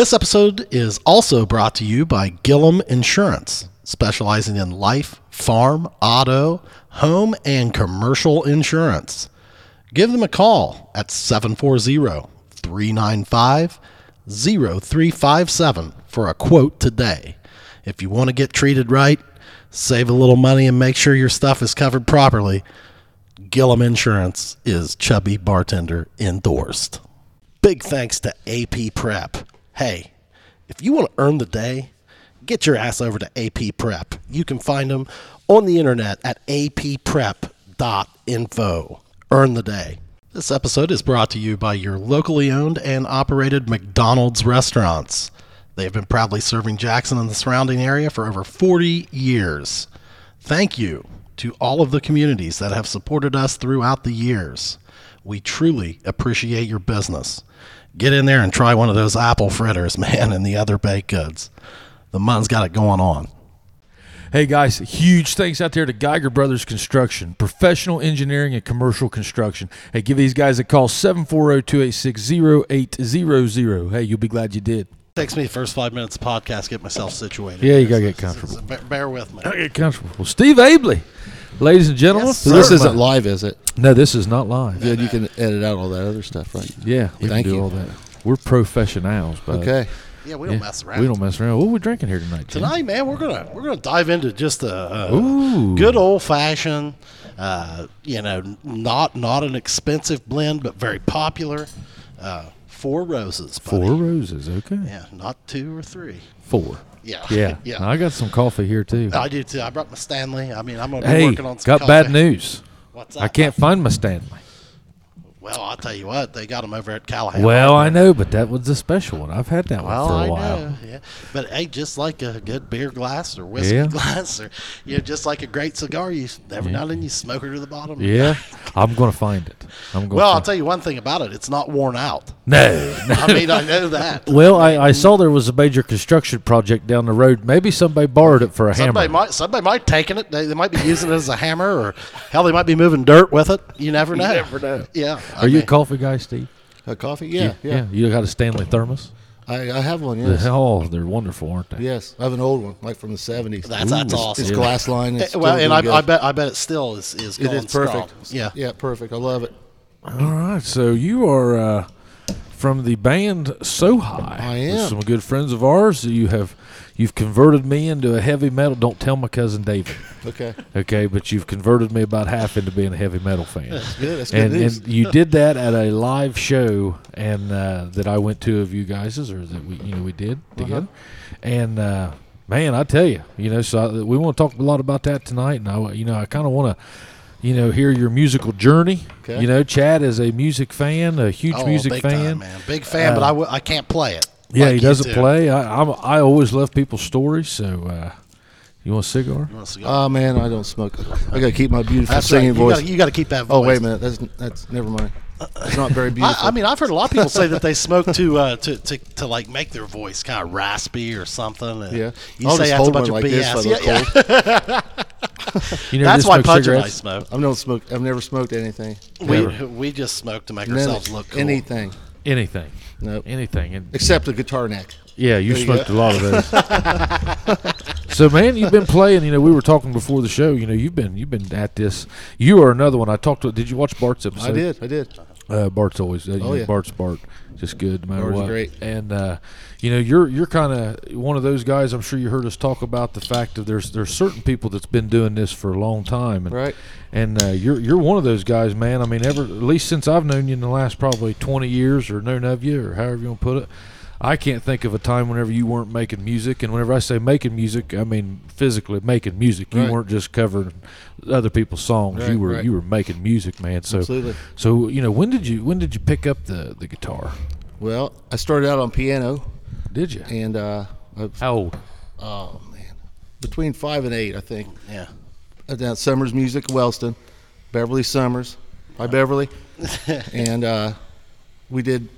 This episode is also brought to you by Gillum Insurance, specializing in life, farm, auto, home, and commercial insurance. Give them a call at 740 395 0357 for a quote today. If you want to get treated right, save a little money, and make sure your stuff is covered properly, Gillum Insurance is Chubby Bartender endorsed. Big thanks to AP Prep. Hey, if you want to earn the day, get your ass over to AP Prep. You can find them on the internet at apprep.info. Earn the day. This episode is brought to you by your locally owned and operated McDonald's restaurants. They've been proudly serving Jackson and the surrounding area for over 40 years. Thank you to all of the communities that have supported us throughout the years. We truly appreciate your business. Get in there and try one of those apple fritters, man, and the other baked goods. The mun's got it going on. Hey guys, huge thanks out there to Geiger Brothers Construction, professional engineering and commercial construction. Hey, give these guys a call 740-286-0800. Hey, you'll be glad you did. Takes me the first five minutes of podcast to get myself situated. Yeah, you gotta get This is- comfortable. bear- Bear with me. Get comfortable. Well, Steve Abley, ladies and gentlemen. Yes, So this Certainly. isn't live, is it? No, this is not live. Good, you can edit out all that other stuff, right? Yeah, we Thank can do you. all that. We're professionals, but Okay. Yeah, we don't mess around. We don't mess around. What are we drinking here tonight? Jim? Tonight, man, we're gonna we're gonna dive into just a, uh Ooh. good old fashioned, uh, you know, not not an expensive blend, but very popular. Uh, four roses. buddy. Four roses. Okay. Yeah, not two or three. Four. Yeah. Yeah. yeah. I got some coffee here too. I do too. I brought my Stanley. I mean, I'm gonna be hey, working on got some bad coffee. news. What's I up? can't find my Stanley. Well, I'll tell you what, they got them over at Callahan. Well, I know, but that was a special one. I've had that Well, one I for a while. know, yeah. But hey, just like a good beer glass or whiskey Yeah. glass, or you know, just like a great cigar, you every now and then you smoke it to the bottom. Yeah, I'm gonna find it. I'm going. Well, I'll to tell you one thing about it. It's not worn out. no. no. I mean, I know that. Well, I, I saw there was a major construction project down the road. Maybe somebody borrowed it for a Somebody hammer. might somebody might taking it. They, they might be using it as a hammer, or hell, they might be moving dirt with it. You never know. never know. Yeah. Are you a coffee guy, Steve? A coffee? Yeah, yeah. You got a Stanley thermos? I, I have one, The yes. hell, they're wonderful, aren't they? Yes. I have an old one, like from the 70s. That's that's Ooh, awesome. It's glass line. It's Eh, well, still and doing I, I good. bet I bet it still is is It going is perfect. strong. Yeah. Yeah, perfect. I love it. All right. So you are uh, from the band So High. I With am. Some good friends of ours. You have you've converted me into a heavy metal. Don't tell my cousin David. Okay. Okay, but you've converted me about half into being a heavy metal fan. good. That's good and, news. and you did that at a live show and uh, that I went to of you guys's, or that we you know we did Uh-huh. together. And uh, man, I tell you, you know, so I, we want to talk a lot about that tonight. And I, you know, I kind of want to. You know, hear your musical journey. Okay. You know, Chad is a music fan, a huge Oh, music big fan. time, man. Big fan, Uh, but I, w- I can't play it. Yeah, like he you doesn't do. play. I, I'm, I always love people's stories. So, uh, you want a cigar? You wanna see- Oh, man, I don't smoke. I got to keep my beautiful That's right. singing You voice. gotta, you gotta keep that voice. oh, wait a minute. That's, that's never mind. It's not very beautiful. I, I mean, I've heard a lot of people say that they smoke to uh, to, to to like make their voice kind of raspy or something. and yeah. you I'll say just that's a hold bunch one of like BS. this if I yeah, look yeah. cool. You never That's did why smoke Pudge and I cigarettes? smoke. I don't smoke. I've never smoked anything. We Never. we just smoke to make None- ourselves look cool. Anything. Anything. Nope. Anything. And Except a guitar neck. Yeah, you smoked a lot of those. so man, you've been playing. You know, we were talking before the show. You know, you've been you've been at this. You are another one. I talked to. Did you watch Bart's episode? I did. I did. Uh, Bart's always. Uh, you know, Oh, yeah. Bart's Bart. Just good, no matter Bart's what. great. And uh, you know, you're you're kind of one of those guys. I'm sure you heard us talk about the fact that there's there's certain people that's been doing this for a long time. And, Right. And uh, you're you're one of those guys, man. I mean, ever at least since I've known you in the last probably 20 years or known of you or however you want to put it. I can't think of a time whenever you weren't making music, and whenever I say making music, I mean physically making music. You Right. weren't just covering other people's songs. you Right, were right. you were making music, man. So Absolutely. so you know, when did you when did you pick up the the guitar? Well, I started out on piano, Did you? and uh, I, How old? oh man, between five and eight, I think. Yeah. Uh, Down at Summers Music, Wellston, Beverly Summers, hi Beverly, and uh, we did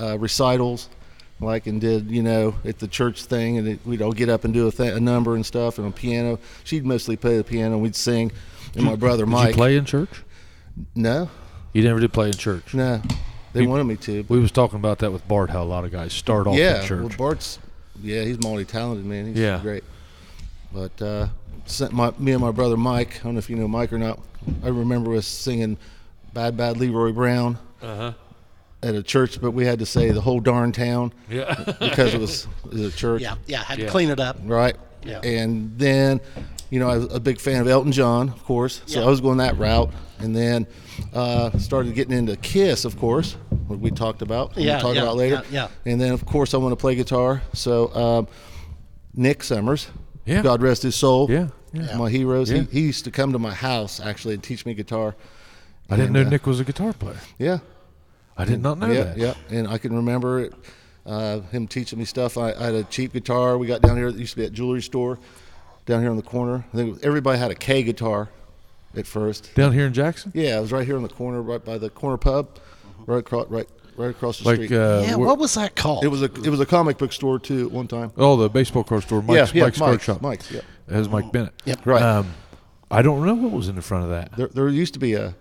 uh, recitals, like and did you know at the church thing, and it, we'd all get up and do a, th- a number and stuff, and on piano. She'd mostly play the piano, and we'd sing. And my brother Did Mike. you play in church? No, You never did play in church. no, They wanted me to. We was talking about that with Bart, how a lot of guys start off yeah, in well, church. Bart's yeah, he's multi-talented man. He's Yeah. great. But uh, sent my me and my brother Mike. I don't know if you know Mike or not. I remember us singing "Bad Bad Leroy Brown" Uh-huh. at a church, but we had to say the whole darn town yeah. because it was, it was a church, Yeah, yeah. Had Yeah. to clean it up. right? Yeah. And then, you know, I was a big fan of Elton John, of course. So Yeah. I was going that route, and then uh, started getting into Kiss, of course, what we talked about. Yeah, we'll talk yeah, about later. yeah, And then, of course, I want to play guitar. So, um, Nick Summers, Yeah. God rest his soul. Yeah, yeah. My heroes. Yeah. He, he used to come to my house actually and teach me guitar. I didn't And, know uh, Nick was a guitar player. Yeah. I did not know yeah, that. yeah. And I can remember it, uh, him teaching me stuff. I, I had a cheap guitar. We got down here. It used to be at jewelry store down here on the corner. I think it was- everybody had a K guitar at first. Down here in Jackson, Yeah, it was right here on the corner, right by the corner pub, right across, right, right across the Mm-hmm. like street. uh, Yeah, where- what was that called? it was a it was a comic book store too at one time. oh the baseball card store, Mike's, yeah, yeah, Mike's card Mike's, shop. Mike's, yeah. That was Mike Bennett. Yep. Right. Um, I don't know what was in the front of that there, there used to be a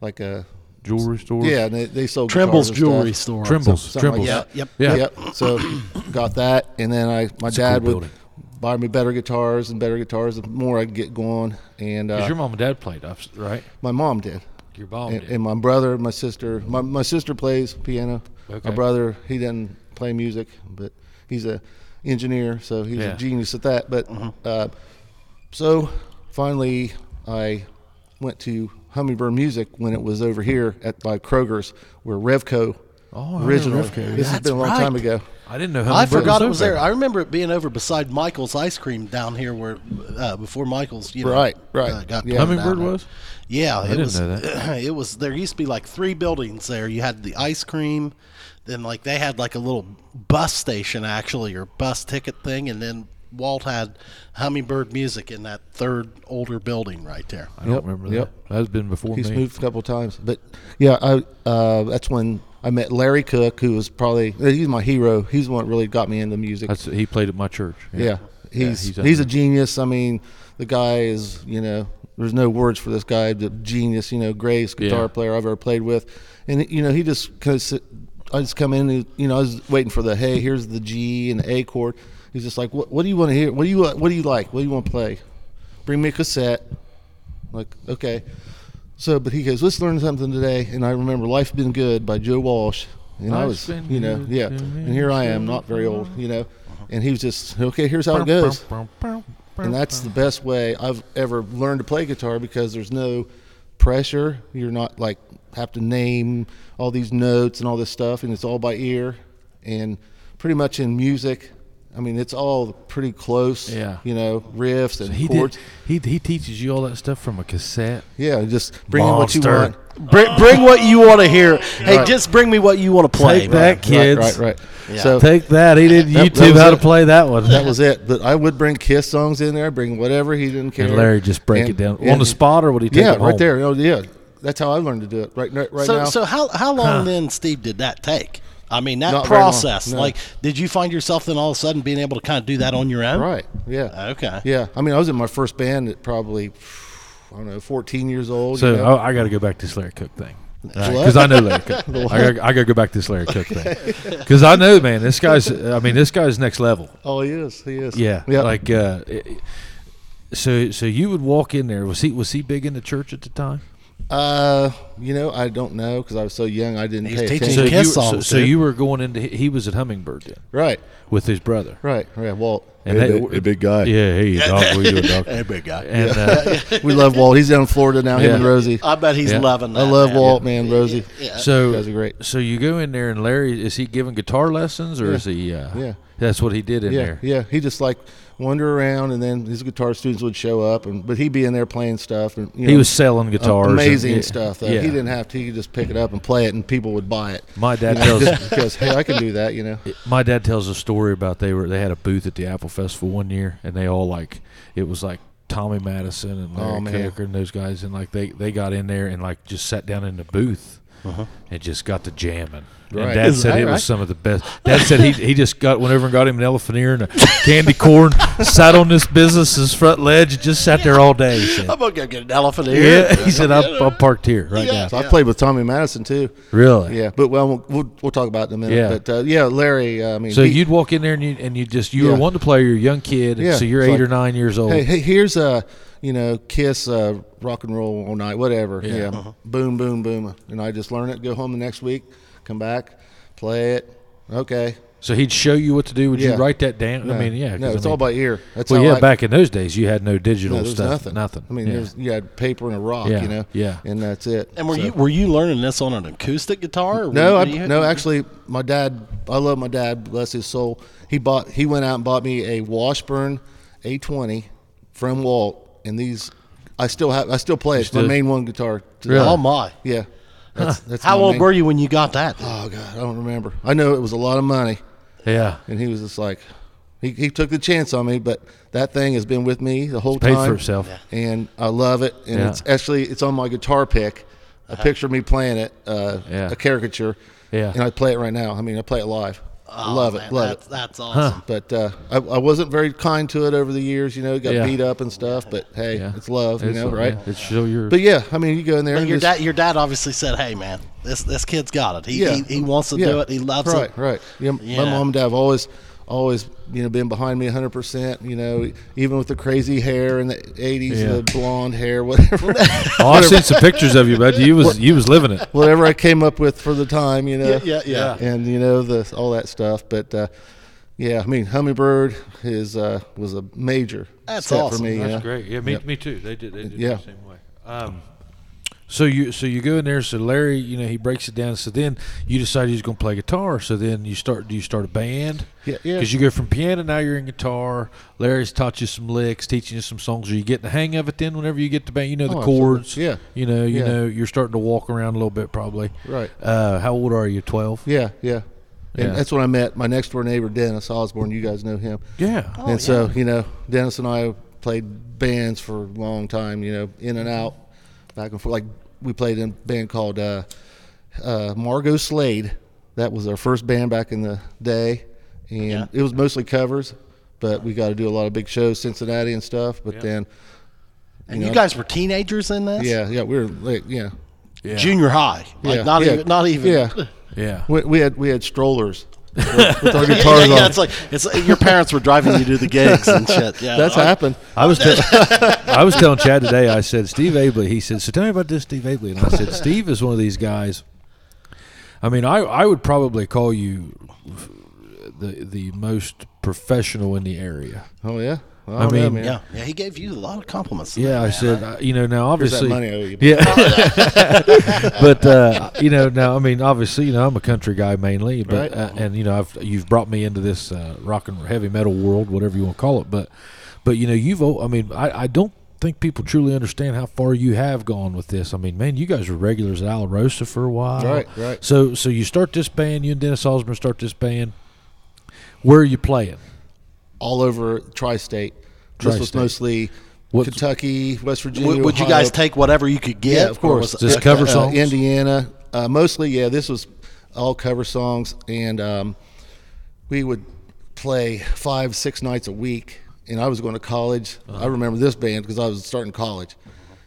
like a jewelry store. yeah, and they, they sold Trimble's guitars and stuff. Jewelry Store. Trimble's, Something like Trimble's. Yeah, that. yep. Yeah. Yep. So got that, and then I my a cool dad would building. buy me better guitars and better guitars. The more I'd get going, and uh, Because your mom and dad played, I've s- right? my mom did, Your mom and, did. and my brother, my sister, my my sister plays piano. Okay. My brother, he didn't play music, but he's a engineer, so he's Yeah. a genius at that. But Mm-hmm. uh, so finally, I went to Hummingbird Music when it was over here at by Kroger's, where Revco. Oh, I remember original. Revco, yeah. This has been a long That's time right. ago. I didn't know how. I many brothers forgot it was there. there. I remember it being over beside Michael's ice cream down here, where uh, before Michael's, you know, Right, right. uh, got Yeah. torn down Hummingbird there. was. Yeah, it didn't was. know It was. There used to be like three buildings there. You had the ice cream, then like they had like a little bus station actually, or bus ticket thing, and then Walt had Hummingbird Music in that third older building right there. I don't Yep, remember yep. that. That's been before He's me. moved a couple times, but yeah, I uh, that's when I met Larry Cook, who was probably he's my hero. He's the one that really got me into music. That's he played at my church. yeah, he's he's he's, up a there. genius. I mean, the guy is you know there's no words for this guy. The genius, you know, greatest guitar Yeah. player I've ever played with, and you know he just cause I just come in, and, you know, I was waiting for the hey, here's the G and the A chord. He's just like, what, what do you want to hear? What do you what do you like? What do you want to play? Bring me a cassette. Like, okay. So, but he goes, let's learn something today. And I remember Life's Been Good by Joe Walsh. And I Life's was, been you know, good yeah. to me, And here I am, not very old, you know. Uh-huh. And he was just, okay, here's how it goes. And that's the best way I've ever learned to play guitar because there's no pressure. You're not like have to name all these notes and all this stuff, and it's all by ear. And pretty much in music, I mean, it's all pretty close, Yeah. you know, riffs and he chords. did. He he teaches you all that stuff from a cassette. Yeah, just bring in what you Monster. want. Bring, Oh. bring what you want to hear. Hey, just bring me what you want to play. Take that, kids. Right, right. Yeah. right. So Take that. He didn't That- that YouTube was how to it. play that one. that was it. But I would bring Kiss songs in there, bring whatever he didn't care. and Larry just break And- it down on and- the spot, or would he take Yeah, it home? right there. Oh, yeah. That's how I learned to do it. Right, now- right so, now. so how how long then, Steve, did that take? I mean, that Not very long, process. no. Like, did you find yourself then all of a sudden being able to kind of do that on your own? right. Yeah. Okay. Yeah. I mean, I was in my first band at probably I don't know, 14 years old. So you know? oh, I got to go back to this Larry Cook thing what? because I know Larry Cook. I got I got to go back to this Larry Cook thing because I know, man. This guy's. I mean, this guy's next level. oh, he is. He is. Yeah, Yeah. Like, uh, it- it- so so you would walk in there. Was he was he big in the church at the time? uh, you know, I don't know because I was so young. I didn't He's pay teaching attention. So you, Kiss were- so, songs, so dude. you were going into. He was at Hummingbird then Right. with his brother. Right. Right. Walt. And Hey, they- big, hey, big guy. Yeah, hey, dog, what you doing, dog? Hey, big guy. And uh, we love Walt. He's down in Florida now. Him Yeah. and Rosie. I bet he's Yeah. loving I that. love man. Walt, man. Rosie. Yeah. so You guys are great. So you go in there and Larry is he giving guitar lessons or is he? Uh, Yeah. that's what he did in yeah, there. Yeah, he just like wander around, and then his guitar students would show up, and but he'd be in there playing stuff, and you He know, was selling guitars, and- amazing yeah, stuff. Though. Yeah. He didn't have to; he could just pick it up and play it, and people would buy it. My dad You know, tells- just because hey, I can do that, you know. My dad tells a story about they were they had a booth at the Apple Festival one year, and they all like it was like Tommy Madison and Larry Oh, man. Cook and those guys, and like they they got in there and like just sat down in the booth and just got to jamming. Uh-huh. Right. And Dad Is said that it right? was some of the best. Dad said he he just got went over and got him an elephant ear and a candy corn, sat on this business's front ledge, and just sat there all day. He said. I'm gonna go get an elephant here. Yeah, he said I'm, I'm parked here right Yeah. now. So I played with Tommy Madison too. Really? Yeah, but well, we'll we'll talk about it in a minute. Yeah. But uh, yeah, Larry. Uh, I mean, So he- you'd walk in there and you and you just you were Yeah. wanting to play. You're a young kid, Yeah, so you're it's eight like, or nine years old. Hey, hey, here's a you know Kiss uh, rock and roll all night, whatever. Yeah. Yeah, Uh-huh. boom, boom, boom, and I just learn it. Go home the next week, come back, play it. Okay, So he'd show you what to do. Would Yeah. you write that down? No, I mean, yeah, 'cause no, I it's mean- all by ear. That's well, how yeah. I, back in those days, you had no digital no, there's stuff. nothing, I mean, yeah. there's you had paper and a rock, Yeah, you know, yeah. and that's it. And were So- you were you learning this on an acoustic guitar? Or No, were I, you- no. Actually, my dad. I love my dad. Bless his soul. He bought. He went out and bought me a Washburn A20 from Walt, and these. I still have. I still play. it. It's my still- main one guitar. to- Really? Oh my! Yeah. That's, that's How uh, my old main- were you when you got that? Oh God, I don't remember. I know it was a lot of money, yeah. and he was just like, he, he took the chance on me. But that thing has been with me the whole Paid time, for itself. and I love it. And Yeah. it's actually it's on my guitar pick. Uh-huh. A picture of me playing it, uh, Yeah. a caricature, Yeah. and I play it right now. I mean, I play it live. I love it, Oh, Man, love that's, it. That's awesome. But uh, I, I wasn't very kind to it over the years. You know, got Yeah. beat up and stuff. But hey, Yeah. it's love. You It's, know, uh, right? yeah, It's still your. But yeah, I mean, you go in there. But and your just- dad, your dad obviously said, "Hey, man, this this kid's got it. He Yeah. he, he wants to do it. He loves right, it. Right, Yeah, Yeah. My mom and dad have always, always, you know, been behind me 100%, you know, even with the crazy hair in the 80s, Yeah. the blonde hair, whatever. oh, I've seen some pictures of you, bud. You was you was living it. whatever I came up with for the time, you know. Yeah, yeah, yeah. And, you know, the, all that stuff. But, uh, yeah, I mean, Hummingbird is, uh, was a major That's step awesome. for me. yeah. Yeah, me, me too. They did. They did the Yeah. same way. Um, so you so you go in there. So Larry, you know, he breaks it down. So then you decide he's going to play guitar. So then you start. Do you start a band? Yeah, yeah. Because you go from piano now you're in guitar. Larry's taught you some licks, teaching you some songs. Are you getting the hang of it? Then whenever you get the band, you know the Oh, absolutely. chords. Yeah. You know, you Yeah. know, you're starting to walk around a little bit probably. Right. Uh, how old are you? Twelve. Yeah, yeah. And Yeah. that's when I met my next door neighbor, Dennis Osborne. You guys know him. Yeah. Oh, and so you know dennis and i played bands for a long time you know in and out back and forth like we played in a band called uh, uh, margot slade that was our first band back in the day and Yeah. it was mostly covers but we got to do a lot of big shows cincinnati and stuff but then And you you know, guys were teenagers in this. yeah yeah we were like yeah Yeah. Junior high. Like yeah, not yeah, even not even. yeah Yeah. we, we had we had strollers with, with our Yeah, guitars yeah, yeah, on it's like it's like your parents were driving you to the gigs and shit. Yeah, that's I- happened I was tell- I was telling Chad today. I said Steve Abley. He said, "So tell me about this Steve Abley." And I said, "Steve is one of these guys. I mean, I I would probably call you the the most professional in the area." oh yeah Well, I don't know, mean, man. Yeah, yeah, he gave you a lot of compliments. Yeah, I said, I- you know, now Here's that obviously, money I owe you. yeah, but uh, you know, now I mean, obviously, you know, I'm a country guy mainly, but Right. uh, and you know, I've you've brought me into this uh, rock and heavy metal world, whatever you want to call it, but but you know, you've, al- I mean, I, I don't think people truly understand how far you have gone with this. I mean, man, you guys were regulars at Alarosa for a while, Right, right. So so you start this band, you and Dennis Osborne start this band. Where are you playing? all over tri-state. This was Tri-state. mostly What's- Kentucky, West Virginia. Would, would you Ohio. guys take whatever you could get? Yeah, of or course. was- Just cover Uh, songs? Indiana, uh, mostly. Yeah, this was all cover songs, and um, we would play five, six nights a week. And I was going to college. Uh-huh. I remember this band because I was starting college,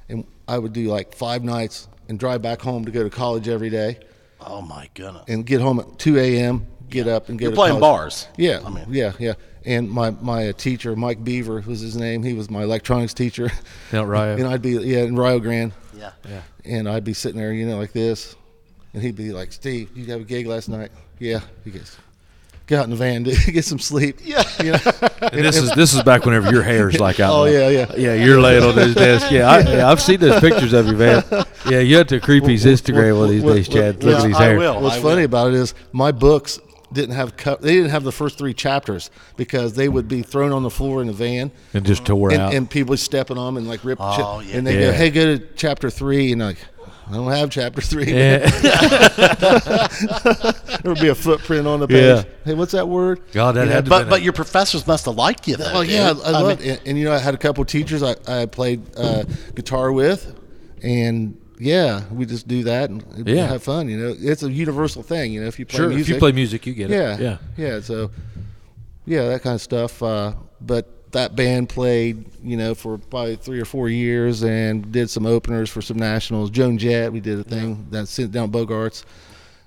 and I would do like five nights and drive back home to go to college every day, Oh my goodness! and get home at two a.m. Get up and get You're playing bars. yeah, I mean, yeah, yeah. And my my uh, teacher, Mike Beaver, was his name. He was my electronics teacher. Out Rio. and I'd be yeah in Rio Grande, yeah. and I'd be sitting there, you know, like this, and he'd be like, "Steve, you have a gig last night?" Yeah, he goes, "Get out in the van, dude. get some sleep." Yeah, you know? And this is this is back whenever your hair's like out. Oh, like- yeah, yeah. yeah. You're laying on this desk. Yeah, I, yeah, I've seen those pictures of you, man. Yeah, you have to creep his Instagram one of these well, days, well, Chad. Look well, at his I hair. will. What's I funny about it is my books didn't have co- they didn't have the first three chapters because they would be thrown on the floor in the van. And just tore and, out. and people stepping on 'em and like rip. Oh, chi- yeah. And they Yeah. go, "Hey, go to chapter three. and like, "I don't have chapter three. man." yeah. there would be a footprint on the page. Yeah. Hey, what's that word? God, that had to But been but a- your professors must have liked you though. Well, dude. yeah, I, I loved it. And, you know, I had a couple teachers I, I played uh, guitar with, and yeah, we just do that and we Yeah. have fun. You know, it's a universal thing. You know, if you play Sure, music, if you play music, you get yeah, it. Yeah, yeah. So, yeah, that kind of stuff. Uh, but that band played, you know, for probably three or four years, and did some openers for some nationals. Joan Jett, we did a thing that sent down Bogarts,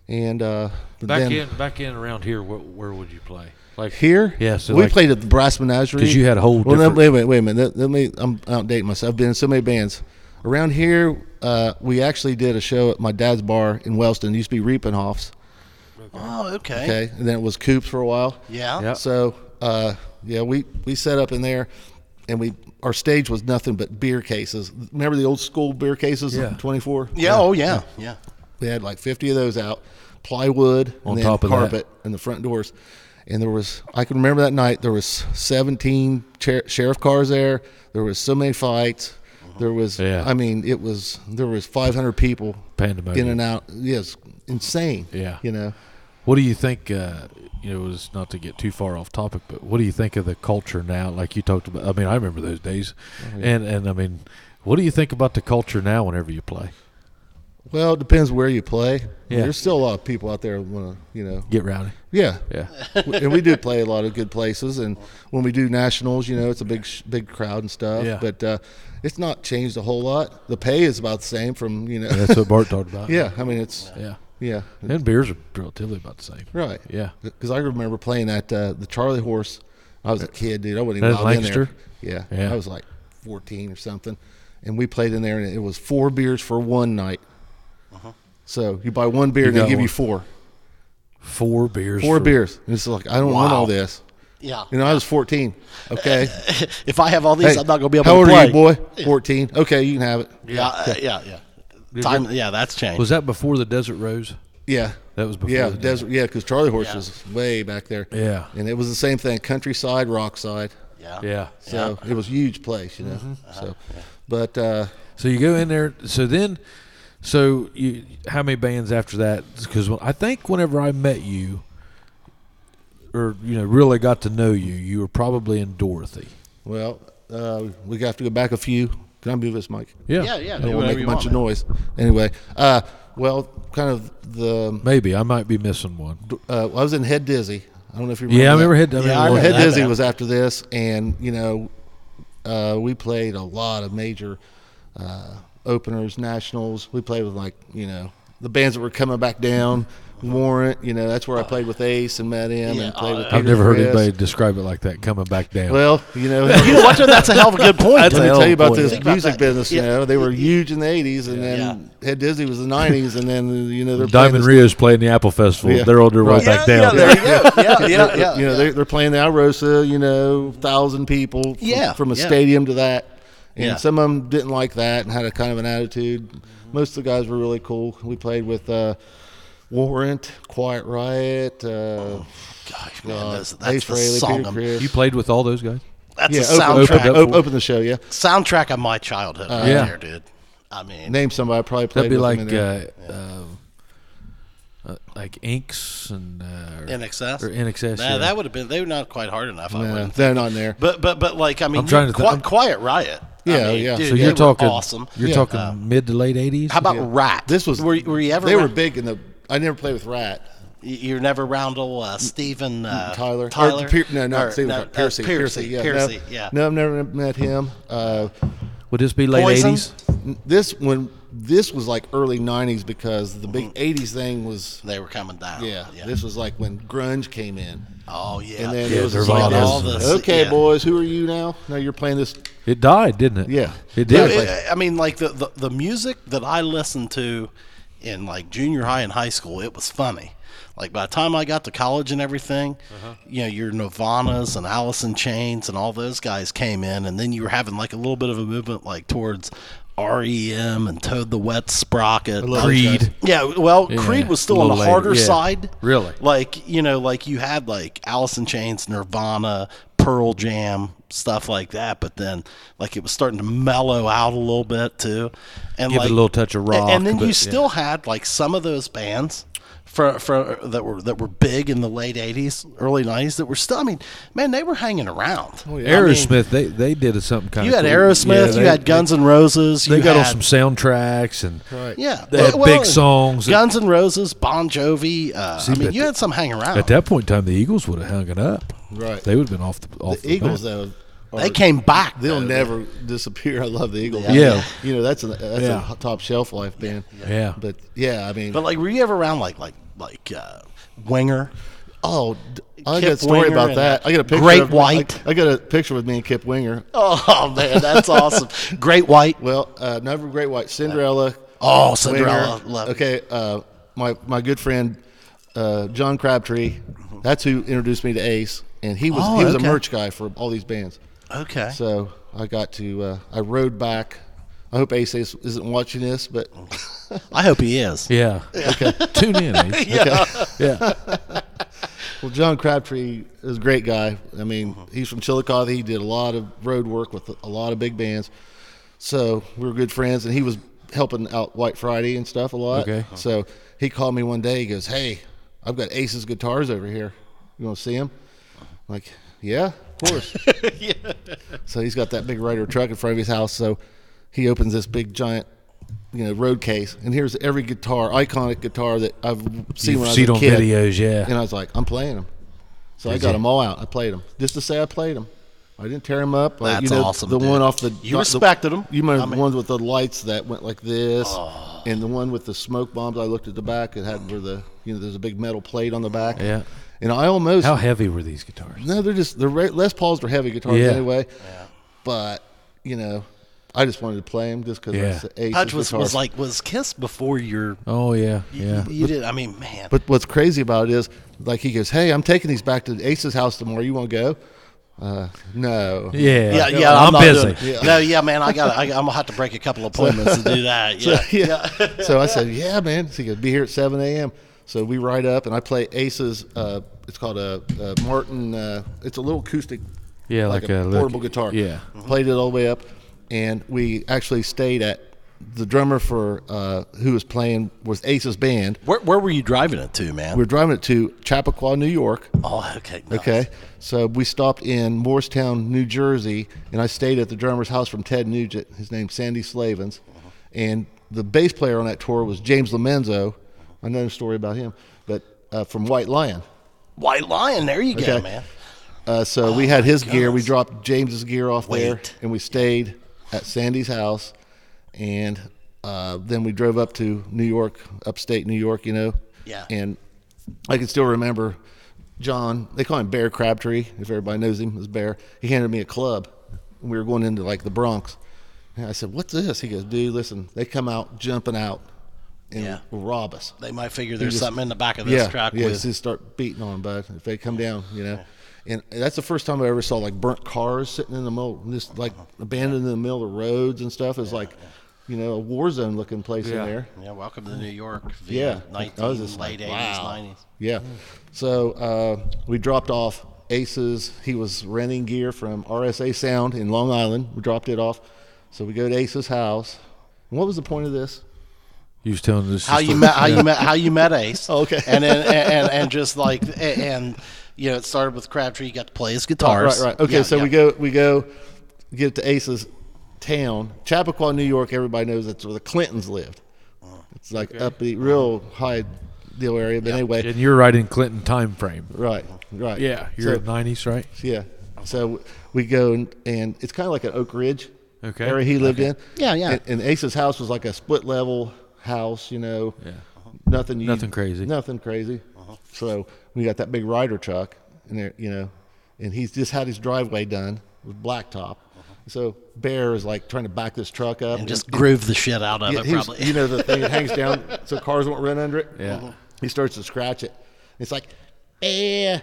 and uh, but Back then in, back in around here, where, where would you play? Like here, Yeah, so we like- played at the Brass Menagerie 'Cause you had a whole Well, no, different- wait, wait, wait a minute. Let, let me. I'm outdating myself. I've been in so many bands around here. Uh, we actually did a show at my dad's bar in Wellston. It used to be Riepenhoff's. Oh, okay. Okay, and then it was Coops for a while. Yeah. Yeah. So uh, yeah, we we set up in there, and we our stage was nothing but beer cases. Remember the old school beer cases? Yeah. Twenty four. Yeah, Oh, yeah. Yeah. We had like fifty of those out, plywood and On then top of that. carpet and the front doors. And there was I can remember that night. There was seventeen cher- sheriff cars there. There was so many fights. Uh-huh. There was, Yeah. I mean, it was there was 500 people Pandemonium. in and out. Yes, insane. Yeah. you know. What do you think? Uh, you know, it was not to get too far off topic, but what do you think of the culture now? Like you talked about, I mean, I remember those days, Oh, and and I mean, what do you think about the culture now? Whenever you play, Well, it depends where you play. Yeah. There's still a lot of people out there who want to, you know. get rowdy. Yeah. Yeah, and we do play a lot of good places. And when we do nationals, you know, it's a big, sh- big crowd and stuff. Yeah. But uh, it's not changed a whole lot. The pay is about the same from, you know. that's what Bart talked about. yeah. I mean, it's, yeah, yeah. and beers are relatively about the same. Right. Yeah, Because I remember playing at uh, the Charlie Horse. I was a kid, dude. I wasn't even That's allowed in there. Lancaster? Yeah. Yeah. I was like 14 or something. And we played in there, and it was four beers for one night. Uh-huh. So you buy one beer, and they got give one. you four. four beers. four for- beers. And it's like I don't want Wow. all this. Yeah. You know, I was 14. Okay. If I have all these, Hey, I'm not going to be able how to old play. are you, boy? 14. Okay, you can have it. Yeah. uh, Yeah. Yeah. Time. Yeah. That's changed. Was that before the Desert Rose? Yeah. That was before. yeah, the desert. Yeah, because Charlie Horse Yeah. was way back there. Yeah. And it was the same thing: countryside, rockside. yeah. Mm-hmm. Uh-huh. Yeah. So it was a huge place, you know. So, but uh, So you go in there. So then, so you how many bands after that? Because I think whenever I met you, or you know, really got to know you, you were probably in Dorothy. well, uh, we have to go back a few. Can I move this mic? Yeah, Yeah. Yeah. I do don't want to whatever make you a bunch want, of man. noise. Anyway, uh, well, kind of the. Maybe I might be missing one. Uh, I was in Head Dizzy. I don't know if you remember. Yeah, I that. remember head. Yeah, I I remember Well, remember Head that Dizzy band. was after this, and you know, uh, we played a lot of major uh, openers, nationals. We played with like you know the bands that were coming back down, Warrant. You know, that's where I played with Ace and met him Yeah, and played with. uh, Peter I've never heard Criss. anybody describe it like that. Coming back down. Well, you know. You know what? though? That's a hell of a good point. Let me hell tell you of a about point. this Think about music that. business. You Yeah. know, they were huge in the '80s, and then Head Dizzy was the '90s, and then you know they're playing Diamond this- Rio's playing the Apple Festival. Yeah. They're on their way Right. back yeah, down. Yeah, there you go. Yeah, yeah, yeah. you know, they're, they're playing the Alrosa, you know, thousand people from, Yeah, from a yeah. stadium to that. And Yeah. some of them didn't like that and had a kind of an attitude. Most of the guys were really cool. We played with uh, Warrant, Quiet Riot, uh, Gosh, uh, man, Oh, that's, Ace that's the Frehley, song. Peter of- Criss. You played with all those guys. That's yeah, a open, open, soundtrack. up- op- open the show, yeah. soundtrack of my childhood. right Yeah. there, dude. I mean, Name somebody I probably played That'd be with them like uh, in uh, there. uh, like Inks and uh, or- NXS or NXS. Nah, yeah. that would have been. They were not quite hard enough. uh, I No, wouldn't. they're not in there. But but but like I mean, I'm trying to Qui- thi- Quiet Riot. Yeah, I mean, yeah. Dude, So they you're were talking awesome. You're Yeah. talking Uh, mid to late '80s. How about Rat? This was Were, were you ever? They were round- big in the. I never played with Rat. you- You're never round old uh, Stephen uh, Mm, Tyler. Or Tyler. Pier- no, not Or, Stephen. no, Tyler. uh, Piercy. Piercy. yeah, Piercy, no, yeah. No, I've never met him. Uh, Would this be late Poison? '80s? this when this was like early '90s because the Mm-hmm. big '80s thing was They were coming down. yeah, This was like when grunge came in, oh yeah. and then Yeah, it was just Nirvana. like this, All this, okay, yeah. boys, who are you now? Now you're playing this. It died, didn't it? Yeah. it No, did. it- I mean, like the, the the music that I listened to in like junior high and high school, it was funny. Like by the time I got to college and everything, Uh-huh. you know, your Nirvanas and Alice in Chains and all those guys came in, and then you were having like a little bit of a movement like towards REM and Toad the Wet Sprocket, love those Creed. guys. Yeah, well, Creed was still a on the little later. harder Yeah. side. Really? Like, you know, like you had like Alice in Chains, Nirvana, Pearl Jam, stuff like that, but then like it was starting to mellow out a little bit too. And Give it like a little touch of a- rock, And then but, you yeah. still had like some of those bands for, for that were that were big in the late '80s, early '90s that were still. I mean, man, they were hanging around. Oh, yeah. Aerosmith, they they did something kind You of. had Aerosmith, you had Guns N' Roses, They you got had, on some soundtracks and Right. yeah, they had well, big songs. Guns N' Roses, Bon Jovi. Uh, See, I mean, but you had some hanging around. At that point in time, the Eagles would have hung it up. Right. They would have been off the off the Eagles map. though. they are- came back. They'll though. never disappear. I love the Eagles. Yeah. Yeah. You know that's a that's Yeah. a top shelf life band. Yeah. But yeah, I mean, But like, were you ever around like like like uh, Winger? oh, d- I Kip got a story Winger about and that. I got a picture. Great of, White. I, I got a picture with me and Kip Winger. Oh man, that's awesome. Great White. Well, uh, another Great White, Cinderella. Oh, Cinderella. Winger. Love. Okay, uh, my my good friend uh, John Crabtree. That's who introduced me to Ace, and he was Mm-hmm. Oh, he was okay. a merch guy for all these bands. Okay. So I got to uh, I rode back. I hope Ace is- isn't watching this, but I hope he is. Yeah. Okay. Tune in. Ace. Yeah. Yeah. well, John Crabtree is a great guy. I mean, Uh-huh. he's from Chillicothe. He did a lot of road work with a lot of big bands, so we were good friends. And he was helping out White Friday and stuff a lot. Okay. Uh-huh. So he called me one day. He goes, "Hey, I've got Ace's guitars over here. You want to see them?" I'm like, yeah, of course. So he's got that big Ryder truck in front of his house. So he opens this big giant, you know, road case, and here's every guitar, iconic guitar that I've seen You've when seen I on was a kid. videos, yeah. And I was like, I'm playing them. So I got them all out. I played them just to say I played them. I didn't tear them up. I- you That's know, awesome, The dude. one off the You respected 'em. The, you remember I mean- Oh. the ones with the lights that went like this, and the one with the smoke bombs. I looked at the back. It had where the you know there's a big metal plate on the back. Yeah. And I almost How heavy were these guitars? no, they're just they're re- Les Pauls are heavy guitars Yeah. anyway. But you know, I just wanted to play them just because Yeah. it's the Ace Hutch was, guitar. was like was Kiss before your. Oh yeah. Yeah. You did. I mean, man. But what's crazy about it is, like he goes, "Hey, I'm taking these back to Ace's house tomorrow. You want to go?" Uh, no. Yeah. yeah, yeah, I'm, I'm, not busy. Doing it. No, yeah, man, I got. I, I'm gonna have to break a couple appointments to do that. Yeah, yeah. so I said, "Yeah, man." So he goes, "Be here at 7 a.m." So we ride up, and I play Ace's. Uh, it's called a, a Martin. Uh, it's a little acoustic. Yeah, like a little- portable guitar. Mm-hmm. yeah. Played it all the way up, and we actually stayed at the drummer for uh, who was playing was Ace's band. Where, where were you driving it to, man? We were driving it to Chappaqua, New York. oh, okay. nice. Okay. So we stopped in Morristown, New Jersey, and I stayed at the drummer's house from Ted Nugent. His name's Sandy Slavens. And the bass player on that tour was James Lomenzo. I know a story about him, but uh, from White Lion. White Lion. There you go, Okay. man. Oh Uh, so we had his gear. We dropped James's gear off there, Wait. and we stayed at Sandy's house, and uh, then we drove up to New York, upstate New York, you know. Yeah. And I can still remember John. They call him Bear Crabtree. If everybody knows him as Bear, he handed me a club. We were going into like the Bronx, and I said, "What's this?" He goes, "Dude, listen. They come out jumping out and Yeah. will rob us." They might figure there's just- something in the back of this truck. Yeah, with, just start beating on 'em, bud. If they come down, you know. And that's the first time I ever saw like burnt cars sitting in the middle, just like Uh-huh. abandoned in the middle of the roads and stuff. It's like, you know, a war zone looking place Yeah. in there. yeah. Welcome to New York. Yeah, via I 19, was just late like, 80s, wow. 90s. Yeah. So uh, we dropped off Ace's. He was renting gear from RSA Sound in Long Island. We dropped it off. So we go to Ace's house. And what was the point of this? You was telling this. how you story. met how you met how you met Ace. Oh, okay. and then and, and and just like and, and you know it started with Crabtree. You got to play his guitars. Right, right. Okay, Yeah, so yeah. we go we go get to Ace's town, Chappaqua, New York. Everybody knows that's where the Clintons lived. It's like upbeat, real high deal area. But anyway, And you're right in Clinton time frame. right, right. Yeah, you're So- nineties, right? yeah. So we go and, and it's kind of like an Oak Ridge Okay. area he lived in. Yeah, yeah. And, and Ace's house was like a split level house, you know. Yeah. Nothing. you- Nothing crazy. Nothing crazy. Uh-huh. So we got that big rider truck, and there, you know, and he's just had his driveway done with blacktop. So Bear is like trying to back this truck up Uh-huh. and just groove the shit out of yeah, it. he was- Probably. you know the thing that hangs down so cars won't run under it. Yeah. He starts to scratch it. It's like, Bear,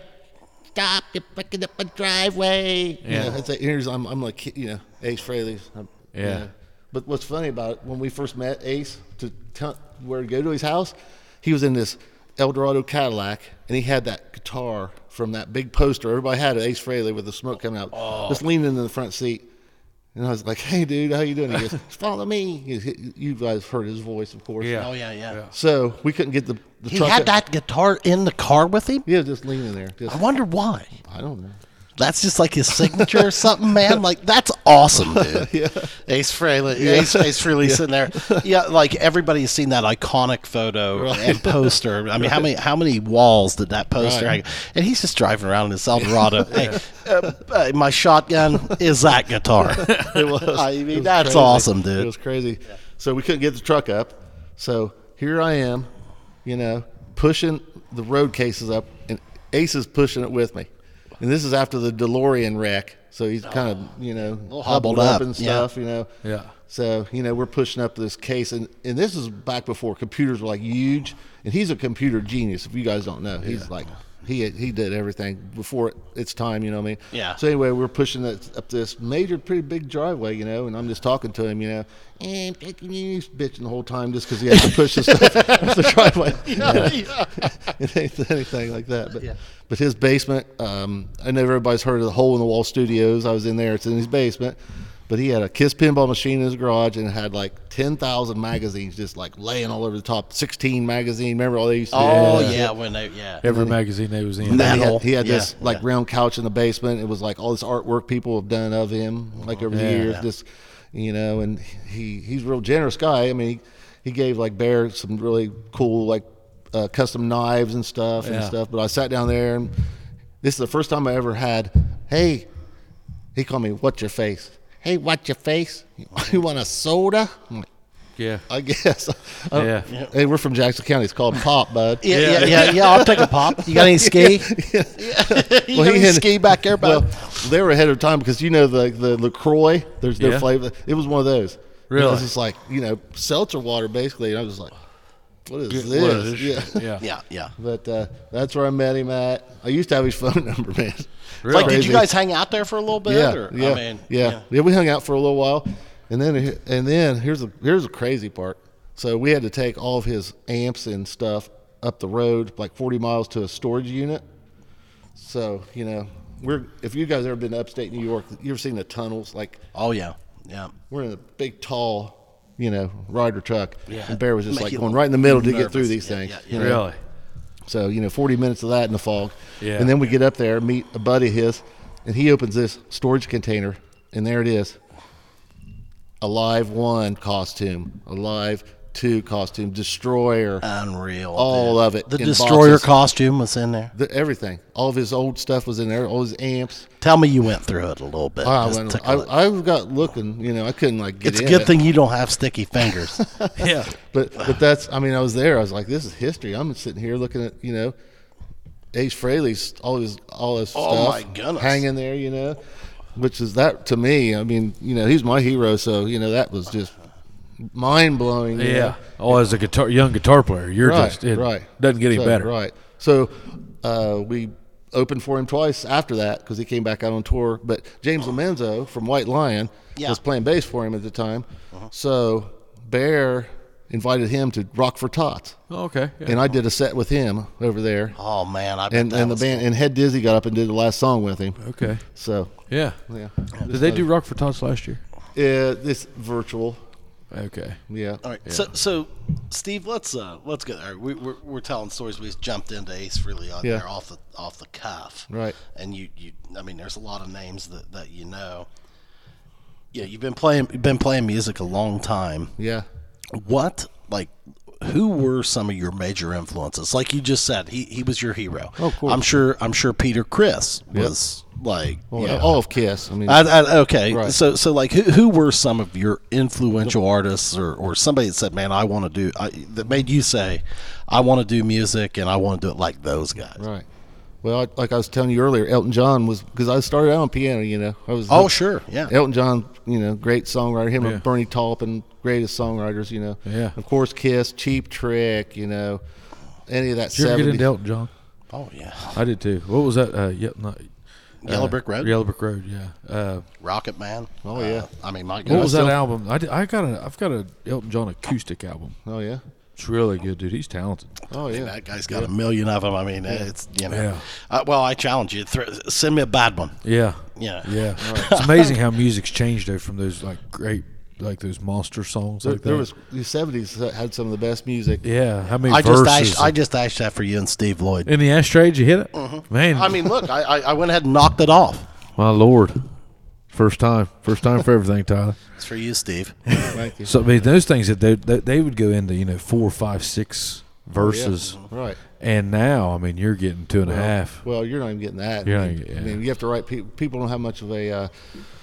stop! You're fucking up my driveway. Yeah. You know, it's like, here's I'm I'm like you know Ace Frehley. I'm- you Yeah. know. But what's funny about it when we first met Ace to tell where to go to his house, he was in this Eldorado Cadillac and he had that guitar Oh. from that big poster everybody had it, Ace Frehley with the smoke coming out, just leaning in the front seat. And I was like, "Hey, dude, how you doing?" He goes, "Follow me." He- he- You guys heard his voice, of course. Yeah. Oh yeah, yeah. So we couldn't get the, the He truck. had out. that guitar in the car with him. Yeah, just leaning there. Just, I wonder why. I don't know. That's just like his signature or something, man. Like that's awesome, dude. Ace Frehley, Ace, Ace Frehley sitting there. Yeah, like everybody's seen that iconic photo and poster. I mean, how many how many walls did that poster Right. hang? And he's just driving around in his Eldorado. hey, uh, uh, my shotgun is that guitar. It was. I mean, It was that's crazy. awesome, dude. It was crazy. So we couldn't get the truck up. So here I am, you know, pushing the road cases up, and Ace is pushing it with me. And this is after the DeLorean wreck. So he's kind of, you know, Oh, hobbled up, and yeah. stuff, you know. Yeah. So, you know, we're pushing up this case. And, and this is back before computers were like huge. And he's a computer genius, if you guys don't know. He's like, he, he did everything before its time, you know what I mean? Yeah. So anyway, we're pushing that up this major, pretty big driveway, you know, and I'm just talking to him, you know, "Eh, and he's bitching the whole time just because he has to push the stuff up the driveway, and anything, anything like that. But, but his basement, um, I know everybody's heard of the Hole in the Wall Studios. I was in there; it's in his basement. But he had a Kiss pinball machine in his garage and had like ten thousand magazines just like laying all over the top. Sixteen magazine, remember all they used to do? Oh Yeah. yeah, when they yeah. Every magazine they was in. Nah. And he metal. had, he had Yeah, this like yeah. round couch in the basement. It was like all this artwork people have done of him, like over Yeah, the years. yeah. Just you know, and he he's a real generous guy. I mean, he, he gave like Bear some really cool like uh, custom knives and stuff and Yeah. stuff. But I sat down there, and this is the first time I ever had. Hey, he called me. What's your face? Hey, what's your face? You want a soda? I'm like, Yeah. I guess. I don't- Yeah. Hey, we're from Jackson County. It's called Pop, bud. Yeah, yeah, yeah, yeah, I'll take a pop. You got any ski? you got any had- ski back there, bud? Well, they were ahead of time because you know the the Lacroix. There's no Yeah. flavor. It was one of those. Really? It's just like you know seltzer water basically, and I was like, what is Yeah, what this? is this? Yeah. Yeah. yeah, yeah. But uh, that's where I met him at. I used to have his phone number, man. Really? It's Like, did you crazy. guys hang out there for a little bit? Yeah, or, yeah, I mean, yeah, yeah, We hung out for a little while, and then and then here's the here's the crazy part. So we had to take all of his amps and stuff up the road, like 40 miles to a storage unit. So you know, we're if you guys ever been to upstate New York, you ever seen the tunnels? Like Oh yeah, yeah. we're in a big tall, you know, rider truck, Yeah. and Bear was just Make like you going look right in the middle to get nervous. through these Yeah, things. yeah, you yeah. know? Really? So you know, 40 minutes of that in the fog, Yeah. and then we get up there, meet a buddy of his, and he opens this storage container, and there it is. A live one costume, a live two costume, destroyer, Unreal. All dude. of it The in destroyer boxes. costume was in there. the, everything. All of his old stuff was in there, all his amps. Tell me you went through it a little bit. I, Just went- took a I, look. I got looking, you know, I couldn't like get it's a in good it. thing you don't have sticky fingers. Yeah. But but that's I mean I was there. I was like, this is history. I'm sitting here looking at you know, Ace Frehley's all his all his Oh, stuff my goodness. hanging there. You know, which is that to me. I mean, you know, he's my hero. So you know that was just mind blowing. Yeah. Oh, as a guitar young guitar player, you're right, just it right. doesn't get any So, better. Right. So uh, we opened for him twice after that because he came back out on tour. But James Lomenzo from White Lion Yeah. Uh-huh. was playing bass for him at the time. So Bear invited him to Rock for Tots. Oh, okay. Yeah. And I did a set with him over there, oh man, I bet and that and the was- band and Head Dizzy got up and did the last song with him. okay. So Yeah. yeah, Did they do Rock for Tots last year? yeah this virtual, Okay. yeah. All right, so so Steve, let's uh let's go. All right, we, we're we're telling stories. We just jumped into Ace really on Yeah. there off the off the cuff, Right. And you you, I mean, there's a lot of names that that you know. Yeah, you've been playing you've been playing music a long time. Yeah. what like who were some of your major influences like you just said he, he was your hero Oh, cool. i'm sure i'm sure peter chris was like Well, yeah. all of Kiss. I mean, I, I, okay Oh, Right. so so like who, who were some of your influential artists or, or somebody that said man i want to do I, that made you say i want to do music and i want to do it like those guys Right. Well, I, like I was telling you earlier, Elton John was because I started out on piano. You know, I was oh sure yeah Elton John, you know, great songwriter. Him Yeah. and Bernie Taupin, greatest songwriters. You know, Yeah. Of course, Kiss, Cheap Trick. You know, any of that. Did you ever get 70s into Elton John? oh yeah I did too. What was that? Uh, yep, not, Yellow uh, Brick Road? Yellow Brick Road. Yeah. Uh, rocket man Oh, yeah. Uh, i mean my what goodness was that album? I, did, I got a I've got a Elton John acoustic album. Oh yeah. It's really good, dude. He's talented. Oh yeah. that guy's got a million of them i mean it's you know Yeah. uh, well i challenge you throw send me a bad one Yeah. Yeah. Yeah, it's amazing how music's changed though from those like great like those monster songs There, like there that. was the '70s that had some of the best music. yeah, how many I just verses? asked, I just asked that for you and Steve Lloyd. in the ashtray, did you hit it? Man, Mm-hmm. I mean, look, I, I I went ahead and knocked it off. my lord, first time, first time for everything, Tyler. It's for you, Steve. Thank you. So I mean, those things that they, they they would go into you know four, five, six Oh, verses, Mm-hmm. Right. and now I mean you're getting two and a half Well, you're not even getting that. You're not I mean, even- yeah. I mean, you have to write. Pe- people don't have much of a uh,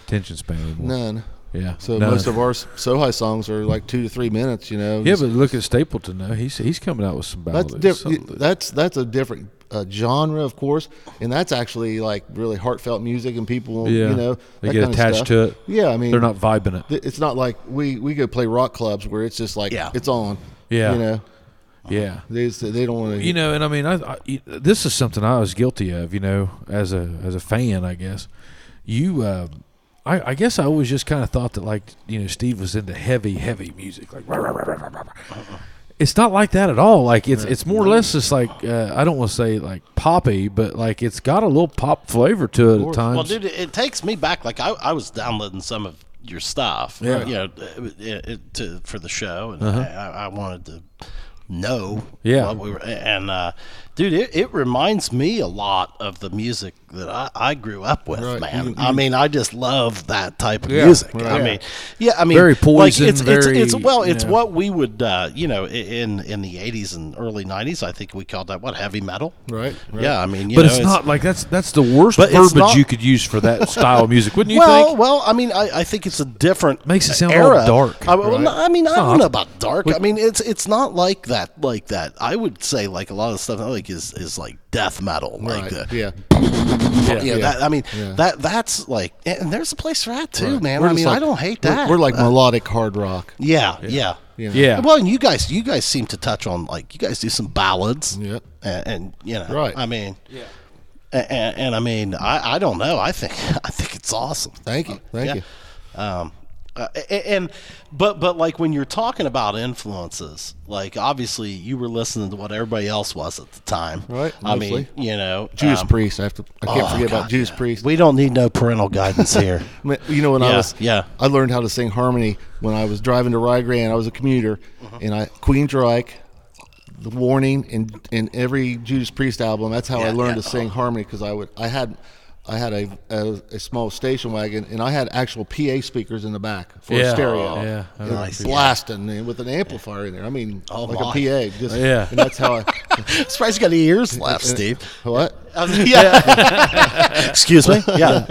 attention span anymore. none. Yeah, So none. most of our s- Sohai songs are like two to three minutes. You know. yeah, but look at Stapleton now. He's he's coming out with some ballads. that's different. Something- That's that's a different uh, genre, of course, and that's actually like really heartfelt music, and people, Yeah. you know, They that get kind of attached stuff. to it. Yeah, I mean, They're not vibing it. th- It's not like we we go play rock clubs where it's just like Yeah. it's on. Yeah. you know, yeah. they just- they don't want to. you know, and I mean, I, I this is something I was guilty of, you know, as a as a fan, I guess. You, uh, I, I guess I always just kind of thought that like you know Steve was into heavy, heavy music, like. rah, rah, rah, rah, rah, rah. It's not like that at all. Like it's it's more or less just like uh, I don't want to say like poppy, but like it's got a little pop flavor to it at times. Well, dude, it, it takes me back. Like I, I was downloading some of your stuff, Yeah. Uh-huh. you know, it, it, it- to for the show, and I, I wanted to know, Yeah. what we were. And uh, dude, it, it reminds me a lot of the music that I, I grew up with, Right. man. You- I mean, I just love that type of Yeah. music. I Right. mean, yeah, I mean, Very like, Poison, it's, it's, very, it's well, you it's know. what we would, uh, you know, i- in in the '80s and early '90s. I think we called that what heavy metal, Right, right. Yeah, I mean, you but know, it's not like that's that's the worst But it's verbiage not- you could use for that style of music, wouldn't you well, think? well, I mean, I, I think it's a different Makes it sound all era. dark, I, well, right? no, I mean, I not. don't know about dark. I mean, it's it's not like that. Like that, I would say like a lot of stuff like is is like death metal, like right, the. yeah, Yeah, That, I mean yeah. that that's like, and there's a place for that too, man. We're I just mean, like- I don't hate we're- that. Uh, We're, like melodic hard rock. yeah, yeah, You know? yeah. Well, and you guys, you guys seem to touch on like you guys do some ballads, Yeah. and, and you know, Right. I mean, yeah, and, and I mean, I, I don't know. I think I think it's awesome. Thank you, thank you. Um, uh, a- a- and but but like when you're talking about influences, like obviously you were listening to what everybody else was at the time, Right, I mostly. mean, you know, Judas um, Priest. I have to. I can't oh, forget God, about Judas yeah. Priest. We don't need no parental guidance here. I mean, You know, when Yeah, I was, yeah. I learned how to sing harmony when I was driving to Rygran. I was a commuter, Uh-huh. and I Queen Drake, The Warning, and and every Judas Priest album. That's how Yeah, I learned yeah. to sing harmony because I would, I had, I had a, a a small station wagon, and I had actual PA speakers in the back for Yeah. Oh, Yeah. stereo. I And remember that. blasting and with an amplifier in there. I mean, like Oh, my. a PA. Just, Yeah. and that's how I. Surprised you got any uh, ears left, Steve. What? yeah. Excuse me. Yeah.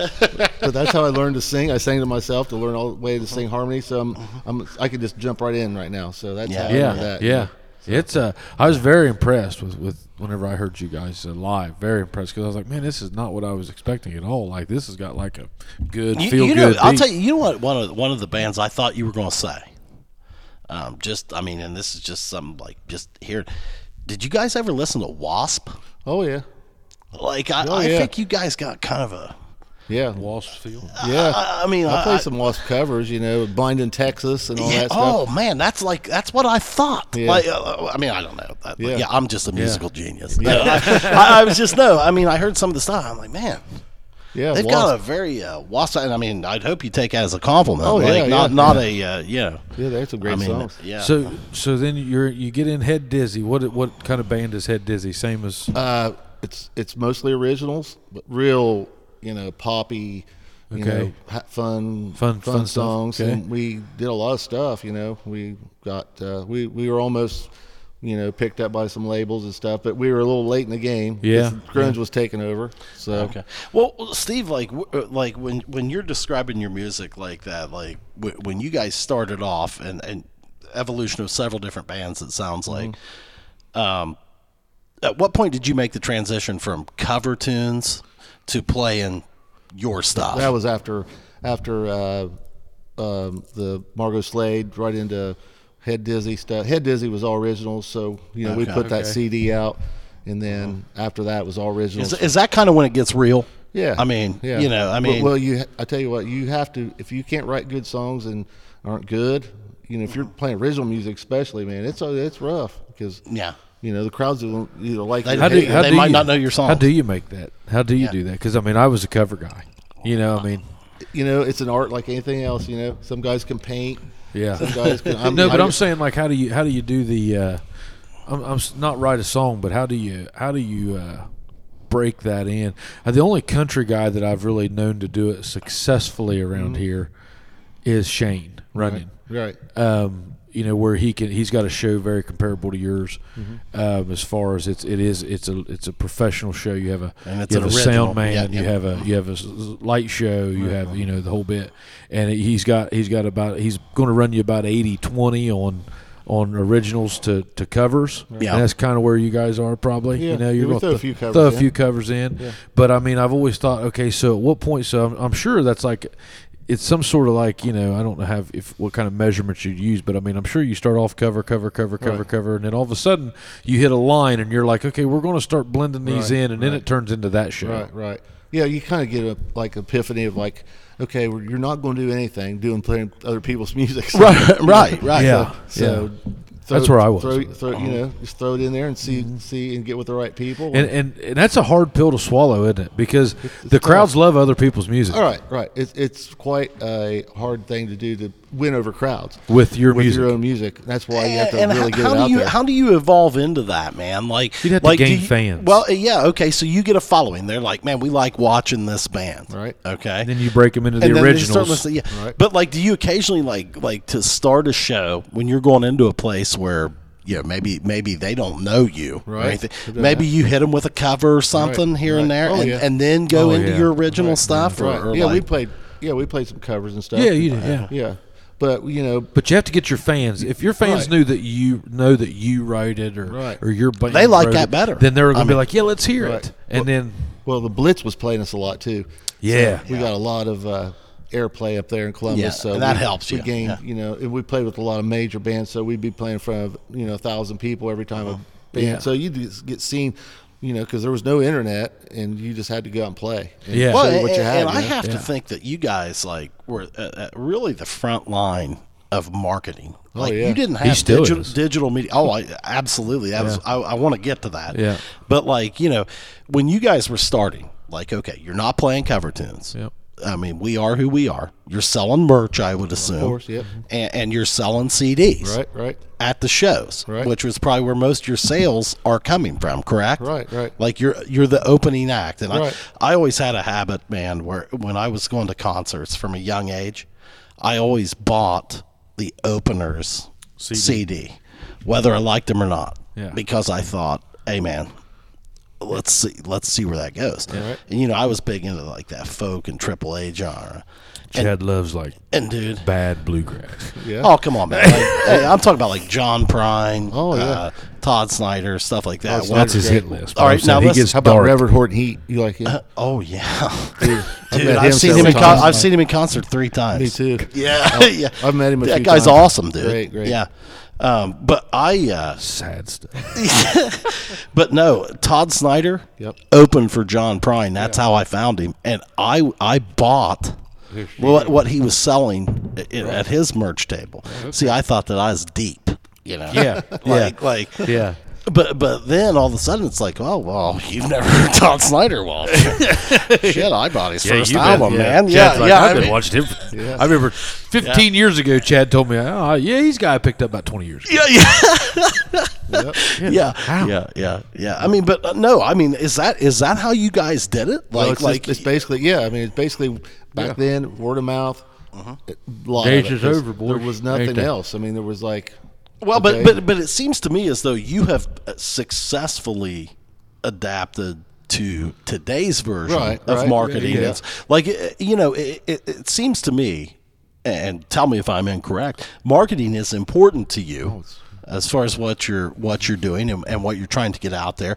but that's how I learned to sing. I sang to myself to learn all the way to Uh-huh. sing harmony. So I'm, I'm I could just jump right in right now. So that's Yeah. how I yeah, learned that. yeah. It's uh, I was very impressed with, with whenever I heard you guys uh, live. Very impressed because I was like, man, this is not what I was expecting at all. Like this has got like a good You, feel you know, good. I'll tell you. You know what? One of one of the bands I thought you were going to say. Um, just I mean, and this is just something like just here. Did you guys ever listen to Wasp? Oh yeah, Like I, Oh, I yeah. think you guys got kind of a. yeah, Wasp feel. yeah. I I mean, I play I- some Wasp covers, you know, Blind in Texas and all yeah, that stuff. oh man, that's like that's what I thought. Yeah. Like, uh, I mean, I don't know. That, yeah. Yeah. yeah, I'm just a musical genius. No, I, I, I was just no. I mean, I heard some of the stuff. I'm like, man, yeah, they've Wasp. got a very uh, wasp. And I mean, I'd hope you take it as a compliment. Oh, yeah, like, not yeah, not a uh, yeah. yeah, they have some great I mean, songs. yeah. So so then you're you get in Head Dizzy. What what kind of band is Head Dizzy? Same as Uh, it's it's mostly originals, but real, you know, poppy. You Okay. know, ha- fun, Fun- fun stuff. songs, Okay. and we did a lot of stuff. You know, we got uh, we we were almost, you know, picked up by some labels and stuff, but we were a little late in the game. 'cause Yeah. grunge was taking over. So Okay. Well, Steve, like, w- uh, like when when you're describing your music like that, like w- when you guys started off and and evolution of several different bands, it sounds Mm-hmm. like. Um, at what point did you make the transition from cover tunes to playing your stuff? that was after after uh, um, the Margot Slade right into Head Dizzy stuff. Head Dizzy was all originals, so you know we Okay. put that CD out, and then after that it was all originals. is, is that kind of when it gets real? yeah, I mean, yeah. you know, I Well- mean, well, you ha- I tell you what, you have to if you can't write good songs and aren't good, you know, if you're playing original music, especially man, it's uh, it's rough because yeah. you know the crowds don't either like it or How hate do- it. they might not know your How song. do you make that? How do you do that? Because I mean, I was a cover guy. You know, I mean, You know, it's an art like anything else. You know, some guys can paint. yeah. Some guys can. I'm, no, but I- I'm saying like, how do you how do you do the? Uh, I'm, I'm s- not write a song, but how do you how do you uh, break that in? Uh, the only country guy that I've really known to do it successfully around here is Shane Running. Mm-hmm. right. Um, you know where he can he's got a show very comparable to yours, um, as far as it's it is it's a it's a professional show. You have a And it's you have an a original. sound man, Yeah, you yeah. have a you have a s- s- light show, you have you know the whole bit, and he's got he's got about he's going to run you about 80-20 on on originals to to covers. Yeah. and that's kind of where you guys are probably. Yeah, You know, yeah, you're going we throw a to few covers throw a in. few covers in. But I mean, I've always thought, okay, so at what point? So I'm, I'm sure that's like, it's some sort of like, you know, I don't know have if what kind of measurements you'd use, but I mean, I'm sure you start off cover, cover, cover, cover, cover, and then all of a sudden you hit a line and you're like, okay, we're going to start blending these Right, in, and then it turns into that show. Right, right. Yeah, you kind of get a like epiphany of like, okay, well, you're not going to do anything doing playing other people's music. So, Right, right, right. Yeah. So throw- That's where I was. Mm-hmm. Throw, throw, you know, just throw it in there and see, see, and get with the right people. And, and, and that's a hard pill to swallow, isn't it? Because the crowds love other people's music All right, right. It's it's quite a hard thing to do to win over crowds with your with music. your own music. That's why you have to And really how, get how it do out you there. how do you evolve into that man? Like You'd have to like, do gain you- fans. Well, uh, yeah, okay. So you get a following. They're like, man, we like watching this band, Right. Okay, and then you break them into the And then they start originals. listening- yeah. Right. But like, do you occasionally like like to start a show when you're going into a place where you know maybe maybe they don't know you, or Right. anything? Maybe you hit them with a cover or something here and Right. there, Oh, and, yeah. and then go Oh, into yeah. your original stuff. Or, right. or yeah, we like- played. Yeah, we played some covers and stuff. Uh, yeah, you do. Yeah. yeah. But you know, But you have to get your fans. If your fans Right. knew that you know that you wrote it or Right. or your band They like wrote that it, better. then they're going I to be mean- like, yeah, let's hear Right. it. And then well, the Blitz was playing us a lot too. Yeah. So we got a lot of uh, airplay up there in Columbus. Yeah, so and that we- helps, We yeah, gained, yeah. you know, and we played with a lot of major bands, so we'd be playing in front of you know a thousand people every time a band. Yeah. So you just get seen, you know, because there was no internet, and you just had to go out and play. And Yeah. show Well, Well, what you and, had. and you I know? have to Yeah. think that you guys like were uh, uh, really the front line of marketing. Like Oh, yeah. you didn't He have still digital, is. digital media. Oh, I, absolutely. That was. I, I want to get to that. Yeah. But like you know, when you guys were starting, like okay, you're not playing cover tunes. Yep. I mean, we are who we are. You're selling merch, I would assume. Of course, yep. And, and you're selling CDs Right, right. at the shows, Right. which was probably where most of your sales are coming from, correct? Right, right. Like you're you're the opening act, and Right. I I always had a habit, man, where when I was going to concerts from a young age, I always bought the openers CD, whether I liked them or not, Yeah. because I thought, hey, man. Let's see. Let's see where that goes. Right. And you know, I was big into like that folk and triple A genre. And, Chad loves like and dude, bad bluegrass. Yeah. Oh come on, man! Like, hey, I'm talking about like John Prine, Oh, yeah. Oh, uh, Todd Snyder, stuff like that. That's his great. hit list. All right, So now he let's- gets How about dark. Reverend Horton Heat? You like him? oh yeah, I've dude, met I've him seen him. several In con- times. I've seen him in concert three times. Me too. Yeah, yeah. I've met him a that few guy's times. awesome, dude. Great, great. Yeah, um, but I, uh, sad stuff. but no, Todd Snyder Yep. opened for John Prine. That's how I found him, and I I bought. What, what he was selling i- i- at his merch table. See, I thought that I was deep, you know. Yeah, like like Yeah. But but then all of a sudden it's like, oh well, you've never heard Todd Snyder. Well, shit, I bought his first album, man. Yeah, Chad's like, yeah. I've I been mean- watching him. I remember 15 years ago, Chad told me, oh, yeah, he's a guy I picked up about 20 years ago. yeah, yeah, Yep. yeah, Wow. yeah, yeah, yeah. I mean, but uh, no, I mean, is that is that how you guys did it? Like, Well, it's, like, just, it's basically yeah. I mean, it's basically back then word of mouth. Uh-huh. it- a lot of Days it, is 'cause over, boy. There was nothing Ain't that- else. I mean, there was like well, okay. but but but it seems to me as though you have uh, successfully adapted to today's version Right, of right. marketing. Yeah. It's like uh, you know, it, it, it seems to me, and tell me if I'm incorrect. Marketing is important to Oh, you as far as what you're what you're doing and, and what you're trying to get out there.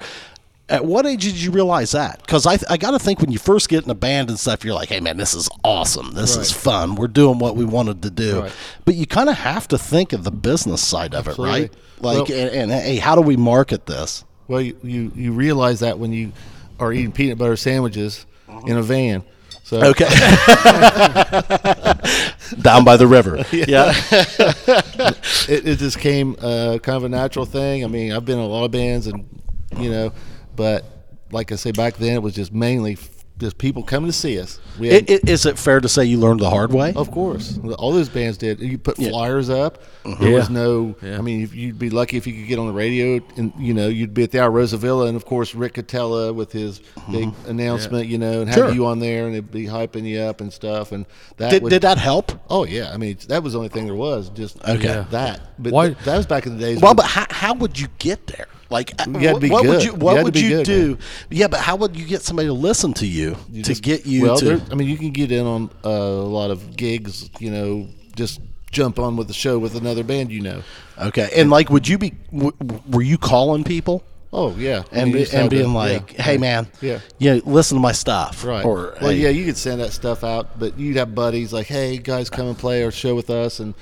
At what age did you realize that? Because I, I got to think when you first get in a band and stuff, you're like, hey, man, this is awesome. This is fun. We're doing what we wanted to do. Right. But you kind of have to think of the business side of it, Absolutely. right? Like, Well- and, and hey, how do we market this? well, you, you you realize that when you are eating peanut butter sandwiches in a van. So Uh-huh. Okay. Down by the river. Yeah. it, it just came uh, kind of a natural thing. I mean, I've been in a lot of bands, and you know, but like I say, back then it was just mainly f- just people coming to see us. We I- had, i- Is it fair to say you learned the hard way? of course, all those bands did. You put Yeah. Mm-hmm. flyers up. There was Yeah. no. Yeah. I mean, if you'd be lucky if you could get on the radio, and you know, you'd be at the Al Rosa Villa, and of course Rick Catella with his Mm-hmm. big announcement, you know, and have Sure. you on there, and it'd be hyping you up and stuff, and that Did, would, did that help? Oh yeah, I mean that was the only thing there was just Okay. Yeah. that. But Why- th- that was back in the days. Well, when- but how, how would you get there? Like, uh, You had to be what would good. you You had what to would be you good, do? Yeah, but how would you get somebody to listen to you, you to just- get you well, to? there- I mean, you can get in on uh, a lot of gigs. You know, just jump on with the show with another band. You know. Okay, and like, would you be? W- w- were you calling people Oh yeah, I and mean, you be, just and had to- being yeah, like, yeah. "Hey, man, Yeah. you know, listen to my stuff." Right. Or well, hey, yeah, you could send that stuff out, but you'd have buddies like, "Hey, guys, come and play our show with us," and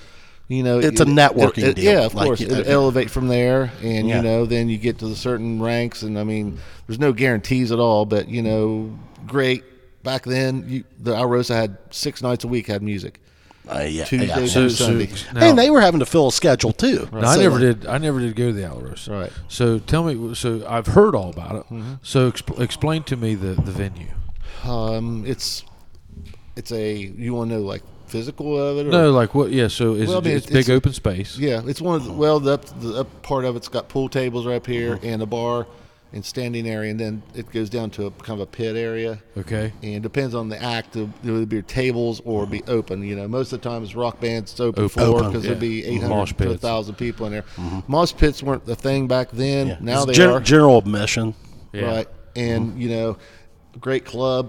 you know, It's a networking it- it- deal, Yeah, of like, course, you it know, will elevate from there, and Yeah. you know, then you get to the certain ranks, and I mean, there's no guarantees at all, but you know, great. Back then, you, the Alrosa had six nights a week had music. uh, yeah, Tuesday, yeah. Tuesday, So- Sunday. so- Hey, and they were having to fill a schedule too. Now, I So, never like, did. I never did go to the Alaros. Right. So tell me. So I've heard all about it. So exp- explain to me the, the venue. Um, it's it's a you want to know like physical of it? Or? No, like what? Yeah. So is Well, I it, mean, it's, it's- big it's- open space. Yeah, it's one of Uh-huh. the, well, the up, the up part of it's got pool tables right up here and a bar and standing area, and then it goes down to a kind of a pit area. Okay. And depends on the act, it'll either be tables or be open. You know, most of the time it's rock bands, it's Uh-huh. open, Open. floor Open, because yeah. there'd be Mosh 800 to pits. Mm-hmm. 1,000 people in there. Mosh pits weren't a thing back then. yeah. Now It's they gen- are. general admission. Yeah. Mm-hmm. Right. And, you know, great club.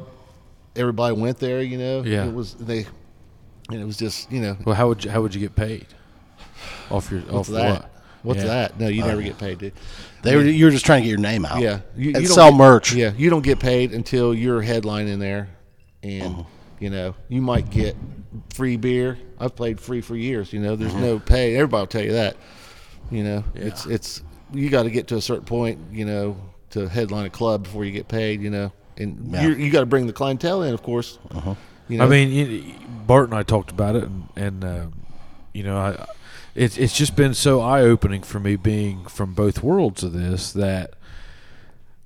Everybody went there, you know. Yeah. It was, they, and it was just, you know, Well, how would you, how would you get paid? Off your off what's that? what? What's Yeah. Uh, that? No, you never get paid, dude. They were, you were just trying to get your name out. Yeah, you, and you don't sell get- merch. Yeah, you don't get paid until you're headline in there, and Uh-huh. you know you might get free beer. I've played free for years. You know, there's Uh-huh. no pay. Everybody will tell you that. You know, it's it's you got to get to a certain point. You know, to headline a club before you get paid. You know, and Yeah. Uh-huh. you're, you got to bring the clientele in, of course. You know, I mean, you, Bart and I talked about it, and, and uh, you know, I, it's it's just been so eye opening for me being from both worlds of this that,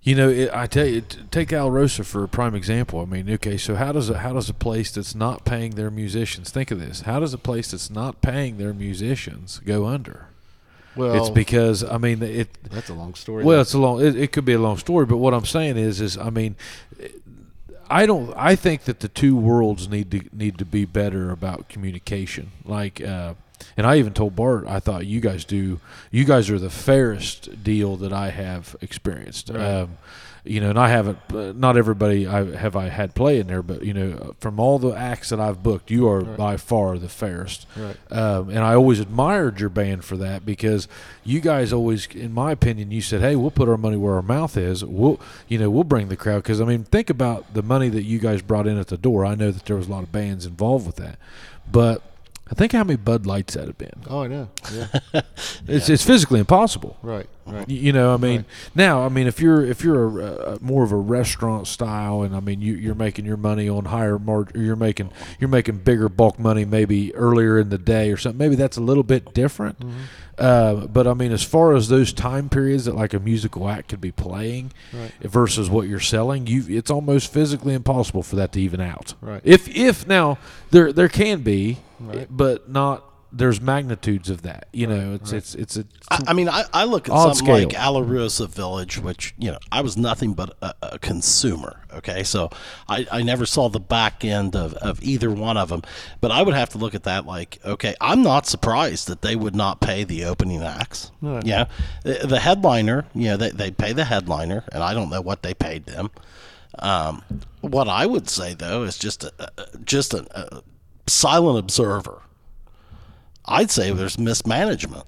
you know, it, I tell you, t- take Al Rosa for a prime example. I mean, okay, so how does a, how does a place that's not paying their musicians think of this? How does a place that's not paying their musicians go under? well, it's because I mean it. that's a long story. Well, though. it's a long. It, it could be a long story, but what I'm saying is, is I mean, I don't. I think that the two worlds need to need to be better about communication. Like, uh, and I even told Bart, I thought you guys do. You guys are the fairest deal that I have experienced. Um, you know, and I haven't. Uh, not everybody I have I had play in there, but you know, from all the acts that I've booked, you are by far the fairest. Right. Um, and I always admired your band for that because you guys always, in my opinion, you said, "Hey, we'll put our money where our mouth is. We'll, you know, we'll bring the crowd." Because I mean, think about the money that you guys brought in at the door. I know that there was a lot of bands involved with that, but I think how many Bud Lights that have been. oh, I know. Yeah, It's it's physically impossible. right, right. Y- You know, I mean, now, I mean, if you're if you're a, a, more of a restaurant style, and I mean, you, you're making your money on higher margin, you're making you're making bigger bulk money maybe earlier in the day or something. Maybe that's a little bit different. Mm-hmm. Uh, but I mean, as far as those time periods that like a musical act could be playing versus what you're selling, you it's almost physically impossible for that to even out. Right. If if now there there can be, Right. but not. There's magnitudes of that, you know. It's it's it's a I, I mean, I, I look at Odd something like scale. Alarosa Village, which you know I was nothing but a, a consumer. Okay, so I, I never saw the back end of, of either one of them, but I would have to look at that like, okay, I'm not surprised that they would not pay the opening acts. Yeah, the, the headliner, you know, they they pay the headliner, and I don't know what they paid them. Um, what I would say though is just a, a- just a, a silent observer. I'd say there's mismanagement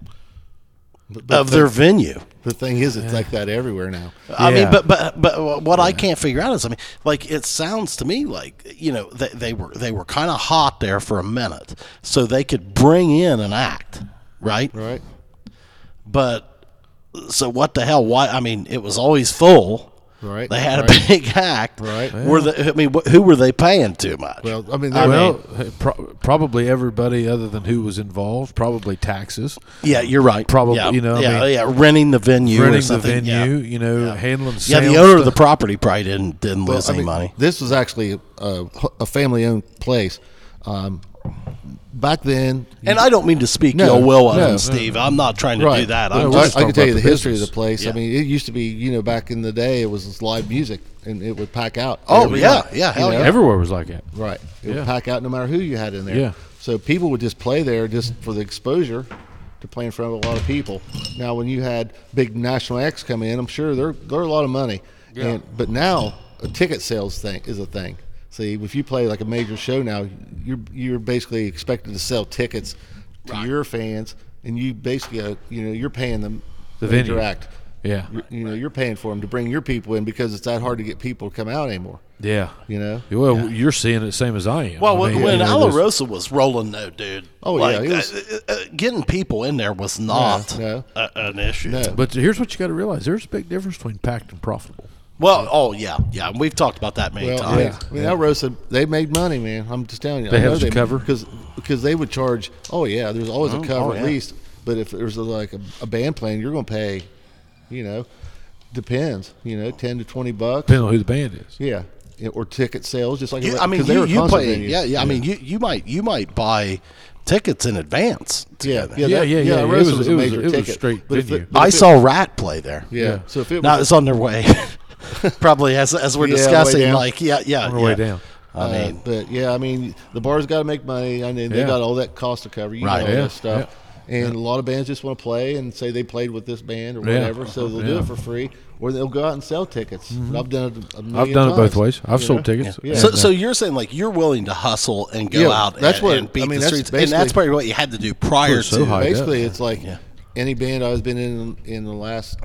But, but of their venue. the thing is, it's like that everywhere now. I mean, Yeah. but but but what I can't figure out is, I mean, like it sounds to me like you know they, they were they were kind of hot there for a minute, so they could bring in an act, right? Right. But so what the hell? Why? I mean, it was always full. Right. They had right. a big act. Right. Were they, I mean, wh- who were they paying too much? Well, I mean, I they mean- Well, uh, pro- probably everybody other than who was involved, probably taxes, yeah, you're right. Probably, Yeah, you know, I Yeah, mean, yeah, renting the venue or renting the something. yeah. venue, you know, handling Yeah, sales the owner of the stuff. property probably didn't didn't lose I any mean, money. This was actually a, a family-owned place. Um, back then, And I don't mean to speak No, ill will of no, him, no. Steve. I'm not trying to do that. I'm Well, I- just I, can tell you the, about the history of the business. place. Yeah. I mean, it used to be, you know, back in the day, it was live music, and it would pack out. Oh, every yeah, night, yeah, hell you know? yeah. Everywhere was like that. Right. It Yeah. would pack out no matter who you had in there. Yeah. So people would just play there just for the exposure to play in front of a lot of people. Now, when you had big national acts come in, I'm sure they're they're a lot of money. Yeah. And, but now a ticket sales thing is a thing. See, if you play like a major show now, you're you're basically expected to sell tickets to your fans, and you basically uh, you know you're paying them The major venue. act. Yeah. You, you know you're paying for them to bring your people in because it's that hard to get people to come out anymore. Yeah. You know. Well, you're seeing it same as I am. Well, I when, mean, when you know, Ala there's- Rosa was rolling, though, dude. Oh, yeah, like, it was- uh, uh, uh, getting people in there was not no. a- an issue. No. But here's what you got to realize: there's a big difference between packed and profitable. Well, oh yeah, yeah. and We've talked about that many Well, I times. mean, I mean, that roasted, they made money, man. I'm just telling you. They I had know to cover? because because they would charge. Oh yeah, there's always a cover yeah. at least. But if there's a, like a, a band playing, you're going to pay. You know, depends. You know, ten to twenty bucks. Depending on who the band is. Yeah, Yeah, or ticket sales, just like You- a- I mean, 'cause they you, were you concert play, venues. yeah, yeah, I mean, you, you might you might buy tickets in advance. to Yeah, go there. yeah, Yeah, that- yeah, yeah, that it roasted was- was, it a was- major it was ticket. straight But if venue. it- but I if it- saw Rat play there. Yeah. Yeah. So if it was Now it's on their way. Probably as as we're Yeah, way discussing, down. like yeah, yeah, On our way yeah. down. I Uh, mean, but yeah, I mean, the bar's got to make money, and then Yeah. they got all that cost to cover. You Right. know all Yeah, that stuff. And a lot of bands just want to play and say they played with this band or Yeah. whatever, so they'll do Yeah. Mm-hmm. it for free, or they'll go out and sell tickets. And I've done it. A million I've done it both times, ways. I've you sold know? tickets. Yeah. so And, uh, so you're saying like you're willing to hustle and go Yeah, out that's and, what- and beat I mean, the that's streets, and that's basically- probably what you had to do prior We're so to. high. I Basically, guess. it's like Yeah. any band I've been in in the last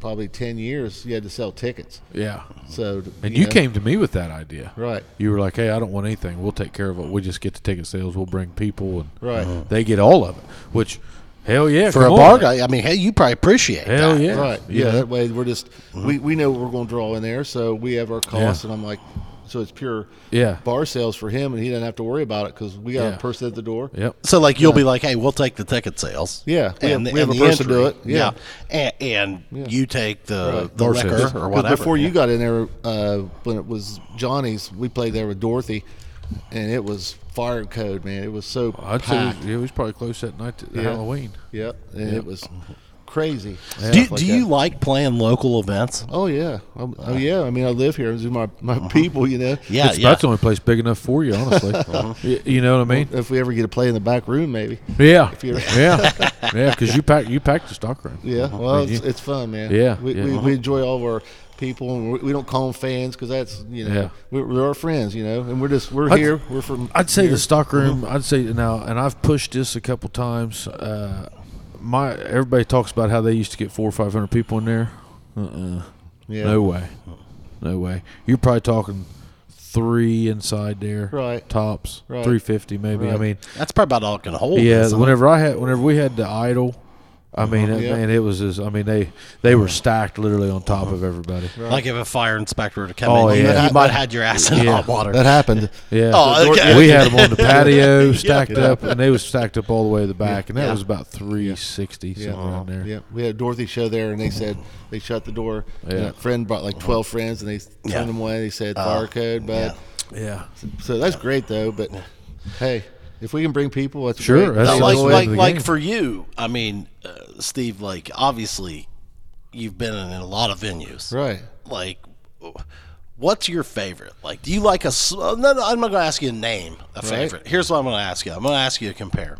probably ten years, you had to sell tickets. yeah. So And you know, came to me with that idea. right, You were like, "Hey, I don't want anything. We'll take care of it. We just get the ticket sales. We'll bring people, and Right. Uh-huh. they get all of it." Which, hell yeah, for come a on. bar guy. I mean, hey, you probably appreciate Hell that. yeah, right, You yeah. know? That way, we're just we, we know what we're going to draw in there, so we have our costs, and I'm like, so it's pure Yeah. bar sales for him, and he doesn't have to worry about it because we got Yeah. a person at the door. Yep. So like you'll be like, hey, we'll take the ticket sales. Yeah, we and have- the- we have and a the person do entry. it, yeah. and, and you take the Right. the Or six. liquor or 'Cause whatever. Before you got in there, uh, when it was Johnny's, we played there with Dorothy, and it was fire code, man. It was so I'd say packed. it was probably close that night to Yeah. Halloween. Yep, and it was crazy. do Stuff like do that. you like playing local events? Oh yeah, Um, oh yeah. I mean, I live here. These are my my people, you know. Uh-huh. Yeah, It's- yeah. Uh-huh. That's the only place big enough for you, honestly. Y- you know what I mean? If we ever get to play in the back room, maybe. Yeah, you're- yeah, yeah. Because you pack, you packed the stock room. Yeah, well, Did it's, Uh-huh. you? it's fun, man. Yeah, we, yeah. Uh-huh. We, we enjoy all of our people, and we, we don't call them fans because that's you know Yeah. we're, we're our friends, you know, and we're just we're I'd- here. We're from. I'd say here. the stock room. Uh-huh. I'd say now, and I've pushed this a couple times. Uh, my everybody talks about how they used to get four or five hundred people in there. Uh-uh. Yeah. No way, no way. You're probably talking three inside there, Right. Tops, Right. three fifty maybe. I Right. mean, That's probably about all it can hold. yeah. isn't it? Whenever I had, whenever we had the idol. I Uh-huh. mean, Yeah. man, it was just, I mean, they they were stacked literally on top Uh-huh. of everybody. Like if a fire inspector were to come Oh, in, you- yeah. you might have had your ass in Yeah. hot water. that happened. Yeah. Oh, So okay. We had them on the patio, stacked up, and they was stacked up all the way to the back, and that was about 360 something around there. Uh-huh. Yeah, we had a Dorothy show there, and they said they shut the door. And Yeah. Uh-huh. Uh, a friend brought like 12 friends, and they turned Yeah. them away. They said fire code, but Yeah. so that's great though. But hey, if we can bring people, that's Sure, Great. that's Now, Yeah, like the way like, of the like game. for you, I mean, uh, Steve, like obviously you've been in a lot of venues. right. Like, what's your favorite? Like, do you like a? s- uh, No, no, I'm not going to ask you a name. A favorite. Here's what I'm going to ask you. I'm going to ask you to compare.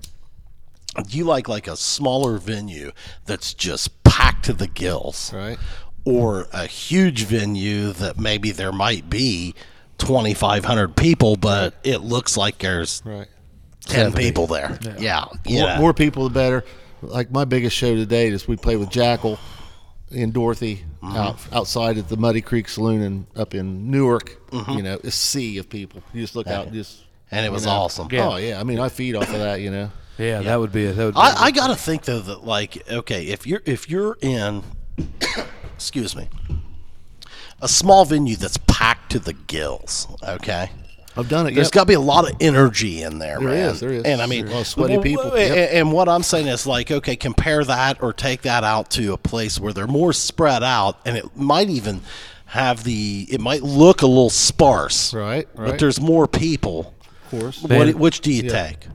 Do you like like a smaller venue that's just packed to the gills, Right. or a huge venue that maybe there might be 2,500 people, but it looks like there's Right. 10 people there. Yeah. More, Yeah. more people, the better. Like my biggest show to date is we play with Jackal and Dorothy Mm-hmm. out, outside at the Muddy Creek Saloon and up in Newark. You know, a sea of people. You just look out, and just Mm-hmm. and it was you know. awesome. Yeah. Oh yeah, I mean I feed off of that. You know. Yeah, that would be it. That would be I, I gotta think though that like okay if you're if you're in excuse me a small venue that's packed to the gills. Okay. I've done it. There's yep. got to be a lot of energy in there. There man. is, there is. And I mean, A lot of sweaty people, And, yep. and what I'm saying is, like, okay, compare that or take that out to a place where they're more spread out, and it might even have the. It might look a little sparse, Right, But right. there's more people. of course. What, Then- which do you take?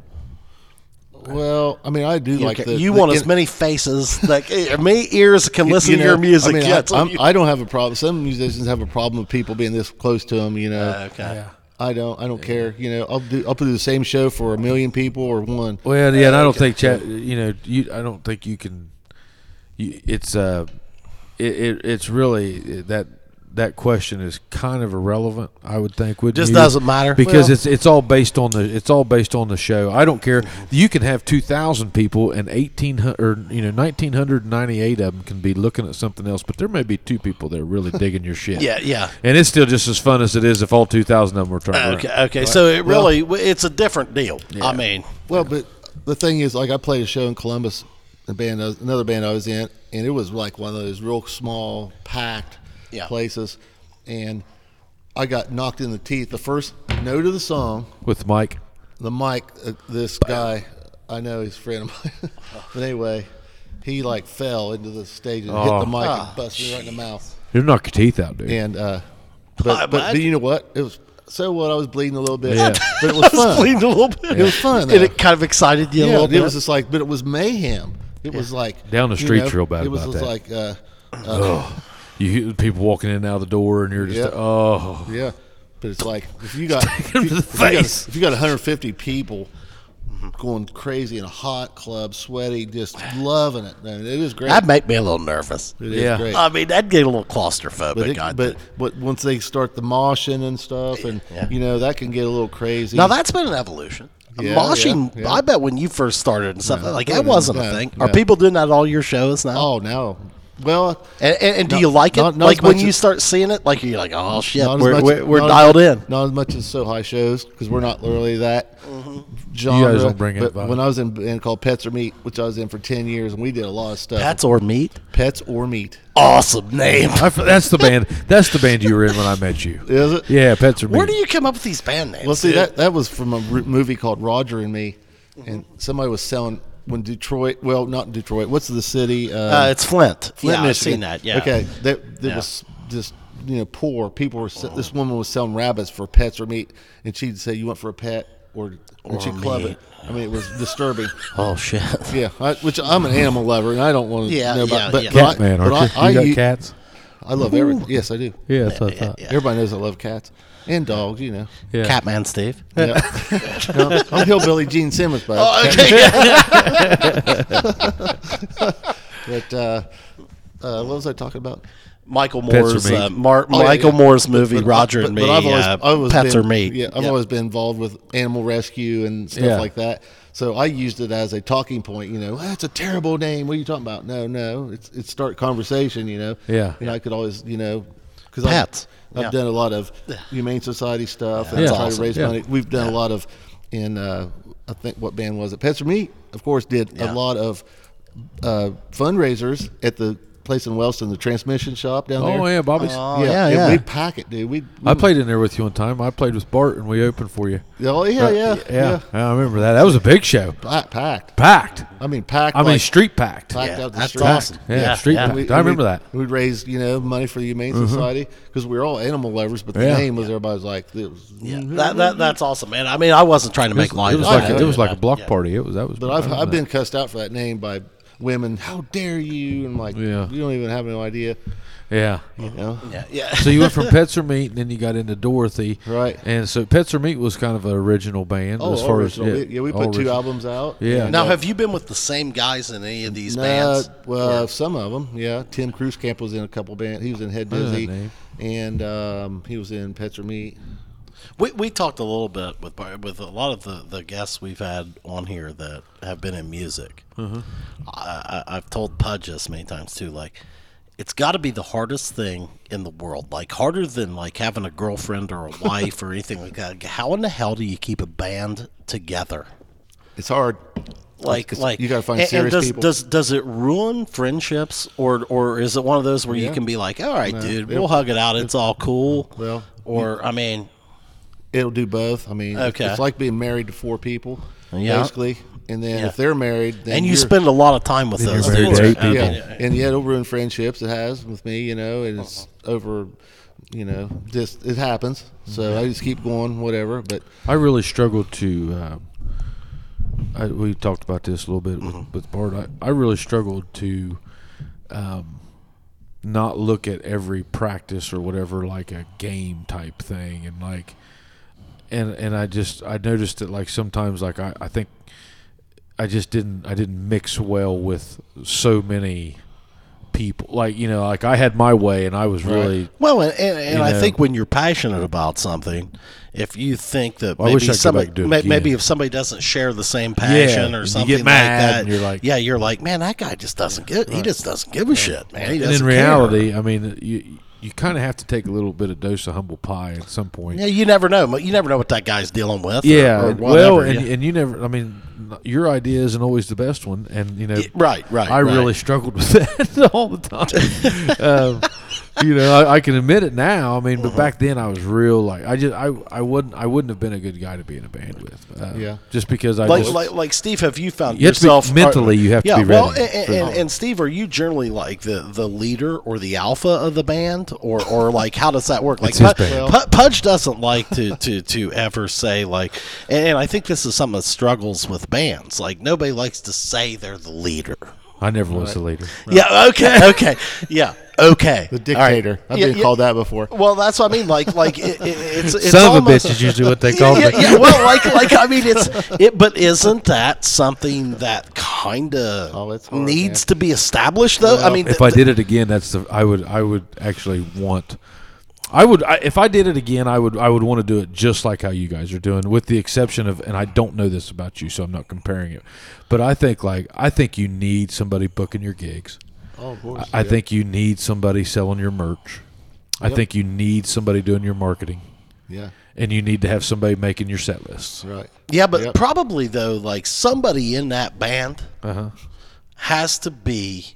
Well, I mean, I do You, like ca- the. you the want in- as many faces, like eh, many ears can listen you to know, your music. I, mean, yeah, I, that's what I'm- you- I don't have a problem. Some musicians have a problem with people being this close to them. You know, uh, okay. Yeah. I don't. I don't care. You know, I'll do. I'll do the same show for a million people or one. Well, yeah, and I Uh, don't think chat. You know, you. I don't think you can. You, it's uh, it, it it's really that that question is kind of irrelevant. I would think would Just doesn't matter. because Well- it's it's all based on the it's all based on the show. I don't care. Mm-hmm. You can have two thousand people and eighteen hundred you know nineteen hundred ninety eight of them can be looking at something else, but there may be two people that are really digging your shit. Yeah, yeah. and it's still just as fun as it is if all two thousand of them were turned Uh, Okay, around. okay. So it really, it's a different deal. I mean, Well, but the thing is, like, I played a show in Columbus, the band, I was- another band I was in, and it was like one of those real small, packed Yeah. places, and I got knocked in the teeth. The first note of the song, with Mike. the mic, uh, this guy, I know he's a friend of mine, but anyway, he like fell into the stage and hit Oh. the mic and busted me right in the mouth. You'll knock your teeth out, dude. And I uh, but, but but imagine. you know what? It was so what I was bleeding a little bit, Yeah. but it was fun. Leaned a little bit. It was fun, And though. it kind of excited you a Yeah, little it bit. was just like, but it was mayhem. It was like Down the you street's real bad It was about just that. like, uh, You hear people walking in and out of the door, and you're just Yeah. oh, yeah, but it's like if you got if you, him to the if you got- face. if you got 150 people going crazy in a hot club, sweaty, just loving it. I mean, it is great. That'd make me a little nervous. It is Yeah. great. I mean, that'd get a little claustrophobic. but, it, I but think. but once they start the moshing and stuff, and Yeah. you know that can get a little crazy. now that's been an evolution. Yeah, Moshing, yeah, yeah. I bet when you first started and stuff like that Yeah, wasn't yeah, a thing. Are yeah. people doing that at all your shows now? oh no, well. and, and, and do Not- you like it? not- not like as when much you as- start seeing it, like you're like, oh shit, not as we're, much- we're, we're not as dialed much- in. Not as much as so high shows because we're not really that Mm-hmm. genre. You guys don't bring but that vibe. when I was in a band called Pets or Meat, which I was in for ten years, and we did a lot of stuff. Pets or meat? Pets or Meat Awesome name. I f that's the band. That's the band you were in when I met you. is it? Yeah, pets are. Where do mean. you come up with these band names? Well, see dude? that that was from a r- movie called Roger and Me, and Mm-hmm. somebody was selling when Detroit. Well, not Detroit. What's the city? Uh, Uh, it's Flint. Flint, yeah, I've Michigan. seen that. Yeah. Okay. That that Yeah. was just you know poor people were. se- This woman was selling rabbits for pets or meat, and she'd say, "You want for a pet?" Or, and she'd club meat. it. I mean, it was disturbing. Oh shit. Yeah, I, which I'm an animal lover, and I don't want to Yeah, know about. yeah, but, yeah. but cat I, man? but Aren't you? I, you I, got u- cats? I love everything. Yes, I do. Yeah, that's what I Yeah, thought. yeah. Everybody knows I love cats and dogs. You know. Yeah. Catman Steve. Yeah. No, I'm hillbilly Gene Simmons, but Oh, but uh, uh, what was I talking about? Michael Pets Moore's are meat. uh, Mar- Oh, yeah, Michael yeah. Moore's But- movie but- Roger but- and but Me. I've always- uh, I've always pets been- are meat. Yeah, I've Yeah. always been involved with animal rescue and stuff Yeah. like that. So I used it as a talking point. You know, "Ah, that's a terrible name. What are you talking about? No, no, it's it's start conversation. You know. Yeah. And I could always, you know, because Pets. I've, I've Yeah. done a lot of humane society stuff and Yeah. try Awesome. to raise Yeah. money. We've done a lot of in uh, I think what band was it? Pets for Meat, of course, did Yeah. a lot of uh, fundraisers at the place in Wellston, the transmission shop down there. Oh yeah, Bobby's. Oh, yeah, and yeah. We pack it, dude. We, we I played in there with you one time. I played with Bart, and we opened for you. Oh yeah, yeah, yeah. I remember that. That was a big show. Pa- packed. Packed. I mean, packed. I mean, like, street packed. packed Yeah, out the that's street. awesome. Yeah, Yeah, street yeah. packed. We- I remember we- that. Mm-hmm. We'd raise, you know, money for the Humane Society because we were all animal lovers, but the Yeah. name was everybody's like, it was, Yeah. That, that that's awesome, man. I mean, I wasn't trying to make It light. was of like a, it was like a but, block yeah. party. It was that was. But I I've, remember I've that. been cussed out for that name by women. How dare you? And like, Yeah. you don't even have no idea. Yeah. You know? Yeah, yeah. So you went from Pets Are Meat, and then you got into Dorothy, Right. And so Pets Are Meat was kind of an original band Oh, as far original. as we, yeah, we all put two original. albums out. Yeah. Now, have you been with the same guys in any of these No, bands? well, some of them, yeah. Tim Cruz Camp was in a couple bands. He was in Head know that Dizzy, name. and um, he was in Pets or Meat. We, we talked a little bit with Bar- with a lot of the, the guests we've had on here that have been in music. Mm-hmm. I, I, I've told Pudge this many times too. Like, it's got to be the hardest thing in the world. Like harder than like having a girlfriend or a wife or anything like that. How in the hell do you keep a band together? It's hard. Like, It's- like you gotta find and- and serious does, people. Does does it ruin friendships, or or is it one of those where you Yeah. can be like, all right, No, dude, it'll- we'll hug it out. It's all cool. Well, or I mean, It'll do both. I mean, it's- Okay. it's like being married to four people, Yeah. basically. And then Yeah. if they're married, then and you you're- spend a lot of time with Then you're those married dudes. to right? eight people. Okay. Yeah, and yeah, it'll ruin friendships. It has with me, you know, and it's Uh-huh. over. You know, just it happens. Mm-hmm. So I just keep going, whatever. But I really struggle to. Uh, I, we talked about this a little bit with, with Bart. I, I really struggled to um, not look at every practice or whatever like a game type thing, and like, and and I just I noticed that like sometimes like I, I think I just didn't I didn't mix well with so many people. Like you know like I had my way and I was really Well, and, and, and You I know. think when you're passionate about something, if you think that Well, I maybe wish I could go somebody, back and do it may- again. maybe if somebody doesn't share the same passion and you or get something mad like that, and you're like- yeah, you're like, man, that guy just doesn't get, he just doesn't give a shit, man. He and doesn't in care." reality, I mean, you you kind of have to take a little bit of dose of humble pie at some point. yeah, you never know, you never know what that guy's dealing with, or- Yeah, or well, whatever, and, yeah. and you never. I mean, your idea isn't always the best one, and you know, Yeah, right, right, I right. really struggled with that all the time. um, you know, I, I can admit it now. I mean, but back then I was real like I just I I wouldn't I wouldn't have been a good guy to be in a band with. Uh, Yeah. just because I like, just, like like Steve, have you found You have to be- yourself mentally, you have to yeah, be well, ready and, for- and, and Steve, are you generally like the, the leader or the alpha of the band, or or like how does that work? Like It's his Pud- band. Pud- Pudge doesn't like to, to to ever say like, and, and I think this is some of the struggles with bands. Like nobody likes to say they're the leader. I never was a leader. Yeah. Okay. Okay. Yeah. Okay. the dictator, I've Yeah, been yeah. called that before. Well, that's what I mean. Like, like it, it, it's, it's Son of a almost- bitch is usually what they call yeah, me. yeah, yeah. Well, like, like I mean, it's it, but isn't that something that kind of Oh, it's hard, needs man. to be established, though? I mean, if th- I th- did it again, that's the I would I would actually want. I would I, if I did it again, I would I would want to do it just like how you guys are doing, with the exception of and I don't know this about you, so I'm not comparing it, but I think like I think you need somebody booking your gigs. Oh, of course. I, I think you need somebody selling your merch. I think you need somebody doing your marketing, yeah, and you need to have somebody making your set lists. right. yeah, but Yep. probably though, like somebody in that band Uh-huh. has to be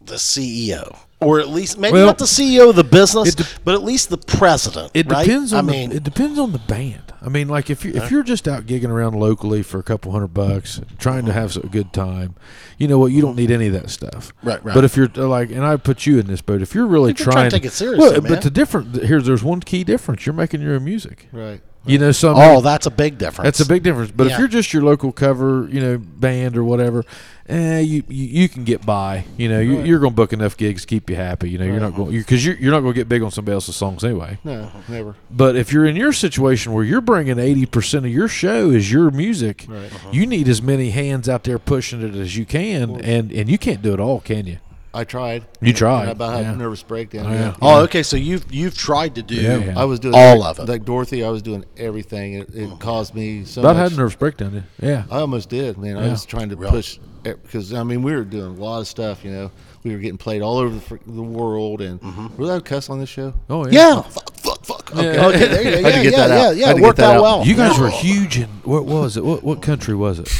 the CEO, or at least maybe Well, not the CEO of the business, it de- but at least the president. It right? depends on I the, mean, it depends on the band. I mean, like if you if you're just out gigging around locally for a couple hundred bucks, trying to have a good time, you know what? You don't need any of that stuff. Right, right. But if you're uh, like, and I put you in this boat, if you're really You're trying to take it seriously, well, man. But the different here's there's one key difference. You're making your own music. Right. You know, so I mean, oh, that's a big difference. that's a big difference. But Yeah. if you're just your local cover, you know, band or whatever, eh, you you, you can get by. You know, you, you're going to book enough gigs to keep you happy. You know, you're not going because you're, you're not going to get big on somebody else's songs anyway. No, never. But if you're in your situation where you're bringing eighty percent of your show is your music, Right. Uh-huh. you need as many hands out there pushing it as you can, and and you can't do it all, can you? I tried. You tried, And I about had yeah. a nervous breakdown. Oh, yeah. Oh, okay. So you've you've tried to do Yeah, yeah. I was doing All every- of it. Like Dorothy, I was doing everything. It, Oh, it caused me so About much. had a nervous breakdown, did you? Uh, yeah. I almost did, man. I Yeah. was trying to Really? push because I mean we were doing a lot of stuff. You know, we were getting played all over the, fr- the world, and Mm-hmm. were we allowed to cuss on this show? Oh Yeah. Fuck, fuck, fuck. Okay. Yeah. okay there you go. Had to Yeah, get yeah, that out. yeah, yeah. Had It to get worked that out out. well. You guys were huge in what was it? What what country was it?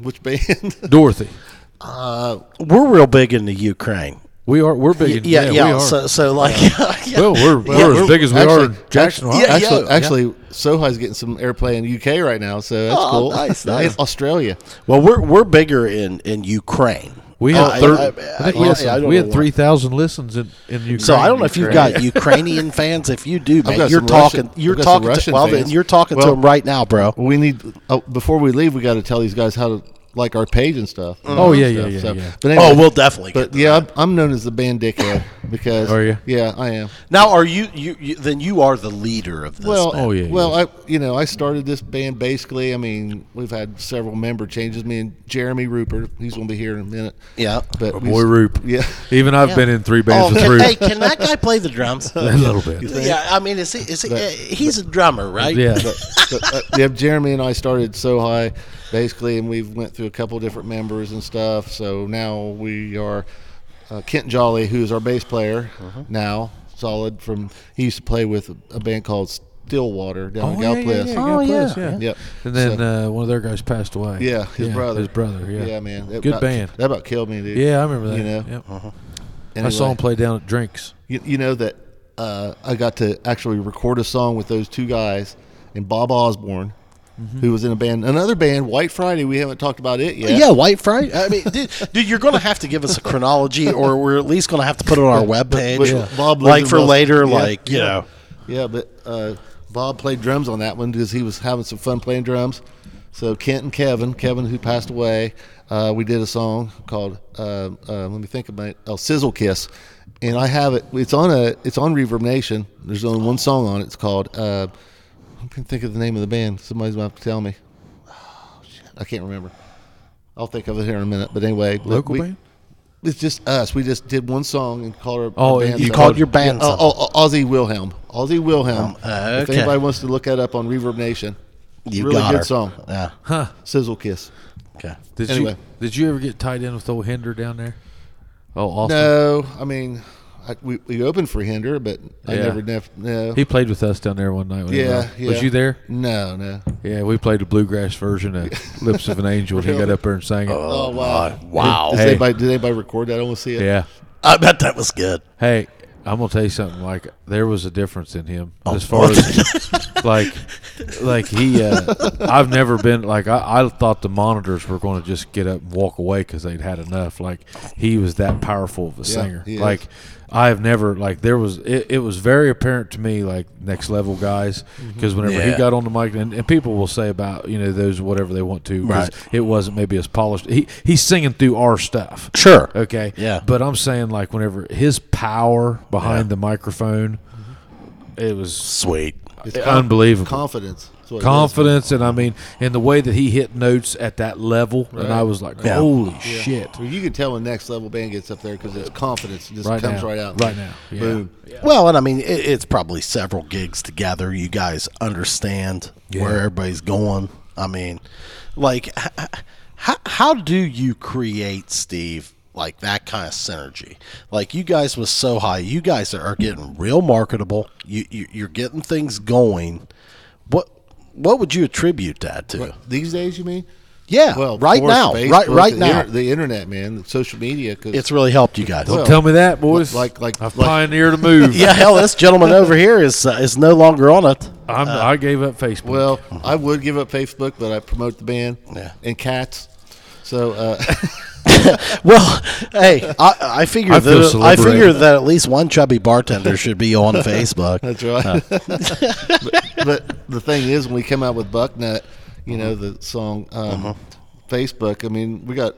Which band? Dorothy. we're real big in the Ukraine. We are we're big. in- Yeah, yeah. yeah, we are. so, so like, yeah. well, we're, we're, we're- as big as we actually- are in actually- Jackson. Ohio. Yeah, actually, yeah. actually, Sohi's getting some airplay in the UK right now, so that's Oh, cool. nice, And nice. Australia. well, we're we're bigger in in Ukraine. We had, I- thir- Oh, I- I- I, think we yeah, had, yeah, I don't we know had why. three thousand listens in in Ukraine. So I don't know if you've Ukraine. got Ukrainian fans. If you do, man, got you're some talking. Russian- you're I've got some talking. To, Russian well, then fans. you're talking to Well- them right now, bro. We need oh, before we leave, we got to tell these guys how to like our page and stuff. Oh, yeah, yeah, Stuff, yeah, yeah. But anyway, Oh, we'll definitely. But But yeah, I'm, I'm known as the band dickhead because. Are you? Yeah, I am. now, are you, you you? Then you are the leader of this. Well, band. Oh, yeah, Well, I you know I started this band basically. I mean, we've had several member changes. Me and Jeremy Rupert, he's going to be here in a minute. yeah. But we- boy Roop. Yeah. Even I've Yeah. been in three bands Oh, with can, Roop. hey, can that guy play the drums? a little bit. yeah, I mean, is he? Is he? uh, he's a drummer, right? Yeah. But, but, uh, yeah, Jeremy and I started so high, basically, and we've went through a couple different members and stuff. So now we are uh, Kent Uh-huh. Jolly, who's our bass player now, solid. From he used to play with a band called Stillwater down in yeah, Galpin. yeah, yeah, Oh, Galpin, yeah, yeah. Yep. And then uh, one of their guys passed away. Yeah, his brother. His brother. Yeah. Yeah, man. That Good about- band. That about killed me, dude. Yeah, I remember that. You know, Uh-huh. Yep. I Anyway, saw him play down at Drinks. You, you know that uh, I got to actually record a song with those two guys and Bob Osborne, who was in a band, another band, White Friday. We haven't talked about it yet. Yeah, White Friday. I mean, dude, dude you're going to have to give us a chronology, or we're at least going to have to put it on our webpage, Yeah. Bob lives like in for Wilson. later, Yeah. like you Yeah. know. Yeah, but uh, Bob played drums on that one because he was having some fun playing drums. So Kent and Kevin, Kevin who passed away, uh, we did a song called uh, uh, "Let Me Think About It," oh, "Sizzle Kiss," and I have it. It's on a. It's on Reverb Nation. There's only one song on it. It's called. Uh, I can think of the name of the band. Somebody's gonna have to tell me. Oh, shit. I can't remember. I'll think of it here in a minute. But anyway, but Local we- band? It's just us. We just did one song and called our. Oh, our band you something. called your band Yeah, oh, oh, oh, Ozzy Wilhelm. Ozzy Um, Wilhelm. Uh, If okay. anybody wants to look that up on Reverb Nation, You really got good her. song. Uh, Yeah. Sizzle Kiss. Okay. Did Anyway. you Did you ever get tied in with old Hinder down there? Oh, Austin. No, I mean, I, we, we opened for Hinder, but I Yeah. never, never, no. He played with us down there one night. when he yeah, left. yeah. Was you there? No, no. Yeah, we played the bluegrass version of "Lips of an Angel." and He got up there and sang it. Oh, wow. Wow. Does Hey. anybody, did anybody record that? I don't want to see it. yeah. I bet that was good. Hey, I'm gonna tell you something. Like there was a difference in him Oh. as far as like, like he. Uh, I've never been like I, I thought the monitors were going to just get up and walk away because they'd had enough. Like he was that powerful of a singer. he is. Like I have never like there was it, it was very apparent to me like next level guys Mm-hmm. because whenever Yeah. he got on the mic and, and people will say about you know those whatever they want to 'cause Right. it wasn't maybe as polished. He he's singing through our stuff. Sure. Okay. Yeah. But I'm saying like whenever his power behind the microphone, it was Sweet. It's unbelievable. Confidence. is what it is. Confidence and I mean, and the way that he hit notes at that level, and I was like, Yeah. holy shit! Well, you can tell when next level band gets up there because it's confidence. It just Right comes now. right out. Right now. Yeah. Boom. Well, and I mean, it, it's probably several gigs together. You guys understand where everybody's going. I mean, like, h- h- how, how do you create, Steve, like that kind of synergy? Like, you guys was so high. You guys are getting real marketable. You, you you're getting things going. What what would you attribute that to? These days, you mean? Yeah, Well, of right course, now, Facebook, right right the now, inter- the internet, man, the social media. Cause it's really helped you guys. Well, Tell me that, boys. like- like- I've like- pioneered a move. yeah, hell, this gentleman over here is uh, is no longer on it. I'm, I gave up Facebook. Well, I would give up Facebook, but I promote the band Yeah. and cats. So uh, Well, hey, I, I figure I feel that I liberated. figure that at least one chubby bartender should be on Facebook. that's right. but, but the thing is, when we came out with Bucknut, you know the song um, Uh-huh. Facebook. I mean, we got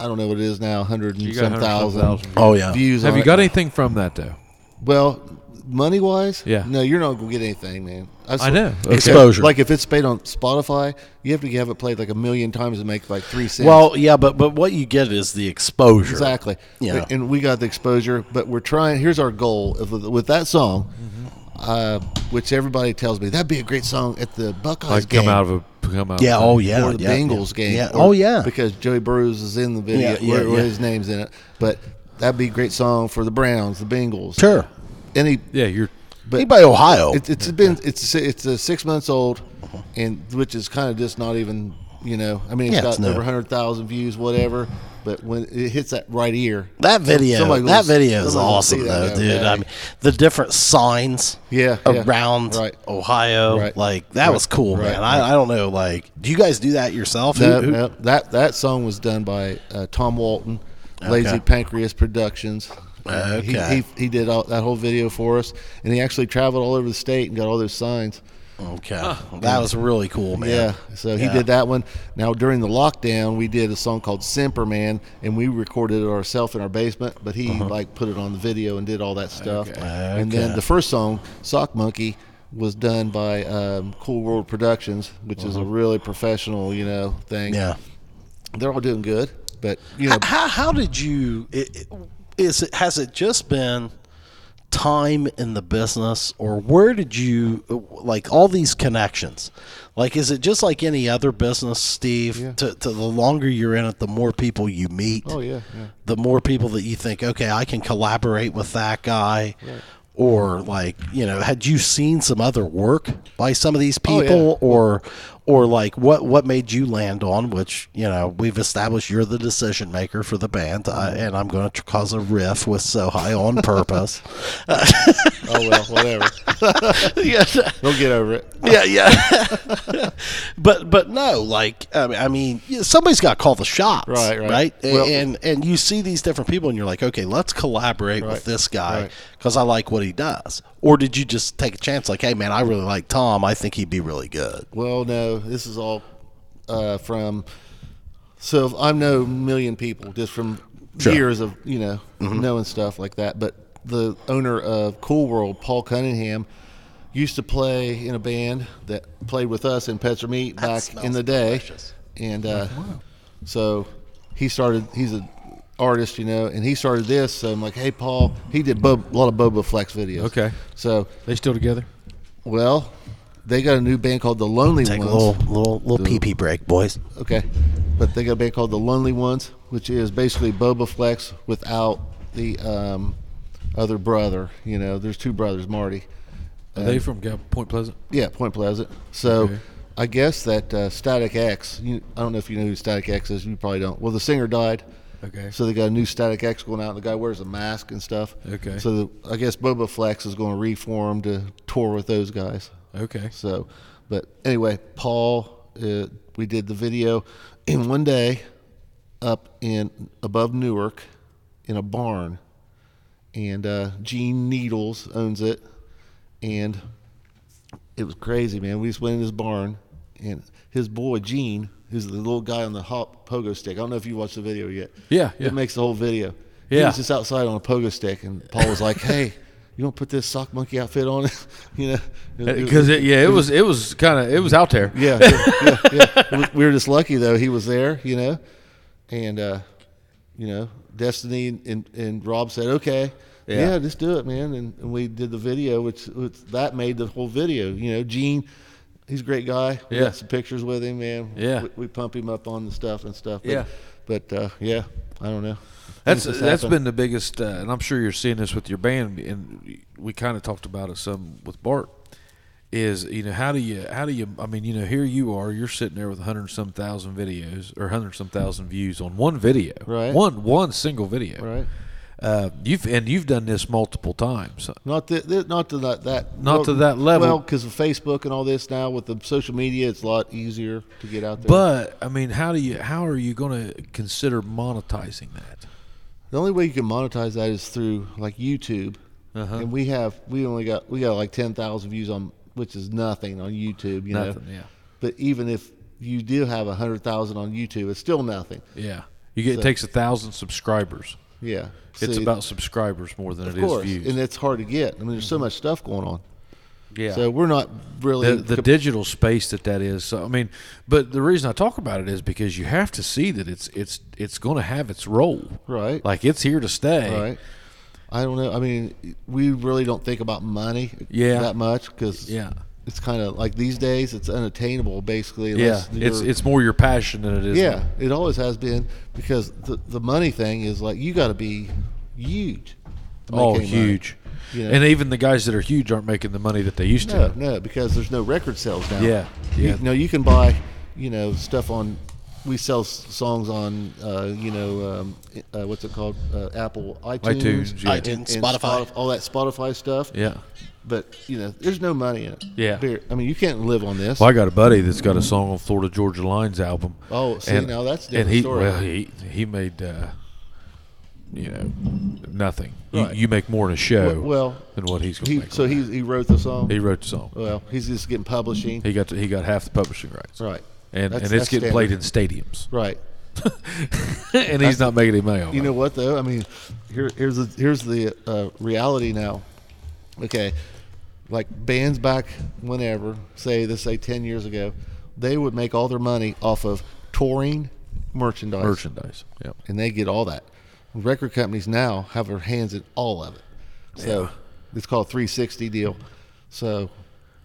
I don't know what it is now, hundred and got 100 some and some thousand. thousand. Oh yeah, Views. have on you it. got anything from that though? Well, money wise, Yeah. No, you're not gonna get anything, man. I know. Okay. Exposure. Like if it's played on Spotify, you have to have it played like a million times to make like three cents. well, yeah, but but what you get is the exposure. Exactly. Yeah. And we got the exposure, but we're trying. Here's our goal of- with that song, Mm-hmm. uh, which everybody tells me that'd be a great song at the Buckeyes Like game come out of a come out. Yeah. of a- Oh yeah. or the yeah, Bengals yeah. game. Yeah. or- oh yeah. Because Joey Burrows is in the video, Yeah, yeah, or- or yeah. his name's in it. But that'd be a great song for the Browns, the Bengals, sure. any. yeah. You're But Anybody Ohio? it, it's been it's it's uh, six months old, Uh-huh. and which is kind of just not even you know. I mean, it's Yeah, got it's new. over hundred thousand views, whatever. But when it hits that right ear, that video. somebody That goes- video is somebody will see awesome that though, now, dude. yeah. I mean, the different signs. Yeah, yeah. Around Right. Ohio, Right. like that Right. was cool, Right. man. I, I don't know, like, do you guys do that yourself? Who- No, who- no, that that song was done by uh, Tom Walton, Okay. Lazy Pancreas Productions. Uh, he- Okay. He, he, did all, that whole video for us, and he actually traveled all over the state and got all those signs. Okay, that was really cool, man. Yeah, so he Yeah. did that one. Now during the lockdown, we did a song called "Simper Man," and we recorded it ourselves in our basement. But he like put it on the video and did all that stuff. And then Uh-huh. Okay. the first song, "Sock Monkey," was done by um, Cool World Productions, which is a really professional, you know, thing. Uh-huh. yeah. they're all doing good, but you know, how, how did you it, it- is it has it just been time in the business or where did you like all these connections like is it just like any other business steve to, to the longer you're in it the more people you meet Oh, yeah, yeah. the more people that you think okay i can collaborate with that guy or like you know had you seen some other work by some of these Oh, yeah. people or or like what what made you land on which you know we've established you're the decision maker for the band I, Mm-hmm. and i'm going to cause a riff with so high on purpose Oh well, whatever. yeah They'll get over it. yeah yeah but but no like i mean, I mean yeah, somebody's got to call the shots Right, right. A- Well- and and you see these different people and you're like okay let's collaborate with Right, this guy right. because i like what he does or did you just take a chance like hey man i really like tom i think he'd be really good Well, no, this is all uh, from. So if I know a million people just from Sure. Mm-hmm. years of you know knowing stuff like that. But the owner of Cool World, Paul Cunningham, used to play in a band that played with us in Pets or Meat back in smells the day, delicious. and uh, so he started. He's an artist, you know, and he started this. So I'm like, hey, Paul. He did Bob, a lot of Boba Flex videos. Okay. So They still together? well, they got a new band called the Lonely take a Ones. little little little pee pee break boys Okay. But they got a band called The Lonely Ones, which is basically Boba Flex without the um, other brother. You know, there's two brothers, Marty. Are Uh, they from Gal- Point Pleasant? Yeah, Point Pleasant. So Okay. I guess that uh, Static X, you, I don't know if you know who Static X is. You probably don't. Well, the singer died. Okay. So they got a new Static X going out, and the guy wears a mask and stuff. Okay. So the, I guess Boba Flex is going to reform to tour with those guys. Okay. So, but anyway, Paul, uh, we did the video in one day up in above Newark in a barn. And uh, Gene Needles owns it. And it was crazy, man. We just went in his barn, and his boy Gene, who's the little guy on the hop pogo stick. I don't know if you watched the video yet. Yeah, yeah. It makes the whole video. He Yeah. was just outside on a pogo stick, and Paul was like, "Hey, you want to put this sock monkey outfit on?" you know, It was- Because Uh, it, yeah, it was it was kind of it was out there. yeah, yeah, yeah, yeah. We- We were just lucky though; he was there, you know. And uh, you know, Destiny and, and Rob said, "Okay, yeah. Yeah. just do it, man." And, and we did the video, which, which that made the whole video. You know, Gene, he's a great guy. We Yeah. got some pictures with him, man. Yeah. we, we pump him up on the stuff and stuff. But, Yeah. but uh, yeah, I don't know. That's Things just that's happen. been the biggest, uh, and I'm sure you're seeing this with your band, and we kind of talked about it some with Bart. Is you know how do you how do you I mean you know here you are you're sitting there with a hundred and some thousand videos or a hundred and some thousand views on one video Right. one one single video Right. uh, you've and you've done this multiple times Not that, not to that, that Not to that level. Well, because of Facebook and all this now with the social media, it's a lot easier to get out there. but I mean how do you how are you going to consider monetizing that The only way you can monetize that is through like YouTube, Uh-huh. and we have we only got we got like ten thousand views on, which is nothing on YouTube. You Nothing, know, yeah. But even if you do have a hundred thousand on YouTube, it's still nothing. yeah you get So- it takes a thousand subscribers Yeah, it's See, about subscribers more than it of is course, views Mm-hmm. and it's hard to get. I mean, there's so much stuff going on. yeah So we're not really the, the digital space that that is. So I mean, but the reason I talk about it is because you have to see that it's it's it's going to have its role, right. like it's here to stay. right. I don't know. I mean, we really don't think about money Yeah. that much because Yeah. it's kind of like these days it's unattainable basically. Yeah, unless it's you're- it's more your passion than it is. Yeah, it always has been because the the money thing is like you got to be huge. to make all any money. Oh, huge, You know? and even the guys that are huge aren't making the money that they used No, to. no, because there's no record sales now. Yeah, You, yeah. no, you can buy, you know, stuff on. We sell s- songs on, uh, you know, um, uh, what's it called? Uh, Apple, iTunes, iTunes, yeah. iTunes, Uh, Spotify. Spotif- all that Spotify stuff. Yeah. But you know, there's no money in it. Yeah. There- I mean, you can't live on this. Well, I got a buddy that's got a song on Florida Georgia Line's album. Oh, see, now that's a and different he, story. Well, he he made uh, you know nothing. Right. You, you make more in a show well, than what he's going he, to make. so on he he wrote the song. that. he wrote the song. well, he's just getting publishing. He got he got half the publishing rights. Right. And That's- and it's that's getting standard. played in stadiums. Right. and he's not making any money off You it. know what though? I mean, here, here's the here's the uh, reality now. Okay, like bands back whenever, say this say ten years ago, they would make all their money off of touring merchandise, merchandise. Yep. and they get all that. Record companies now have their hands in all of it, so it's called a 360 deal. So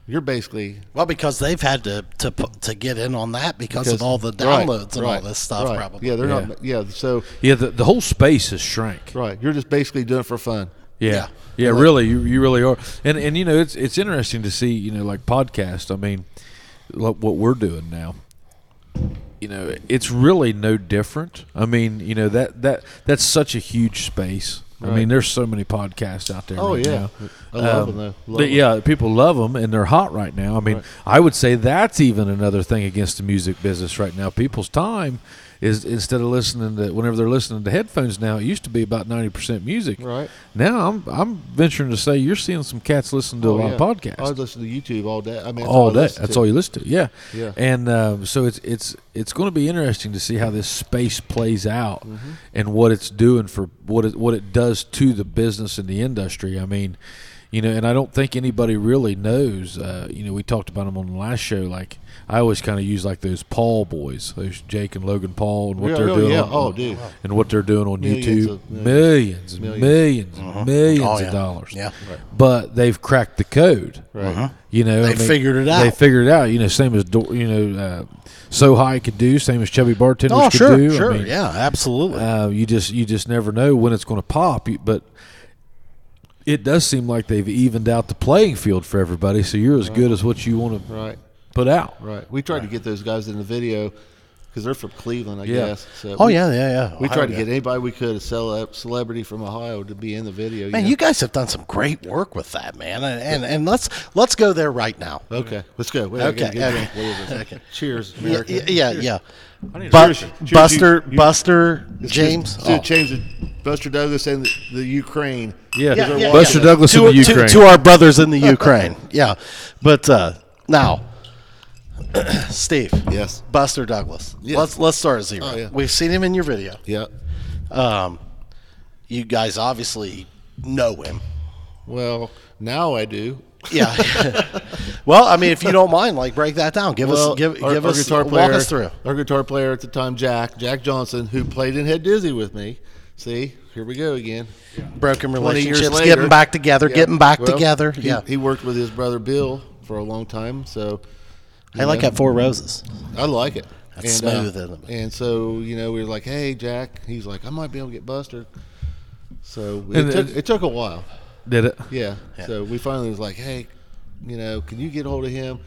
you're basically well because they've had to to pu- to get in on that because, of all the right, downloads and all right, this stuff right. probably Yeah, they're Yeah. not. Yeah, so Yeah, the, the whole space has shrank. right, you're just basically doing it for fun. Yeah. Yeah, really, you, you really are, and and you know it's it's interesting to see you know like podcast. I mean, like what we're doing now, you know, it's really no different. I mean, you know that that that's such a huge space. I Right. mean, there's so many podcasts out there. Oh, right yeah. now. I love 'em, though. Love they- 'em. yeah, people love them and they're hot right now. I mean, Right. I would say that's even another thing against the music business right now. People's time is instead of listening to whenever they're listening to headphones now, it used to be about ninety percent music. Right. Now I'm I'm venturing to say you're seeing some cats listen to a Oh, lot yeah. of podcasts I listen to YouTube all day. I mean, that's all I day. listen That's to. all you listen to. Yeah. Yeah. And um, so it's it's it's going to be interesting to see how this space plays out Mm-hmm. and what it's doing for what it what it does to the business and the industry. I mean, you know, and I don't think anybody really knows. Uh, you know, we talked about them on the last show. Like I always kind of use like those Paul boys, those Jake and Logan Paul, and what Yeah, they're oh, doing. yeah. on- Oh, on- dude. And what they're doing on Millions YouTube, of- millions, and Millions. Uh-huh. millions, and millions Oh, of yeah. dollars. Yeah. But they've cracked the code. Right. You know, They I mean, figured it They out. figured it out. You know, same as Do- you know, uh, so high could do, same as chubby bartenders Oh, could sure, do. I sure, mean, yeah, absolutely. uh, you just you just never know when it's going to pop. You- But it does seem like they've evened out the playing field for everybody. So you're as good as what you want to Right. put out. Right. We tried to get those guys in the video because they're from Cleveland, I Yeah. guess. So oh we- yeah, yeah, yeah. We Ohio tried to guy. get anybody we could, a cele- celebrity from Ohio, to be in the video. Man, know? you guys have done some great work with that, man. And and, and let's let's go there right now. Okay, let's go. Wait, I gotta Okay, get okay. drunk. What is this? Okay. Cheers, Yeah, America. yeah, yeah. yeah. need a Bu- Cheers. Cheers, you- Buster, you- Buster, James. Should Oh. change the Buster Douglas and the, the Ukraine. Yeah, Yeah, yeah, Buster yeah. Douglas to, in the to- Ukraine. To, our brothers in the Ukraine. Yeah. But uh, now, Steve. Yes. Buster Douglas. Yes. Let's let's start at zero. Oh, yeah. We've seen him in your video. Yeah. Um, you guys obviously know him. Well, now I do. Yeah. well, I mean, if you don't mind, like break that down. Give Well, us give, our, give our us guitar walk player, us through. Our guitar player at the time, Jack Jack Johnson, who played in Head Dizzy with me. See, here we go again. Broken 20 years relationships, later. getting back together, Yeah. getting back Well, together. he- yeah. He worked with his brother Bill for a long time, so I like yeah. that Four Roses. I like it. That's smooth, uh, isn't it? And so, you know, we were like, hey, Jack. He's like, I might be able to get Buster. So it, And took, it- it took a while. Did it? Yeah. So we finally was like, hey, you know, can you get hold of him?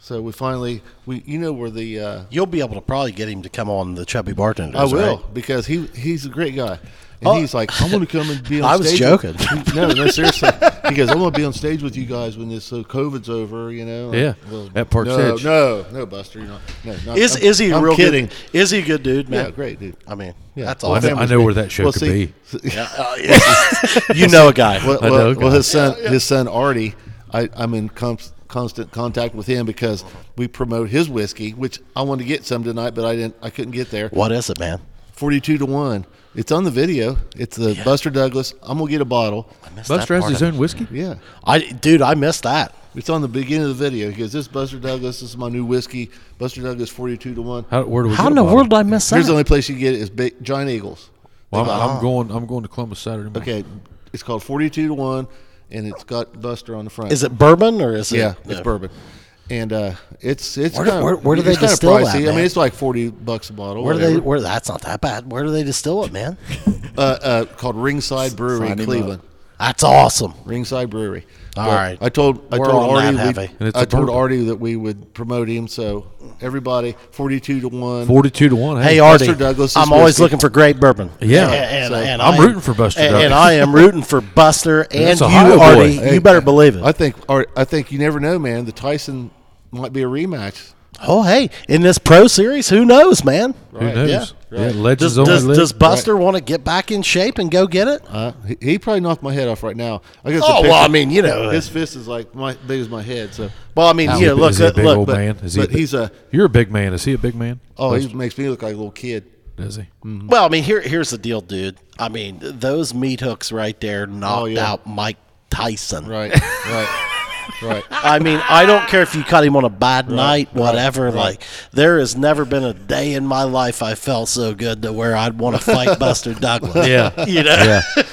So we finally, we you know where the uh, You'll be able to probably get him to come on the Chubby Bartenders. I will right? because he he's a great guy. And Oh. he's like, I want to come and be on I was stage joking. With, no, no, seriously. He goes, I want to be on stage with you guys when this uh, COVID's over, you know. Like, Yeah, at Park's no, Edge. No, no, Buster, you're not. No, not Is I'm- is he a I'm real kidding. good? Is he a good dude, man? Yeah, great dude. Oh, I mean, Yeah. that's Well, I awesome. know, I family's know big. where that show Well, could see, be. Yeah, uh, yeah. you know a guy. Well, I well, know, well, God. his son, his son Artie, I, I'm in com- constant contact with him because we promote his whiskey, which I wanted to get some tonight, but I didn't. I couldn't get there. what is it, man? Forty-two to one. It's on the video. It's the Buster Douglas. I'm gonna get a bottle. Missed that Buster has part his of own whiskey. Yeah, it. I dude, I missed that. it's on the beginning of the video. He goes, "This Buster Douglas. This is my new whiskey. Buster Douglas, forty-two to one. How, where do we? How get in a the bottle? world did I miss Here's that? the only place you get it is ba- Giant Eagles. Well, I'm, Uh-huh. I'm going. I'm going to Columbus Saturday morning. Okay, it's called forty-two to one, and it's got Buster on the front. Is it bourbon or is it? Yeah, it's no. bourbon, and uh, it's it's Where do- kinda- where- where do it's they kinda distill that, pricey. I man? mean, it's like forty bucks a bottle. Where do they? whatever. Where that's not that bad. Where do they distill it, man? Uh, uh, called Ringside Brewery, in Sign him Cleveland. That's awesome. Ringside Brewery. All All right. right. I told I We're told on that Artie we- heavy. And it's I a told bourbon. Artie that we would promote him. So everybody, forty-two to one. Forty-two to one. Hey, Buster Artie, Douglas' I'm always whiskey. looking for great bourbon. Yeah. and, and- So, and I'm I- rooting for Buster and, and Douglas. I am rooting for Buster and That's you, a Ohio boy. Artie. Hey, you better believe it. I think Ar- I think you never know, man. The Tyson might be a rematch. oh, hey, in this pro series, who knows, man? Who Right. knows? Yeah. Yeah, Right. legends Does, only does, live. does Buster want to get back in shape and go get it? Uh, he, he probably knocked my head off right now. I guess Oh, well, I mean, you know, his fist is like my big as my head. So, Well, I mean, Is he yeah, a- look, uh, is he a big look, old but- man? Is he but big- he's a You're a big man. Is he a big man? oh, Mm. he makes me look like a little kid. Does he? Well, I mean, here here's the deal, dude. I mean, th- those meat hooks right there knocked Oh, yeah. out Mike Tyson. Right, right, right. I mean, I don't care if you cut him on a bad night, whatever. Like, there has never been a day in my life I felt so good to where I'd want to fight Buster Douglas. Yeah. you know.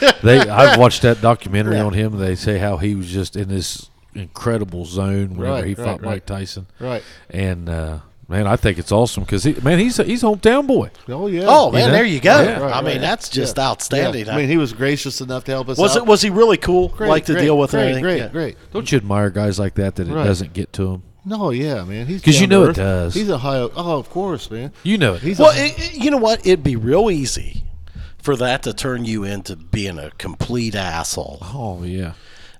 yeah. They I've watched that documentary on him. They say how he was just in this incredible zone whenever Right, he right, fought right. Mike Tyson. Right. And uh man, I think it's awesome because he, man, he's a, he's a hometown boy. Oh yeah. Oh man, know? there you go. Yeah. Right, I mean, right. that's just Yeah. outstanding. Yeah. I mean, he was gracious enough to help us. was out. it? Was he really cool? like to great, deal with and Great, everything? great, Yeah. great. Don't you admire guys like that that it Right. doesn't get to them? No, yeah, man. He's 'Cause you down know to it earth. does. He's a high. Oh, of course, man. You know it. He's Well, a, it, it- you know what? It'd be real easy for that to turn you into being a complete asshole. oh yeah,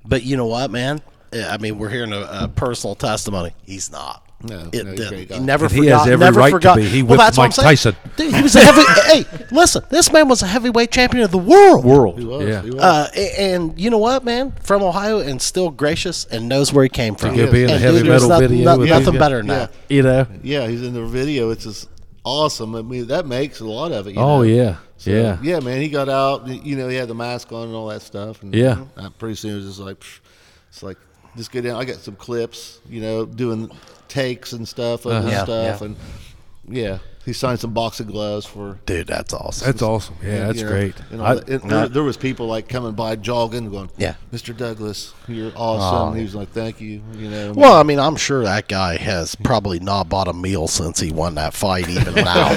But you know what, man? I mean, we're hearing a, a personal testimony. He's not. No, it no, he's a didn't. great guy. He never And he forgot. has every never right to forgot. be. He well, whipped that's what Mike I'm Tyson. saying. Dude, he was a heavy. hey, listen, this man was a heavyweight champion of the world. world. he was. yeah, He was. Uh, a- and you know what, man? From Ohio and still gracious and knows where he came from. go be in and a dude, there's heavy metal noth- video noth- with nothing him. better than Yeah. that. you know. yeah, he's in the video. It's just awesome. I mean, that makes a lot of it. you know? Oh yeah, So, yeah. Yeah, man. He got out. You know, he had the mask on and all that stuff. And Yeah. uh, pretty soon it was just like, psh, it's like just go down. I got some clips. You know, doing takes and stuff of his Uh-huh. Yeah, stuff yeah. and yeah. He signed some boxing gloves for Dude, that's awesome. That's awesome. Yeah, And, that's you know, great. And all I, that. And there, there was people like coming by jogging, going, Yeah. Mr. Douglas, you're awesome." he was like, "Thank you," you know. Well, I mean, I'm sure that guy has probably not bought a meal since he won that fight, even now.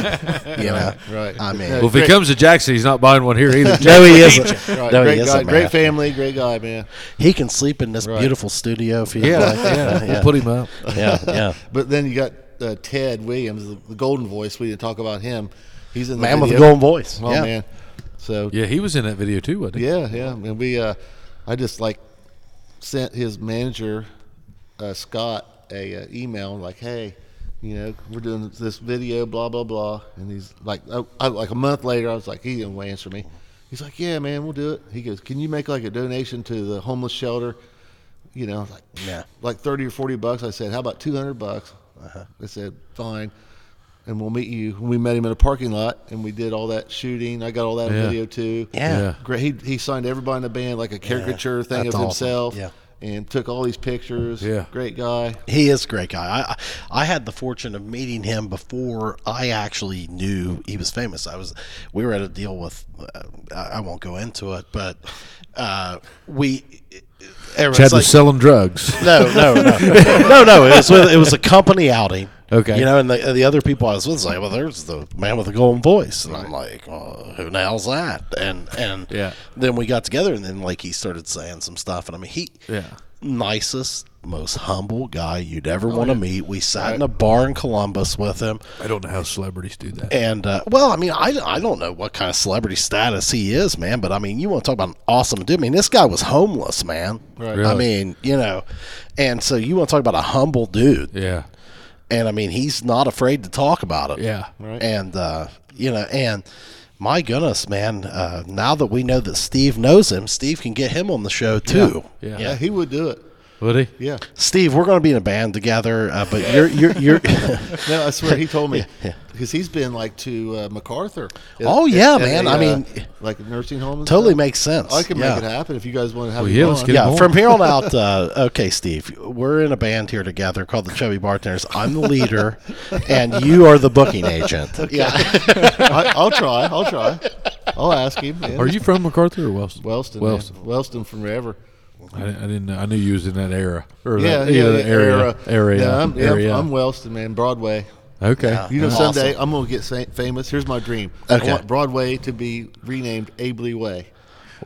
you know, Right. I mean, well, if he great- comes to Jackson, he's not buying one here either. no, he isn't. Right, No, great he isn't. guy, man. great family, great guy, man. He can sleep in this beautiful studio if he yeah, like. yeah. yeah, We'll put him up. yeah, yeah. But then you got uh, Ted Williams, the, the Golden Voice. We didn't talk about him. He's in the Man with the video. golden voice. Oh yeah. man. So Yeah, he was in that video too, wasn't he? Yeah, yeah. And we, uh, I just like sent his manager, uh, Scott, a uh, email like, hey, you know, we're doing this video, blah blah blah. And he's like, oh, I, like a month later, I was like, he didn't answer me. He's like, yeah, man, we'll do it. He goes, can you make like a donation to the homeless shelter? You know, I was like, Yeah. like thirty or forty bucks. I said, how about two hundred bucks? They said, fine. And we'll meet you. We met him in a parking lot, and we did all that shooting. I got all that Yeah. video too. Yeah. Yeah. Great. He, he signed everybody in the band like a caricature thing of that's awesome. himself. Yeah. And took all these pictures. Yeah. Great guy. He is a great guy. I I I had the fortune of meeting him before I actually knew he was famous. I was we were at a deal with uh, I I won't go into it, but uh, we everyone's Chad like- was selling drugs. No, no, no, no, no. It was with, it was a company outing. Okay. you know, and the, the other people I was with was like, well, there's the man with the golden voice, and I'm like, well, who nails that? And and Yeah. then we got together, and then like he started saying some stuff, and I mean, he Yeah. nicest, most humble guy you'd ever Oh, want to meet. We sat in a bar in Columbus with him, I don't know how celebrities do that. and uh, well, I mean, I, I don't know what kind of celebrity status he is, man. But I mean, you want to talk about an awesome dude? I mean, this guy was homeless, man. Right. I Really? mean, you know, and so you want to talk about a humble dude, Yeah. and I mean, he's not afraid to talk about it. Yeah. Right. And uh, you know, and my goodness, man. Uh, now that we know that Steve knows him, Steve can get him on the show too. Yeah. Yeah, he would do it. Would he? Yeah. Steve, we're going to be in a band together, uh, but you're you're you're. No, I swear he told me because he's been like to uh, MacArthur. Oh, yeah, man. I mean, uh, like a nursing home. and Totally stuff. makes sense. I can Yeah. make it happen if you guys want to have. Well, me yeah, let's on. get yeah, more. from here on out, uh, okay, Steve, we're in a band here together called the Chubby Bartenders. I'm the leader, and you are the booking agent. Yeah, I, I'll try. I'll try. I'll ask him. yeah. Are you from MacArthur or Wellston? Wellston? man. Wellston. Wellston from forever. I, di- I didn't. know. I knew you was in that era. Or Yeah, that, yeah, either yeah, area. Area. Yeah, I'm, yeah, I'm- area. I'm Wellston, man. Broadway. okay. You know, Awesome. someday I'm gonna get sa- famous. Here's my dream. Okay. I want Broadway to be renamed Abley Way.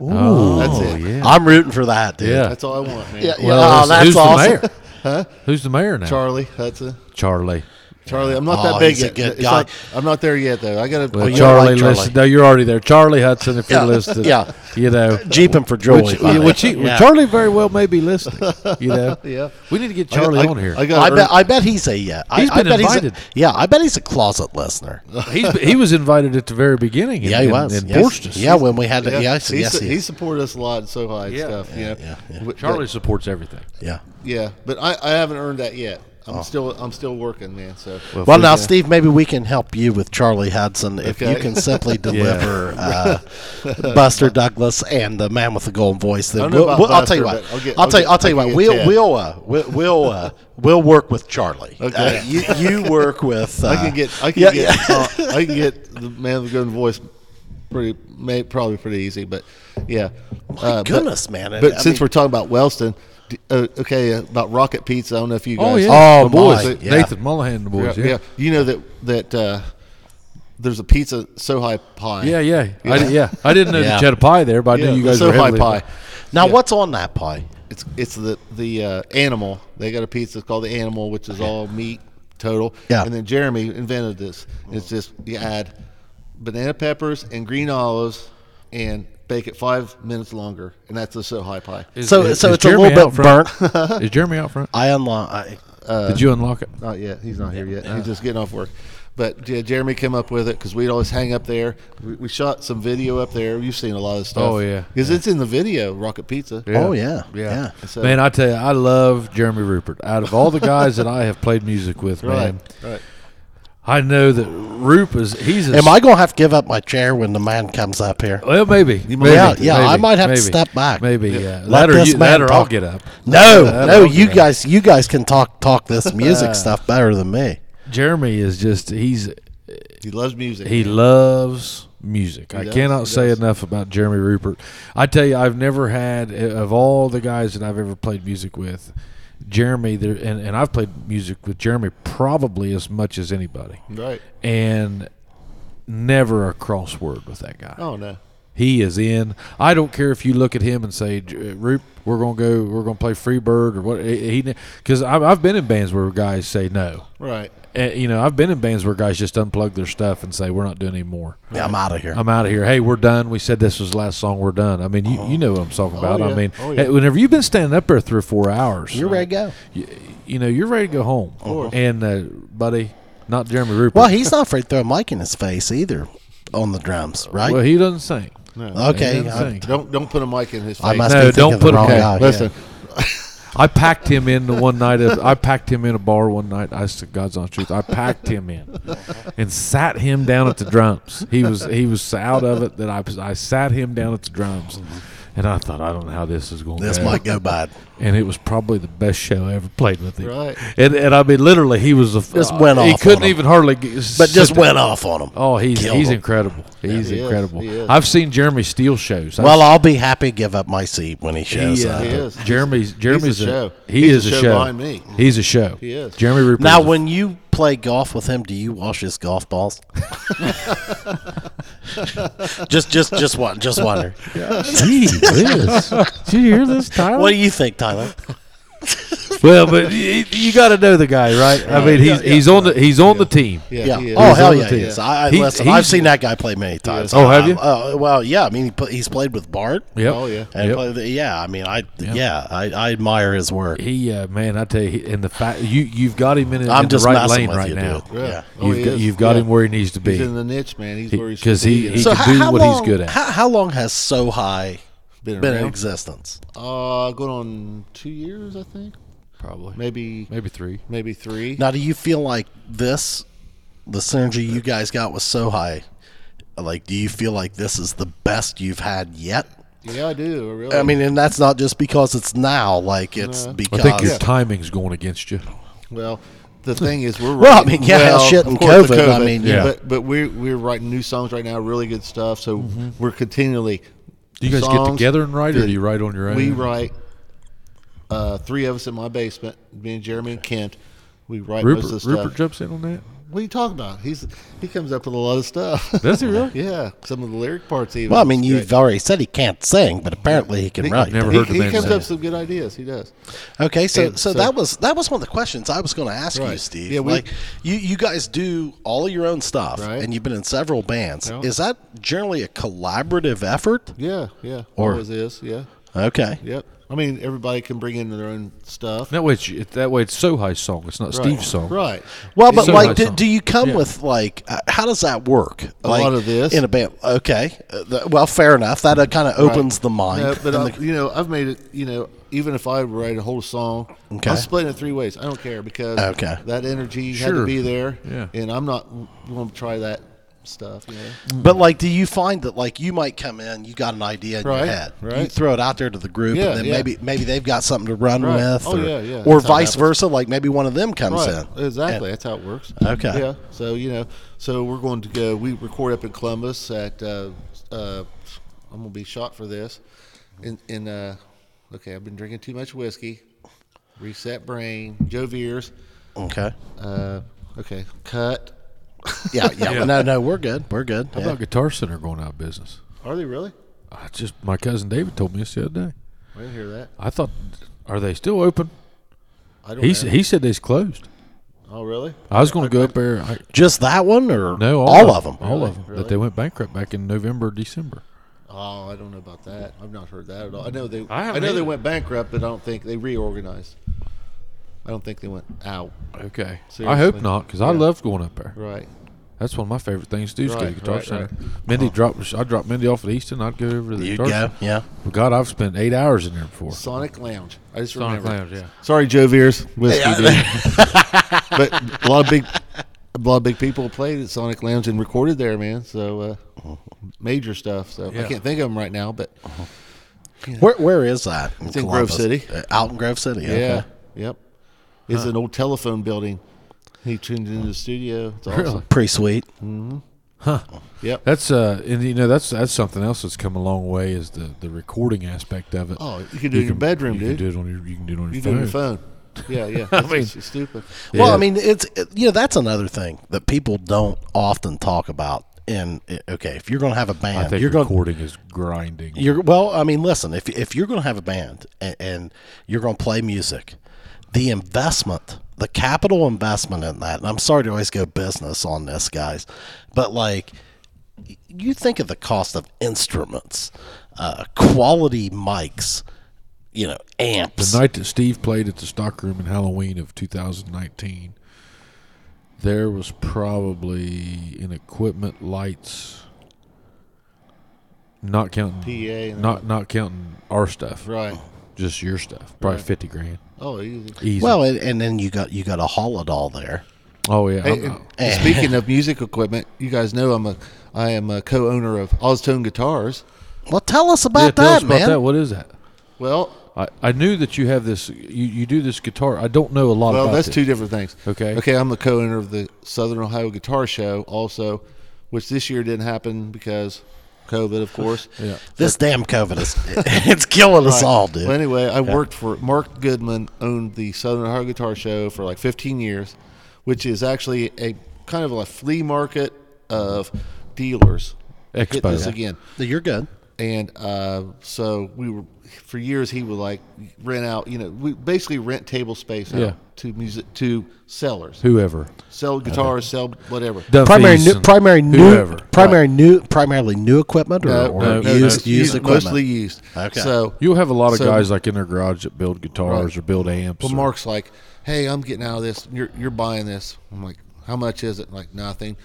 Oh, That's it. Yeah. I'm rooting for that, dude. Yeah. That's all I want, man. Yeah, yeah. Well, Oh, who's- that's who's awesome. the mayor? Who's the mayor now? Charlie Hudson. Charlie. Charlie, I'm not Oh, that big he's a yet. good It's guy. not- I'm not there yet, though. I gotta. Well, you don't Charlie, like Charlie. listen. No, you're already there. Charlie Hudson, if Yeah. you're listening. Yeah. You know. Jeeping for joy. Which, buddy. which he, Yeah. Charlie very well may be listening. You know. Yeah. We need to get I got- Charlie I- on here. I got. I bet, I bet he's a yeah. I, He's I been bet invited. He's a, yeah, I bet he's a closet listener. He's, he was invited at the very beginning. And, Yeah, he and- was. And Yes. forced us. Yeah, when we had to, yeah, yeah, yes, he's- yes, he he is. supported us a lot and so high and Yeah. stuff. Yeah, yeah, yeah. But- Charlie supports everything. Yeah. Yeah, but I, I haven't earned that yet. I'm still I'm still working, man. So Oh. Well, now, Steve, maybe we can help you with Charlie Hudson if you Okay. can simply deliver uh, Buster Douglas and the man with the golden voice. Then don't know we'll, about we'll- I'll tell Buster, you what. but I'll get- I'll I'll tell you. get- I'll tell you I'll what. get We'll Ted. we'll uh, we'll we'll, uh, we'll work with Charlie. Okay. Uh, you you work with. Uh, I can get I can yeah, get yeah. uh, I can get the man with the golden voice pretty may, probably pretty easy, but yeah. My Uh, but- goodness, man! But since we're talking about Wellston, D- Uh, okay, about Rocket Pizza. I don't know if you guys. Oh yeah, Oh, the boys, my, Oh, yeah. Nathan Mullahan, and the boys. yeah, yeah. You know that that uh, there's a pizza so high pie. Yeah, yeah, I, di- yeah. I didn't know Yeah. that you had a pie there, but I knew you guys so were high heavily- pie. Now, what's on that pie? It's it's the the uh, animal. They got a pizza called the animal, which is all meat total. Yeah. And then Jeremy invented this. It's just you add banana peppers and green olives and bake it five minutes longer, and that's the so high pie. Is- So, is- so is it's a little Jeremy bit out front? burnt. is Jeremy out front? I unlock. I, Did you unlock it? Not yet. He's not here yet. He's just getting off work. But yeah, Jeremy came up with it because we'd always hang up there. We, we shot some video up there. You've seen a lot of stuff. Oh, yeah. because it's in the video Rocket Pizza. Oh yeah, yeah. So- Man, I tell you, I love Jeremy Rupert. Out of all the guys that I have played music with, Right. man, Right. I know that Roop is he's. A, Am I gonna have to give up my chair when the man comes up here? Well, maybe. might maybe, have to. Yeah, I maybe, might have to maybe, step back. Maybe. Yeah. Let Later, this you, man later I'll talk. get up. No, Later no, I'll you get up. guys, you guys can talk talk this music stuff better than me. Jeremy is just he's He loves music. He loves music. I does, cannot he say does. enough about Jeremy Rupert. I tell you, I've never had e, of all the guys that I've ever played music with, Jeremy. There, and, and I've played music with Jeremy probably as much as anybody, right. and never a cross word with that guy. Oh no. He is in. I don't care if you look at him and say, "J- uh, "Roop, we're gonna go, we're gonna play Freebird or what." He, because I've been in bands where guys say no. Right. Eh, You know, I've been in bands where guys just unplug their stuff and say, "We're not doing any more." Yeah, I'm out of here. I'm out of here. Hey, we're done. We said this was the last song. We're done. I mean, you, you know what I'm talking about. yeah. I mean, Oh, yeah. hey, whenever you've been standing up there three or four hours, You're ready to go. You, you know, you're ready to go home. And uh, buddy, not Jeremy Rupert. Well, he's not afraid to throw a mic in his face either on the drums, right? Well, he doesn't sing. okay, he I, doesn't sing. Don't don't put a mic in his face. I must No, be thinking don't of the put it- wrong okay, guy. Listen. I packed him in the one night. Of, I packed him in a bar one night. I said, God's honest truth. I packed him in and sat him down at the drums. He was he was so out of it that I was- I sat him down at the drums, and I thought I don't know how this is going. This to might go bad. and it was probably the best show I ever played with him. Right. And and I mean, literally, he was the f- uh, Just went He off couldn't on 'em. even hardly. Get, s- But just sit went down. off on him. Oh, he's Killed he's him. incredible. He's he is. incredible. He is. I've seen Jeremy Steele shows. I've Well, I'll be happy to give up my seat when he shows he, uh, up. He is. Jeremy's Jeremy's a show. He He's is a a show show. behind me. He's a show. He is. Jeremy Rupert. Now, is a- when you play golf with him, do you wash his golf balls? just, just, just one, just wonder. Gee whiz. Did you hear this, Tyler? What do you think, Tyler? well, but you, you got to know the guy, right? I mean, he's he's on the he's on the team. Yeah. he is. Oh He's hell on the yeah, he team. is. I, I He- listen, he's- I've seen that guy play many times. Oh, have you? Uh, well, yeah. I mean, he pl- he's played with Bart. Yep. Oh, yeah. And Yep. play the, yeah, I mean, I yeah, I, I admire his work. He uh, man, I tell you, he- in the fact you you've got him in, in I'm the just right messing lane with right you, now. dude. Yeah. Oh, You've he got, is. you've got Yeah. him where he needs to He's in be. the niche, man. He's He- where he should 'cause be. he- he- can do what long, he's good at. How, how long has So High Been been, in around? existence? uh, going on two years, I think. Probably Maybe maybe three. maybe three. Now, do you feel like this, the synergy you guys got with So High, like, do you feel like this is the best you've had yet? Yeah, I do. I really. I mean, and that's not just because it's now. Like, it's I because think your timing's going against you. Well, the thing is, we're Well, I writing- mean, yeah, shit, of and course, the COVID, I mean, yeah. but but we're we're writing new songs right now, really good stuff. So Mm-hmm. we're continually. Do you guys get songs- together and write, or do you write on your own? We write. Uh, three of us in my basement. Me and Jeremy and Kent. We write most Rupert, of the stuff. Rupert jumps in on that. What are you talking about? He's he comes up with a lot of stuff. Does he really? yeah, some of the lyric parts even. Well, I mean, It's you've great. already said he can't sing, but apparently he can write. never he, heard the he man comes say up it. with some good ideas. He does. Okay, so, And so so- that was that was one of the questions I was going to ask you, Right. Steve. Yeah, we- like you, you guys do all your own stuff, Right. and you've been in several bands. Yeah. Is that generally a collaborative effort? Yeah, yeah. Or- Always is. Yeah, Okay, yep. I mean, everybody can bring in their own stuff. That way, it's, it- that way it's Sohi's song. It's not Right, Steve's song. Right. Well, but So like, much do, on. do you come with like, uh, how does that work? A Like, lot of this. in a band. Okay, Uh, th- well, fair enough. That uh, kind of opens the mind. No, but and I, the- you know, I've made it. You know, even if I write a whole song, Okay. I'm splitting it three ways. I don't care because Okay. that energy had to Sure. be there. Yeah. and I'm not going to try that stuff. You know, but like, do you find that like you might come in, you got an idea in your Right, head, you right. throw it out there to the group, Yeah, and then yeah. maybe maybe they've got something to run Right. with, Oh, or, yeah, yeah. or That's how it vice happens. versa. Like maybe one of them comes right? in. Exactly. That's how it works. Okay. Yeah. So you know, so we're going to go. We record up in Columbus at. Uh, uh, I'm going to be shot for this, in in uh, okay, I've been drinking too much whiskey. Reset brain. Joe Veers. Okay. Uh, okay, cut. Yeah, yeah. Yeah. No, no, we're good. We're good. How yeah. about Guitar Center going out of business? Are they really? I just my cousin David told me this the other day. I didn't hear that. I thought, are they still open? I don't. He know. s- he said they's closed. oh, really? I was going to go up there. I, Just that one, or no, all, all of them? all of them. That they went bankrupt back in November, December. Oh, I don't know about that. I've not heard that at all. I know they. I I, haven't know either. they went bankrupt, but I don't think they reorganized. I don't think they went out. Okay, I Seriously. hope not because I Yeah. love going up there. Right. That's one of my favorite things to do is go to Right, Guitar right, Center. right. Mindy dropped. I dropped Mindy off at Easton. I'd go over to the You Guitar go. Center. Yeah. Well, God, I've spent eight hours in there before. Sonic Lounge. I just Sonic remember. Lounge, yeah. Sorry, Joe Veers, whiskey dude. but a lot of big, a lot of big people played at Sonic Lounge and recorded there, man. So uh, major stuff. So Yeah. I can't think of them right now, but Where Where is that? It's in Grove City. Out in Grove City. yeah, okay. yep. It's an old telephone building. He tuned into the studio. It's awesome. Really? Pretty sweet. Yep. That's uh, and you know that's that's something else that's come a long way is the the recording aspect of it. Oh, you can do it in your bedroom, you Can dude. do it on your, you can do it on your You do phone. it on your phone. Yeah, yeah. I mean, it's stupid. Well, Yeah. I mean, it's it- you know that's another thing that people don't often talk about. And it- okay, if you're going to have a I band, think you're going recording is grinding. you're well. I mean, listen, if if you're going to have a band and, and you're going to play music, the investment, the capital investment in that. And I'm sorry to always go business on this, guys, but like you think of the cost of instruments, uh, quality mics, you know, amps. The night that Steve played at the Stockroom in Halloween of 2019, there was probably in equipment, lights, not counting PA and not not counting our stuff, Right. just your stuff, probably 50 grand. Oh, easy. Easy. well, and, and then you got you got a haul it all there. oh yeah. I'm- Hey, and speaking of music equipment, you guys know I'm a I am a co-owner of Oztone Guitars. Well, tell us about yeah, tell that, us about man. that. What is that? Well, I, I knew that you have this. You, you do this guitar. I don't know a lot well, about that's it. two different things. Okay. Okay, I'm the co-owner of the Southern Ohio Guitar Show also, which this year didn't happen because COVID, of course. Yeah. This damn COVID is it's killing us all, dude. Well, anyway, I worked for Mark Goodman, owned the Southern Ohio Guitar Show for like 15 years, which is actually a kind of a flea market of dealers. Get Expo. this Yeah. again. You're good. and uh, so we were for years he would like rent out you know we basically rent table space out Yeah. to music to sellers Whoever. sell guitars sell whatever Primary, Duffy's new, and primary whoever. new, primary new, primarily new equipment or, Uh, or no, no, used, no, used equipment. mostly used Okay. so You'll have a lot of So- guys like in their garage that build guitars or build amps. well or- Mark's like hey I'm getting out of this you're you're buying this I'm like how much is it like nothing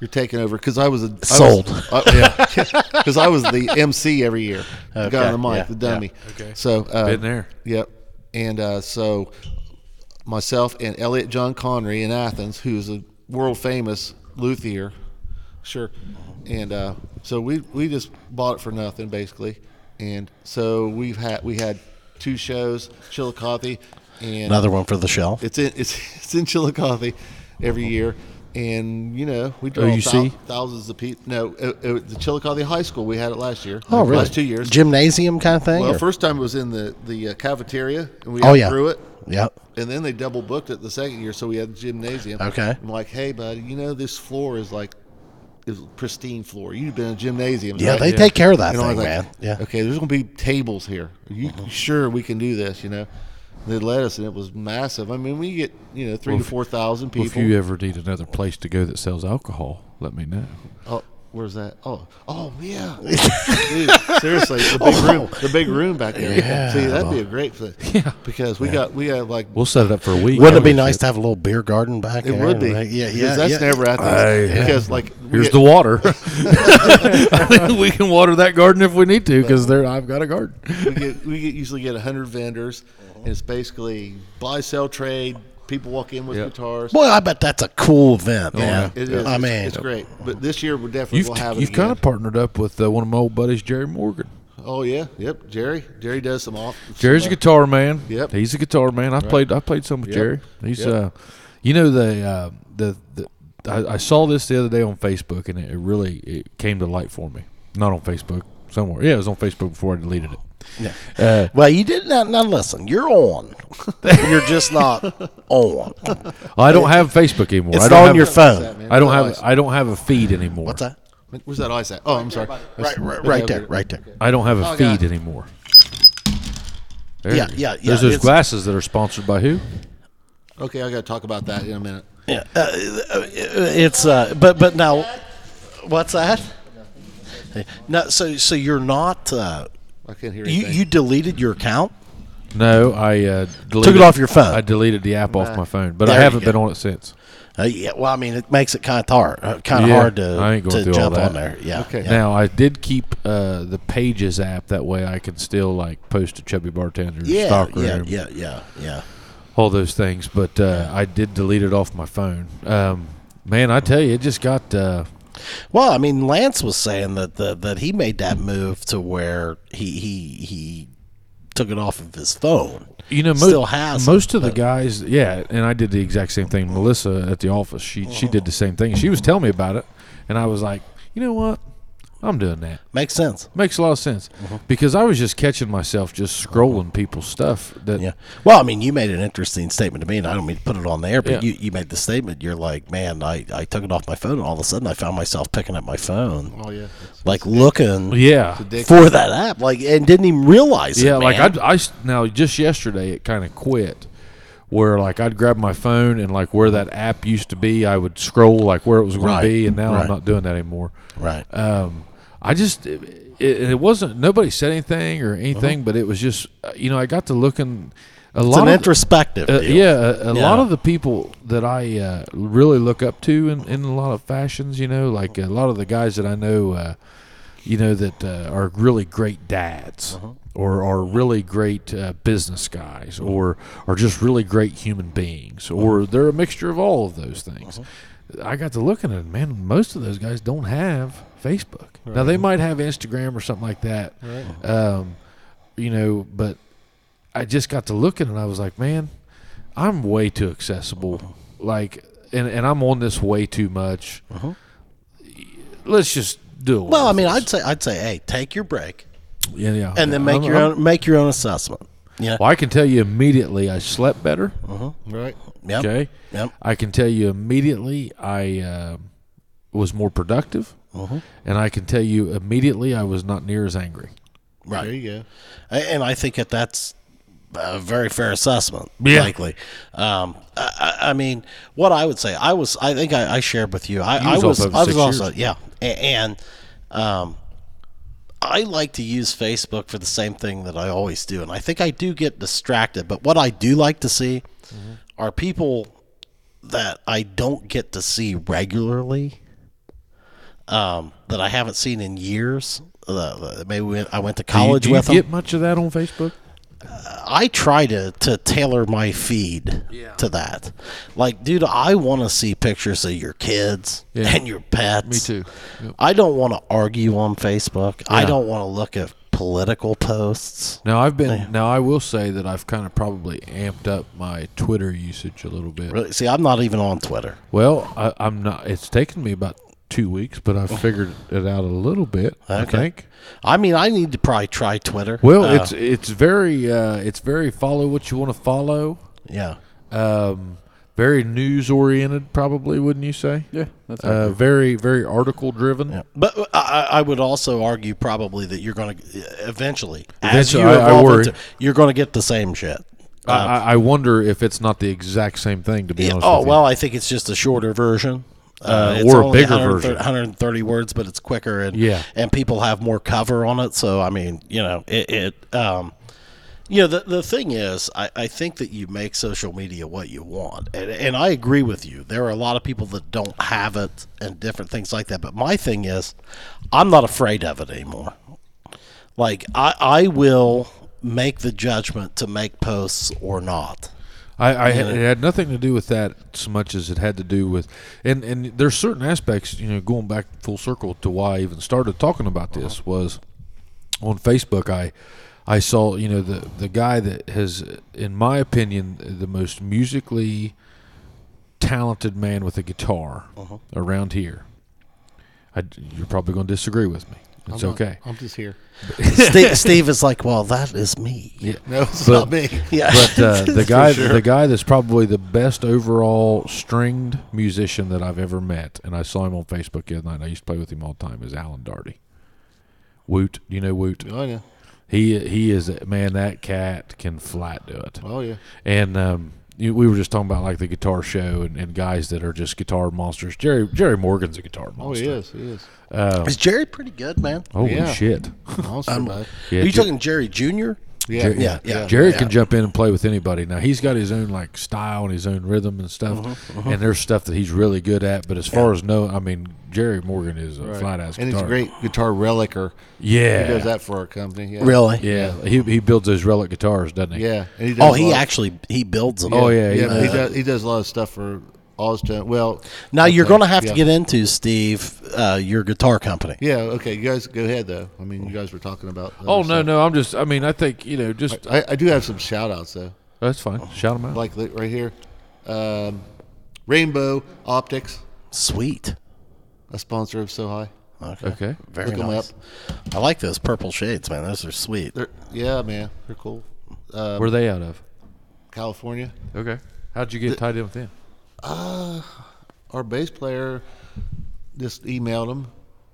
you're taking over because I was a I was- Sold. uh, yeah because I was the MC every year the guy on the mic yeah, the yeah. dummy Okay. so uh, Been there. Yep. And uh, so myself and Elliot John Connery in Athens, who's a world famous luthier, sure. And uh, so we we just bought it for nothing basically. And so we've had we had two shows, Chillicothe, and Another one for the shelf. it's in it's it's in Chillicothe every year, and you know we Oh, draw OUC? thou- thousands of people. No, uh, uh, the Chillicothe High School we had it last year. oh, really? Last two years. Gymnasium kind of thing. Well, or- first time it was in the the uh, cafeteria, and we Oh, oh, yeah. outgrew it. yep. And then they double booked it the second year, so we had the gymnasium. Okay. I'm like, hey, buddy, you know this floor is like is a pristine floor. You've been in gymnasium. Yeah, they take care of that And I thing, was like, man. Yeah. Mm-hmm. Okay, there's gonna be tables here. Are you sure we can do this? You know. And They let us, and it was massive. I mean, we get you know three Well, to if- four thousand Well, people. if you ever need another place to go that sells alcohol, let me know. oh, where's that? Oh, oh yeah. Dude, seriously, the big room, the big room back there. Oh. Yeah. See, that'd be a great place. Yeah. because we got we have like We'll set it up for a week. Wouldn't it be nice to have a little beer garden back It there? would be. Right? Yeah, Because yeah. That's yeah. never Athens. Aye. Because like we Here's get- the water. I think we can water that garden if we need to, because there I've got a garden. we get we get usually get hundred vendors, and it's basically buy sell trade. People walk in with Yeah. guitars. Boy, I bet that's a cool event, man. Oh, It is. I It's- mean, it's great. But this year we definitely You've will have it. you've kind of again. partnered up with uh, one of my old buddies, Jerry Morgan. Oh yeah. Yep. Jerry. Jerry does some uh, off. Jerry's a some, guitar man. Yep. he's a guitar man. I played I played some with Yep. Jerry. He's Yep. uh, you know the uh, the, the I, I saw this the other day on Facebook, and it, it really it came to light for me. Not on Facebook, somewhere. Yeah, it was on Facebook before I deleted it. Uh, Well, you did not. Now listen, you're on. You're just not on. I don't have Facebook anymore. It's I don't on have, your phone. I don't have. I don't have a feed anymore. What's that? Where's that ice at? Oh, I'm sorry. Right, right, right there, right there. I don't have a Oh, feed God. anymore. There Yeah, it is. yeah, yeah, There's those it's- glasses that are sponsored by who? Okay, I got to talk about that in a minute. Yeah, uh, uh, it's uh, but but now, what's that? No, so so you're not. Uh, I can't hear you anything. you deleted your account. No, I uh, deleted, Took it off your phone. I deleted the app off my phone, but There I you haven't go. been on it since. Uh, yeah, well, I mean, it makes it kind of hard, uh, kind of Yeah, hard to, I ain't going to through all jump that. on there. Yeah. Okay. yeah. Now I did keep uh, the Pages app. That way I can still like post to Chubby Bartender, Yeah, Stock yeah, Room, yeah, yeah, yeah. all those things. But uh, I did delete it off my phone. Um, man, I tell you, it just got. Uh, Well, I mean, Lance was saying that the, that he made that move to where he he he took it off of his phone. you know, most, Still has most of the but- guys. Yeah, and I did the exact same thing. Melissa at the office, she she did the same thing. She was telling me about it, and I was like, you know what, I'm doing that. Makes sense. Makes a lot of sense Mm-hmm. because I was just catching myself just scrolling people's stuff. That Yeah. Well, I mean, you made an interesting statement to me, and I don't mean to put it on there, but Yeah. you, you made the statement. You're like, man, I, I took it off my phone, and all of a sudden I found myself picking up my phone, oh yeah. like looking yeah, Dick. for that app, like, and didn't even realize it. yeah. Like man. I'd- I, s- now just yesterday it kind of quit. Where like I'd grab my phone and like where that app used to be, I would scroll like where it was going Right, to be, and now right. I'm not doing that anymore. Right. Um, I just it, it, it wasn't nobody said anything Uh-huh. or anything, but it was just uh, you know I got to looking a it's an lot of the- introspective. Uh, deal. yeah, a, a lot Yeah. of the people that I uh, really look up to in, in a lot of fashions, you know, like a lot of the guys that I know, uh, you know, that uh, are really great dads or are really great uh, business guys or are just really great human beings or they're a mixture of all of those things. I got to looking at it, man, most of those guys don't have Facebook. Now, they might have Instagram or something like that, um, you know, but I just got to looking and I was like, man, I'm way too accessible. Like, and, and I'm on this way too much. Let's just do it. Well, I mean, I'd say I'd say, hey, take your break yeah, yeah. and then make I'm- your I'm- own make your own assessment. Yeah. Well, I can tell you immediately I slept better. Right. Yep. Okay. Uh-huh. Yep. I can tell you immediately I um was more productive. Uh-huh. And I can tell you immediately I was not near as angry. Right. There you go. A- And I think that that's a very fair assessment, Yeah. likely. Um, I, I I mean, what I would say, I was, I think I, I shared with you, I, You was I was, off over I was six also, years. yeah, A- and um, I like to use Facebook for the same thing that I always do, and I think I do get distracted. But what I do like to see Mm-hmm. are people that I don't get to see regularly um, that I haven't seen in years. Uh, maybe we, I went to Do you- college do you with them. get much of that on Facebook? I try to to tailor my feed to that. Like, dude, I want to see pictures of your kids Yeah. and your pets. Me too. Yep. I don't want to argue on Facebook. I Yeah. don't want to look at political posts. Now I've been. Now I will say that I've kind of probably amped up my Twitter usage a little bit. Really, see, I'm not even on Twitter. Well, I, I'm not. It's taken me about two weeks, but I figured it out a little bit. I Oh. Okay. think. I mean, I need to probably try Twitter. Well, Uh, it's it's very uh, it's very follow what you want to follow. yeah, Um, very news oriented, probably wouldn't you say? Yeah, that's Uh, very very article driven. yeah. But uh, I- I, I would also argue probably that you're going to eventually, as you Eventually, I- I evolve worry. into- you're going to get the same shit. I, I, I wonder if it's not the exact same thing. To be Uh. Yeah, honest. oh with you. well, I think it's just a shorter version. Uh, or a bigger 130 version. 130 words, but it's quicker and Yeah. and people have more cover on it. So I mean, you know, it, it um, you know, the the thing is, I, I think that you make social media what you want, and and I agree with you. There are a lot of people that don't have it and different things like that. But my thing is, I'm not afraid of it anymore. Like I I will make the judgment to make posts or not. I, I it had nothing to do with that so much as it had to do with, and and there's certain aspects, you know, going back full circle to why I even started talking about Uh-huh. this was on Facebook. I I saw you know the the guy that has, in my opinion, the most musically talented Uh-huh. man with a guitar around here. I, you're probably going to disagree with me. It's I'm not- okay. I'm just here. Steve, Steve is like, well, that is me. Yeah. No, it's But- not me. Yeah. But uh, the guy, sure. the guy that's probably the best overall stringed musician that I've ever met, and I saw him on Facebook the other night. And I used to play with him all the time. Is Alan Darty. Woot, you know Woot. Oh yeah. He he is man. That cat can flat do it. Oh yeah. And um, you, we were just talking about like the guitar show and, and guys that are just guitar monsters. Jerry Jerry Morgan's a guitar Oh, monster. he is. He is. Uh, Is Jerry pretty good, man? holy Yeah. shit! Monster, bud. Oh, Yeah, Are you Jer- talking Jerry Jr.? Yeah. Jer- Yeah, yeah. Jerry yeah. can jump in and play with anybody. Now he's got his own like style and his own rhythm and stuff, Uh-huh, and there's stuff that he's really good at. But as far as no, I mean Jerry Morgan is a flat ass. And he's a great guitar relicer. Yeah, He does that for our company. Yeah. Really? Yeah, he he builds those relic guitars, doesn't he? Yeah. And he does Oh, a he lot of- actually he builds them. Oh, yeah, Yeah. he but he does. does. He does a lot of stuff for Austin. Well. Now you're okay, going to have yeah. to get into Steve uh, your guitar company. Yeah. Okay. You guys go ahead though. I mean, you guys were talking about. other Oh no, stuff. no, I'm just. I mean, I think you know, just I, I do have some shout outs though. that's fine. uh-huh. Shout him out. Like li- right here, um, Rainbow Optics, Sweet. a sponsor of So High. Okay. okay. Very Look 'em nice. I like those purple shades, man. Those are sweet. They're, yeah, man, they're cool. Uh, Where are they out of? California. Okay. How'd you get tied in with them? Our bass player just emailed them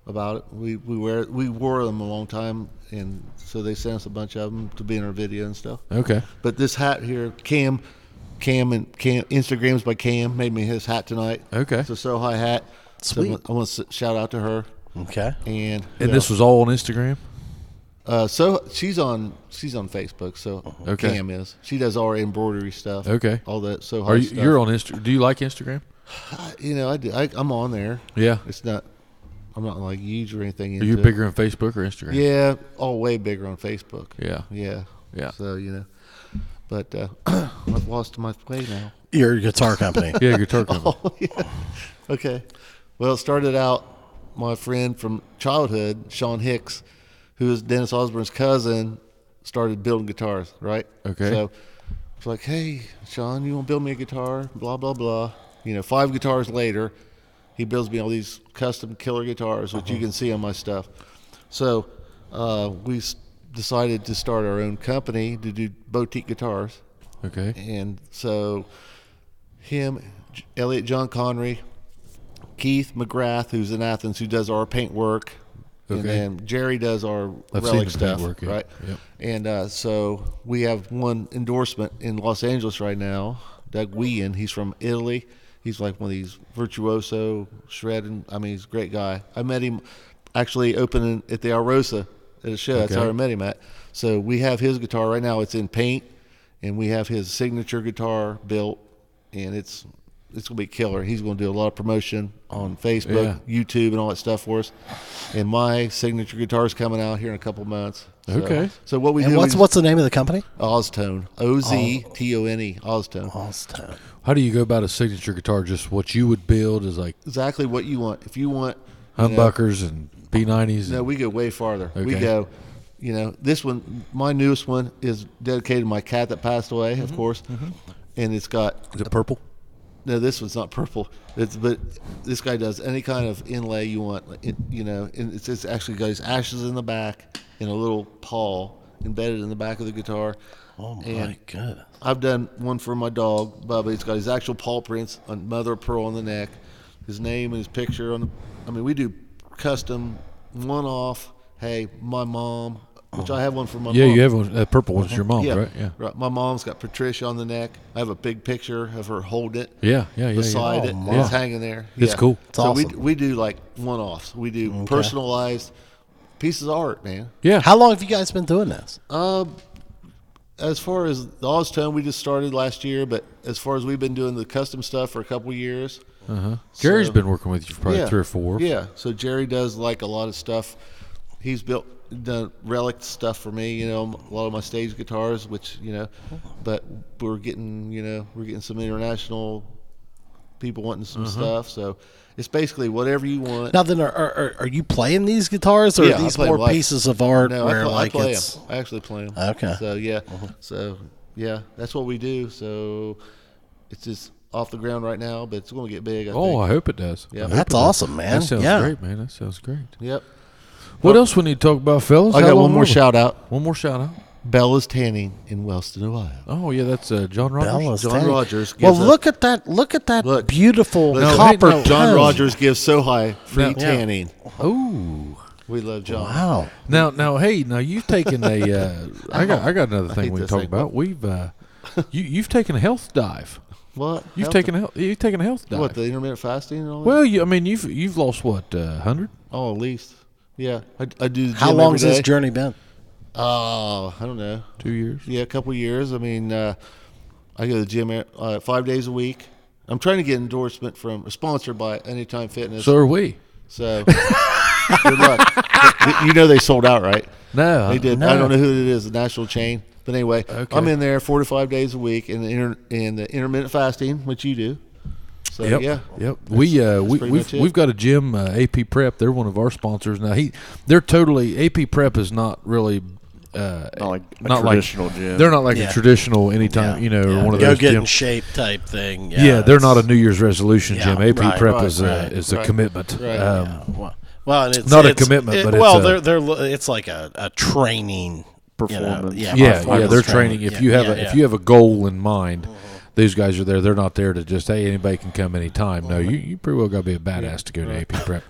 about it. We we wear we wore them a long time, and so they sent us a bunch of them to be in our video and stuff. Okay. But this hat here, Cam, Cam and Cam Instagrams by Cam made me his hat tonight. Okay. it's a So High hat. So I Sweet. want- I want to shout out to her. Okay. And, who And this else? was all on Instagram. Uh, so she's on she's on Facebook. So Okay. Cam is. She does all our embroidery stuff. Okay. All that. So Are you, stuff. you're on Insta? Do you like Instagram? I- you know I, do, I I'm on there. Yeah. It's not. I'm not like huge or anything. Are you into it. bigger on Facebook or Instagram? Yeah. All way bigger on Facebook. Yeah. Yeah. Yeah. So you know, but uh, I've lost my way now. Your guitar company. Yeah, guitar cover. Oh, Okay. Well, it started out my friend from childhood, Sean Hicks, who is Dennis Osborne's cousin, started building guitars, right? Okay. So it's like, hey, Sean, you want to build me a guitar? Blah, blah, blah. You know, five guitars later, he builds me all these custom killer guitars, which you can see on my stuff. So uh, we s- decided to start our own company to do boutique guitars Okay. and so him, J- Elliot John Connery, Keith McGrath, who's in Athens, who does our paint work, and Okay. then Jerry does our I've seen relic the paint stuff, work, yeah. right? Yep. And uh, so we have one endorsement in Los Angeles right now, Doug Wien. He's from Italy. He's like one of these virtuoso shredding. I mean, he's a great guy. I met him actually opening at the Alrosa at a show. That's how Okay. I met him at. So we have his guitar right now. It's in paint, and we have his signature guitar built, and it's it's gonna be killer. He's gonna do a lot of promotion on Facebook, YouTube, and all that stuff for us. And my signature guitar is coming out here in a couple months. So- Okay. So what we And do what's Oh. is what's the name of the company? Oztone, O Z T O N E, Oztone. Uh-huh. Austin. How do you go about a signature guitar? Just what you would build is like Exactly what you want. If you want you know, humbuckers and B90s. No, and- we go way farther. We Okay. go, you know, this one, my newest one is dedicated to my cat that passed away, Mm-hmm. of course, and it's got is it purple? no. This one's not purple. It's but this guy does any kind of inlay you want. like, It, you know, and it's, it's actually got his ashes in the back and a little paw embedded in the back of the guitar. Oh my And- goodness. I've done one for my dog, Bubba. He's got his actual paw prints on mother of pearl on the neck, his name and his picture on the. I mean, we do custom one off. Hey, my mom, which I have one for my Yeah, mom. you have one. That purple one's your mom, yeah, right? Yeah. My mom's got Patricia on the neck. I have a big picture of her holding it Yeah, yeah, yeah. yeah. beside Oh, it. and my. It's hanging there. It's cool. It's so we, awesome. we do like one offs. We do personalized pieces of art, man. Yeah. How long have you guys been doing this? as far as the Oztone, we just started last year, but as far as we've been doing the custom stuff for a couple years, uh-huh. Jerry's so- been working with you for probably uh, yeah, three or four. Yeah, so Jerry does like a lot of stuff. He's built done relic stuff for me, you know, a lot of my stage guitars, which you know, but we're getting you know we're getting some international people wanting some Uh-huh. stuff, so it's basically whatever you want. Now then, are, are, are- are you playing these guitars, or Yeah, I are these play more live. pieces of art No, where I, pl- like I play it's? 'em. I actually play them. Okay. So yeah. So yeah, that's what we do. So it's just off the ground right now, but it's going to get big. I Oh, think. I hope it does. I Yeah. hope That's it does. awesome, man. That sounds Yeah. great, man. That sounds great. Yep. What else we need to talk about, fellas? I How got long one more are we? shout out. One more shout out. Bella's Tanning in Wellston, Ohio. Oh yeah, that's uh, John Rogers. Bella's John tank. Rogers Well, gives a- look at that! Look at that Look. beautiful Listen, copper. no, Oh, John tone. Rogers gives so high free No. Oh. Yeah. tanning. Oh. We love John. Wow. Now, now, hey, now you've taken a. Uh, I got, I got another hate thing we can this talk thing. about. We've, uh, you, you've taken a health dive. What? You've Health- taken a, health- you've taken a health dive. what the intermittent fasting and all that? well, you, I mean, you've, you've lost what, uh, hundred? Oh, at least. Yeah, I, I do. The How gym long's every this day. journey been? Oh, I don't know. Two years. Yeah, a couple years. I mean, uh, I go to the gym uh, five days a week. I'm trying to get endorsement from sponsored by Anytime Fitness. So are we. so good luck. you know they sold out, right? No, They I- did. I don't know who it is, the national chain. But anyway, Okay. I'm in there four to five days a week in the, inter- in the intermittent fasting, which you do. So Yep. yeah, Yep. we uh, we pretty we've, much it. we've got a gym, uh, AP Prep. They're one of our sponsors. Now he, they're totally AP Prep is not really. Uh, Not like a not traditional like, gym. They're not like Yeah. a traditional anytime you know or one of Go those get in gyms. shape type thing. Yeah, Yeah, they're it's- not a New Year's resolution Yeah, gym. AP right, prep right, is a right, is right. a commitment. Right. Um, uh, Well, well, and it's Not a it's- commitment, it- but it's well, a- they're they're li- it's like a, a training you know, Performance. yeah, yeah, performance they're training. If Yeah, you have yeah, a yeah. if you have a goal in mind, Mm-hmm. these guys are there. They're not there to just hey anybody can come anytime. No, you you pretty well got to be a badass to go to AP prep.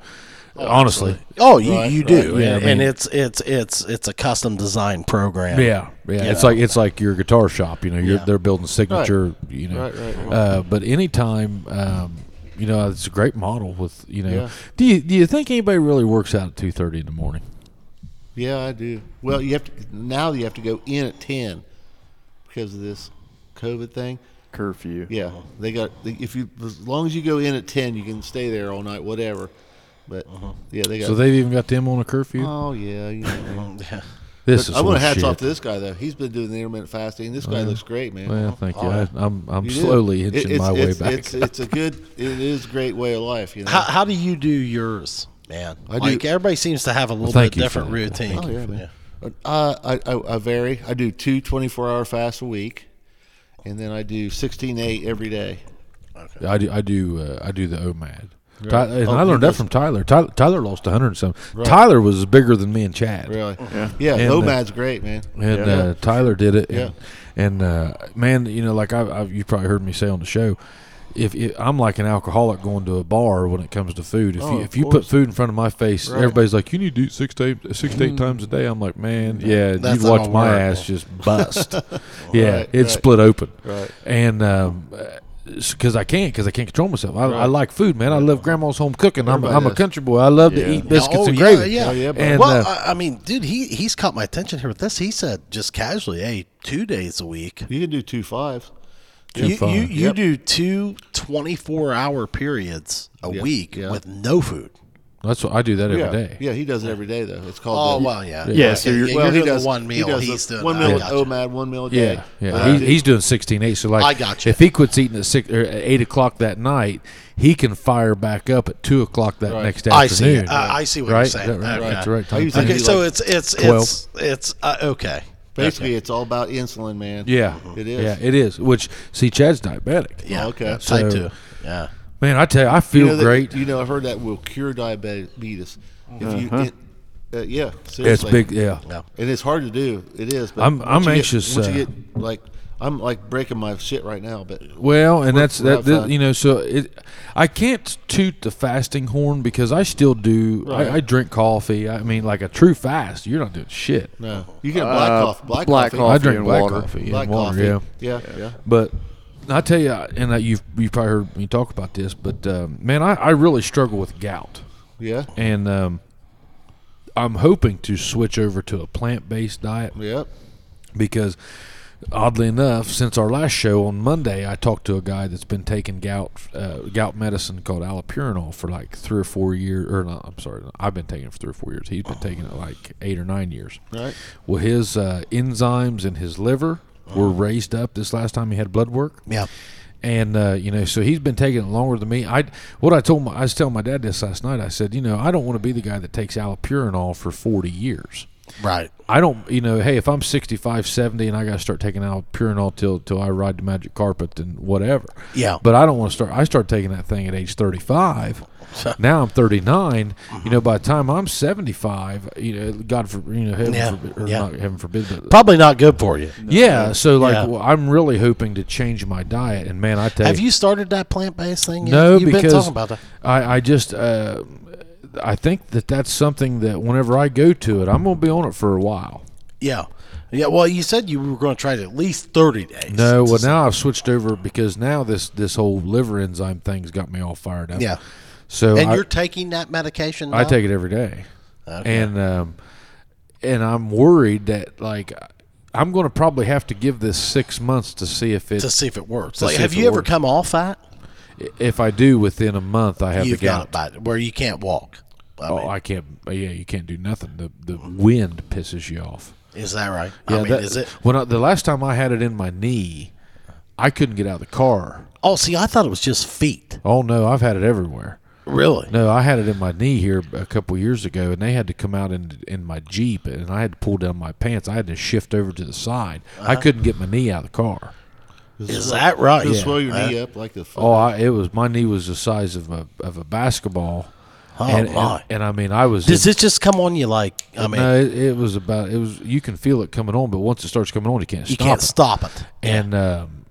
Honestly, oh, you, Right, you right, do, yeah, I and, mean- and it's it's it's it's a custom design program. Yeah, yeah. It's Yeah. like it's like your guitar shop. You know, you're, Yeah. they're building signature. You know, Right, right, right. Uh, but anytime, um, you know, it's a great model with you know. Yeah. Do you do you think anybody really works out at two thirty in the morning? yeah, I do. Well, you have to now. You have to go in at ten because of this COVID thing. Curfew. Yeah, they got if you as long as you go in at ten, you can stay there all night, whatever. But yeah, they got. So they've even got them on a curfew. oh yeah, you know. Yeah. this is I some want to hats shit. off to this guy though. He's been doing the intermittent fasting. This guy looks great, man. Well, thank you. Oh, yeah. I, I'm I'm You do. slowly It- inching it's- my way it's- back. It's, it's a good. It is a great way of life. You know. How, how do you do yours, man? I do- like everybody seems to have a little thank bit you for different that. routine. Oh, yeah, man. Uh, I, I, I vary. I do two 24 hour fasts a week, and then I do 16 8 every day. I do I do uh, I do the OMAD. Ty, and Oh, I he learned that does- from Tyler. Tyler, Tyler lost 100 and something. Tyler was bigger than me and Chad. Really? Yeah. Yeah, And, uh, OMAD's great, man. and Yeah. uh, Tyler did it. Yeah. And, and uh, man, you know, like I, I, you probably heard me say on the show, if it, I'm like an alcoholic going to a bar when it comes to food, if Oh, you of if you put course. food in front of my face, Right. Mm. everybody's like, you need to eat six to eight, six to eight times a day. I'm like, man, yeah, That's you'd watch not my work. ass just bust. yeah, Right, it's right. split open. Right. And um, because I can't, because I can't control myself. I, I like food, man. I love grandma's home cooking. I'm, Everybody I'm a does. country boy. I love Yeah. to eat biscuits oh, and yeah, gravy. Yeah, Oh, yeah, bro. And, well, uh, I, I mean, dude, he he's caught my attention here with this. He said just casually, hey, two days a week. You can do two fives. You, you, fine. you Yep. do two 24 hour periods a Yeah, week yeah. with no food. that's what I do that every day. yeah. Yeah, he does it every day, though. It's Oh, called. the- well, yeah. Yeah, so you're- well, well, doing he does the one meal. He does he's the doing one the- I meal gotcha. OMAD, one meal a day. Uh, Yeah, yeah. I he, do- he's doing sixteen eight. So like, Uh, I gotcha. If he quits eating at six or at eight o'clock that night, he can fire back up at two o'clock that Right. next I see. afternoon. it. Uh, I I see what right? you're Is that saying. right? Okay. That's right. I used to Okay, be so like it's it's 12. it's it's uh, okay. Basically, it's all about insulin, man. Yeah, It is. Yeah, it is. Which see, Chad's diabetic. Mm-hmm. Yeah. okay. yeah, So- Type two. Yeah. Man, I tell you, I feel you know, that- great. you know, I've heard that will cure diabetes. If you, Uh-huh. it, uh, yeah, seriously. it's big. Yeah. Yeah. and it's hard to do. It is. But I'm- once I'm you get- anxious, once uh, you get like, I'm like breaking my shit right now. But Well, and that's we're that. that outside. you know, so it, I can't toot the fasting horn because I still do. Right. I, I drink coffee. I mean, like a true fast, you're not doing shit. no, you get black Uh, coffee. Black, black I coffee. coffee drink and black water. coffee and Black water. coffee. Yeah. yeah, yeah. But I tell you, and I, you've you probably heard me talk about this, but um, man, I, I really struggle with gout, yeah. and um, I'm hoping to switch over to a plant based diet Yep. because oddly enough since our last show on monday i talked to a guy that's been taking gout uh, gout medicine called allopurinol for like three or four years or not i'm sorry i've been taking it for three or four years he's been taking it like eight or nine years Right. well his uh, enzymes in his liver were raised up this last time he had blood work Yeah. and uh, you know, so he's been taking it longer than me. I what I told my I was telling my dad this last night. I said, you know, I don't want to be the guy that takes allopurinol for forty years. Right. I don't, you know, hey, if I'm 65, 70 and I got to start taking out Purinol till till I ride the magic carpet and whatever. Yeah. But I don't want to start I start taking that thing at age 35. now I'm 39. Mm-hmm. You know, by the time I'm 75, you know, God forbid, you know, heaven Yeah, forbid, or yeah. not heaven forbid, but Probably not good for you. yeah, so like Yeah. well, I'm really hoping to change my diet and man, I tell Have you started that plant based thing? yet? No, You've been because talking about that. I, I just uh, I think that that's something that whenever I go to it, I'm gonna be on it for a while. Yeah. Yeah. Well, you said you were going to try it at least 30 days. No, well now I've switched over because now this this whole liver enzyme thing's got me all fired up. Yeah. So And I, you're uh, taking that medication? I now? take it every day, and um, and I'm worried that like I'm gonna probably have to give this six months to see if it to see if it works. To Like, see have if it you ever works. come off that? if I do within a month I have You've the gout. got it by where you can't walk. I oh, mean, I can't. Yeah, you can't do nothing. The the wind pisses you off. is that right? Yeah, I mean, that- is it? When I, the last time I had it in my knee, I couldn't get out of the car. Oh, see, I thought it was just feet. Oh no, I've had it everywhere. Really? No, I had it in my knee here a couple years ago, and they had to come out in in my jeep, and I had to pull down my pants. I had to shift over to the side. I Uh-huh. couldn't get my knee out of the car. Is that right? Just Yeah. swell your Uh, knee up like the fuck. Oh, I, it was my knee was the size of a of a basketball. Oh, and, and- my. And, I mean, I was. Does in- it just come on you like? I mean, no, it, it was about. It was. You can feel it coming on, but once it starts coming on, you can't you stop. can't it. stop it. and um,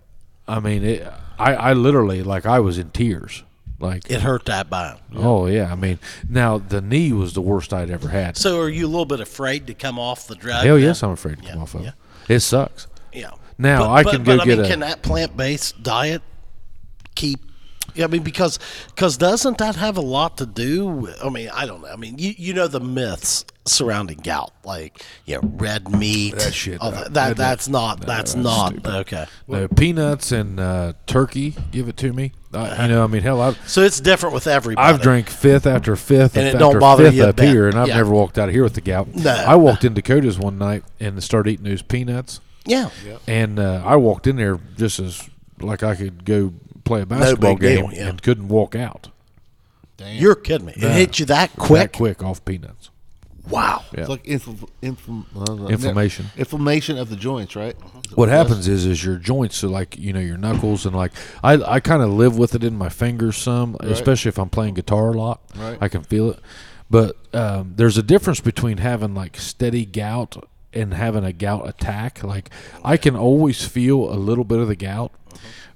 I mean, it, I I literally like I was in tears. Like, It hurt that bad. oh yeah, I mean, now the knee was the worst I'd ever had. So, are you a little bit afraid to come off the drug? Hell now? yes, I'm afraid to come off of yeah. it. It sucks. Yeah. Now, But- I but- can but, go I get mean, a- Can that plant-based diet keep? I mean, because because doesn't that have a lot to do? With, I mean, I don't know. I mean, you you know the myths surrounding gout, like you know, red meat. That shit, all no. that, that that's not that's, not okay. No, peanuts and uh, turkey. Give it to me. I, you know, I mean, hell, I've So it's different with everybody. I've drank fifth after fifth And it after don't bother fifth you a up bit. here, and I've Yeah. never walked out of here with the gout. No. I walked in Dakota's one night and started eating those peanuts, Yeah. and uh, I walked in there just as like I could go play a basketball big deal, game yeah. and couldn't walk out You're kidding me. It hit you that quick. that quick off peanuts. Wow. Yeah. It's like infl- infl- uh, Inflammation. Uh-huh. Inflammation of the joints, right? What happens is, is your joints, so like you know your knuckles and like I, I kind of live with it in my fingers some, especially if I'm playing guitar a lot. Right. I can feel it, but um, there's a difference between having like steady gout and having a gout attack. Like I can always feel a little bit of the gout,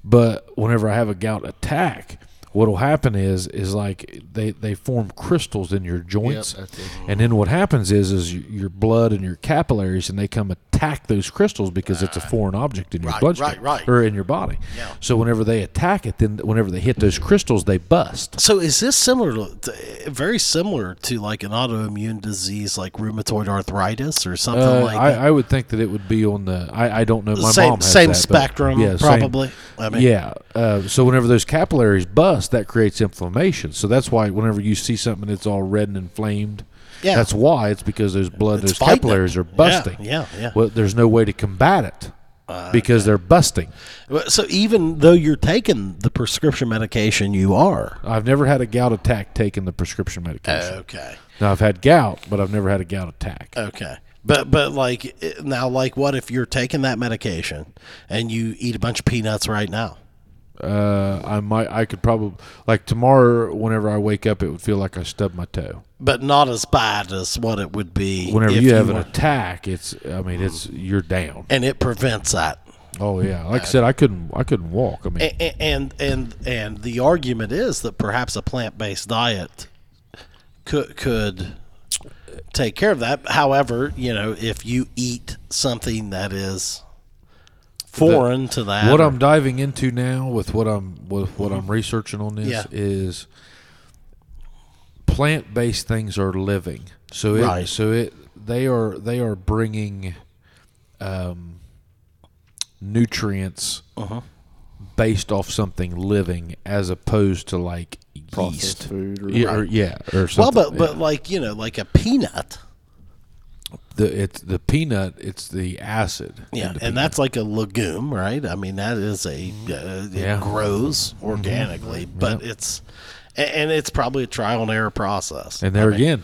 but whenever I have a gout attack, what'll happen is is like they they form crystals in your joints, that's it. and then what happens is is y- your blood and your capillaries, and they come attack those crystals because it's a foreign object in your Ah. Right, right, bloodstream right. or in your body. So whenever they attack it, then whenever they hit those crystals, they bust. So is this similar, to, very similar to like an autoimmune disease like rheumatoid arthritis or something Uh, like I, that? I would think that it would be on the. I, I don't know. My same mom has same that, but- spectrum, yeah, same- probably. I mean, yeah. Uh, so whenever those capillaries bust, that creates inflammation. So that's why whenever you see something that's all red and inflamed, Yeah. that's why it's because those blood, It's those fighting it. capillaries are Yeah, busting. yeah, yeah. Uh, Well, there's no way to combat it because they're busting. Well, So even though you're taking the prescription medication, you are I've never had a gout attack taking the prescription medication. okay. now I've had gout, but I've never had a gout attack. Okay. But but like eh, now, like what if you're taking that medication and you eat a bunch of peanuts right now? Uh, I might, I could probably like tomorrow. Whenever I wake up, it would feel like I stubbed my toe. But not as bad as what it would be Whenever if you have an were- attack, it's I mean it's you're down. and it prevents that. Oh yeah, like I said, I couldn't I couldn't walk. I mean, A- a- and and and the argument is that perhaps a plant-based diet could could take care of that. However, you know, if you eat something that is foreign to that, what or- I'm diving into now with what I'm with what I'm researching on this Mm-hmm. Yeah. is plant based things are living. So it, Right. so it they are they are bringing um, nutrients Uh-huh. based off something living as opposed to like yeast. food or- yeah, or, yeah, or well, something. but but like you know, like a peanut, the it's the peanut, it's the acid. in yeah, the and peanut. that's like a legume, right? I mean, that is a uh, it Yeah. Mm-hmm. grows organically, but it's a- and it's probably a trial and error process. And there again,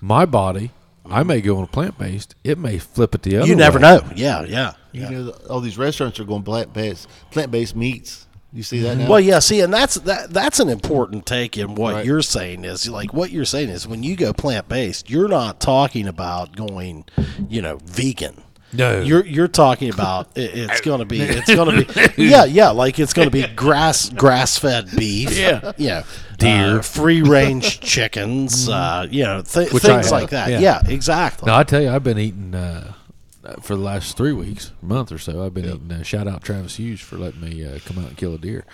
my body I may go on a plant based. It may flip it the other. you never way. know. Yeah, yeah. You yeah. know, all these restaurants are going plant based, plant based meats. You see that Mm-hmm. now? Well, yeah. See, and that's that. That's an important take in what Right. you're saying is like what you're saying is when you go plant based, you're not talking about going, you know, vegan. No. you're you're talking about it, it's going to be it's going to be yeah yeah like it's going to be grass grass fed beef Yeah. yeah Deer. free range chickens uh, you know th- Which I things have, like that yeah. yeah, exactly No, I tell you, I've been eating uh, for the last three weeks, month or so. I've been eating. Uh, shout out Travis Hughes for letting me uh, come out and kill a deer.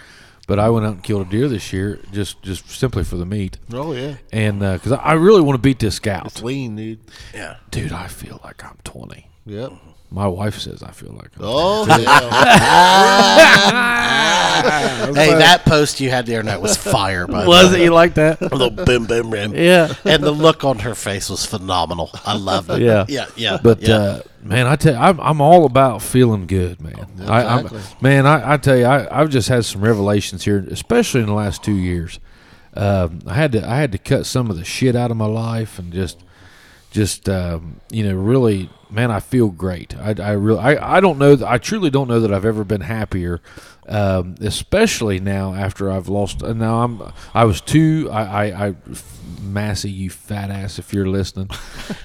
But I went out and killed a deer this year, just just simply for the meat, oh yeah, and because I I really want to beat this scout, it's lean, dude. yeah dude. I feel like I'm 20. Yep. My wife says I feel like I'm Oh yeah. hey that post you had the internet was fire by the Was way. it you like that? a little bim bim rim Yeah. and the look on her face was phenomenal I loved it Yeah. yeah yeah But yeah. uh, man, I tell you, I'm, I'm all about feeling good, man. I, I'm, exactly. man, I, I tell you, I, I've just had some revelations here, especially in the last two years. Um, I had to I had to cut some of the shit out of my life and just just um, you know really man I feel great I, I really I, I don't know that, I truly don't know that I've ever been happier um, especially now after I've lost and now I'm I was too I, I, I Massey you fat ass if you're listening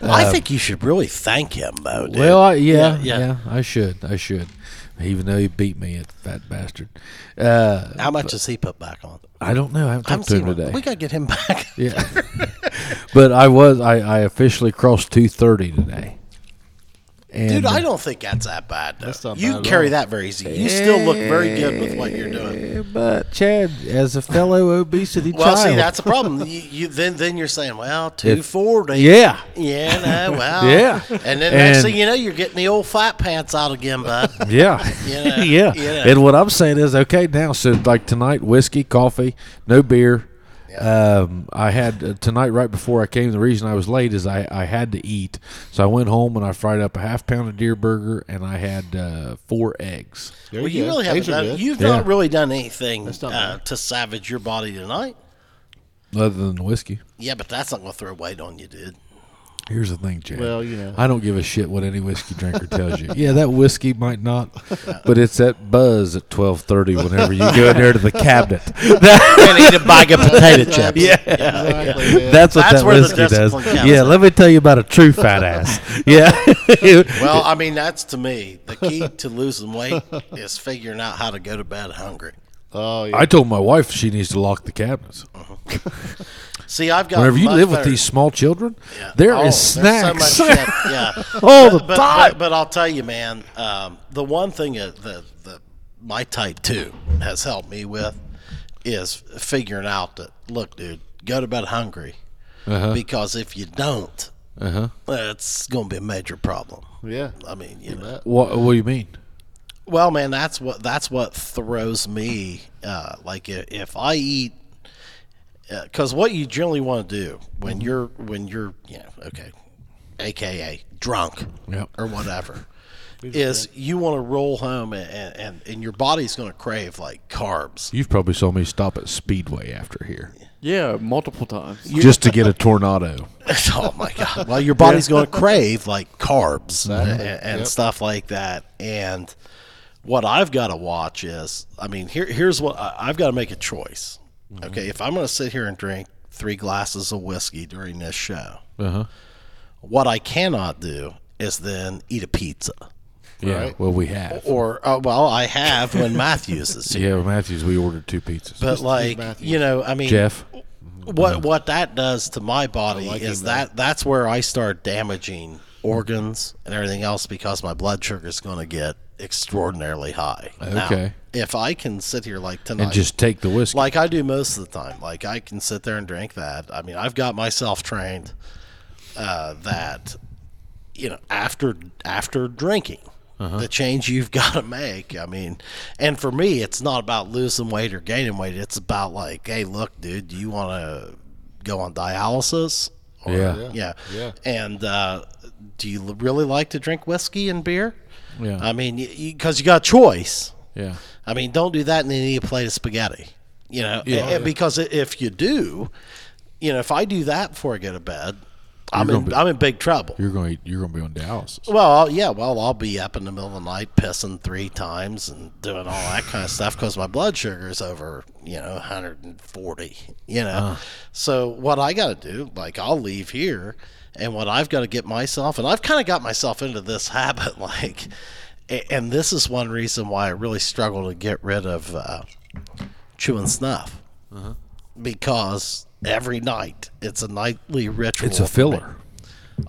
I think you should really thank him though dude. uh, well, I, Yeah, yeah, yeah, yeah. I should, I should, even though he beat me, that fat bastard. Uh, how much has he put back on I don't know. I haven't I haven't talked to seen him today. him. we gotta get him back yeah, but I was, I, I officially crossed two thirty today. And Dude, I don't think that's that bad. Though. That's not you bad at carry all. that very easy. You still look very good with what you're doing. Yeah, But Chad, as a fellow obesity Well, child, see, that's a problem. You, you then then you're saying, well, two If- forty. yeah. Yeah, no, well, Yeah. And then next And- thing you know, you're getting the old flat pants out again, bud. Yeah. Yeah. yeah. Yeah. And what I'm saying is, okay, now, so like tonight, whiskey, coffee, no beer. Um, I had uh, tonight right before I came. The reason I was late is I, I had to eat, so I went home and I fried up a half pound of deer burger and I had uh, four eggs. There well, you go. really haven't Eggs are done. good. You've Yeah. not really done anything not uh, to savage your body tonight. Other than the whiskey, Yeah, but that's not gonna throw weight on you, dude. here's the thing, Chad. Well, you know. I don't give a shit what any whiskey drinker tells you. Yeah, that whiskey might not, but it's that buzz at twelve thirty whenever you go in there to the cabinet. And eat a bag of potato chips. yeah. Exactly, man. That's what That's that where the whiskey does. discipline counts. Yeah, let me tell you about a true fat ass. Yeah. Well, I mean, that's to me the key to losing weight is figuring out how to go to bed hungry. Oh yeah. I told my wife she needs to lock the cabinets. See, I've got. Whenever you much live with better- these small children, Yeah. there Oh, is there's so snacks much shit, yeah. all the but, time. but, but I'll tell you, man, um, the one thing that the, the, my type 2 has helped me with is figuring out that, look, dude, go to bed hungry. Uh-huh. Because if you don't, uh it's going to be a major problem. yeah. I mean, you know. what, what do you mean? Well, man, that's what that's what throws me. Uh, like if, if I eat, because what you generally want to do when you're when you're you know okay, aka drunk Yep. or whatever, is you want to roll home and, and, and, and your body's going to crave like carbs. You've probably saw me stop at Speedway after here Yeah, multiple times. just to get a tornado. oh my god! Well, your body's going to crave like carbs Mm-hmm. and, and stuff like that. And what I've got to watch is, I mean, here here's what I, I've got to make a choice. Okay, if I'm going to sit here and drink three glasses of whiskey during this show, Uh-huh. what I cannot do is then eat a pizza. Yeah. Right. Well, we have. Or uh, well, I have when Matthews is here. Yeah, well, Matthews, we ordered two pizzas. But like Matthews. you know, I mean, Jeff. what what that does to my body is that that's where I start damaging organs and everything else because my blood sugar is going to get extraordinarily high. Now, Okay. if I can sit here like tonight And just take the whiskey. like I do most of the time, like I can sit there and drink that. I mean, I've got myself trained uh, that you know after after drinking. Uh-huh. The change you've got to make. I mean, and for me, it's not about losing weight or gaining weight. It's about like, hey, look, dude, do you want to go on dialysis? Or, Yeah. yeah, Yeah. And uh, do you really like to drink whiskey and beer? Yeah. I mean, because you, 'cause you got choice. yeah. I mean, don't do that and then eat a plate of spaghetti. Eh, You know, and- and because i- if you do, you know, if I do that before I go to bed, I'm gonna in, be- I'm in big trouble. You're going. You're going to be on dialysis. Well, I'll- yeah, well, I'll be up in the middle of the night pissing three times and doing all that kind of stuff because my blood sugar is over, you know, 140, you know. Uh. So, what I got to do, like, I'll leave here and what I've got to get myself, and I've kind of got myself into this habit, like, a- and this is one reason why I really struggle to get rid of uh, chewing snuff Uh-huh. because every night it's a nightly ritual. It's a for me. filler.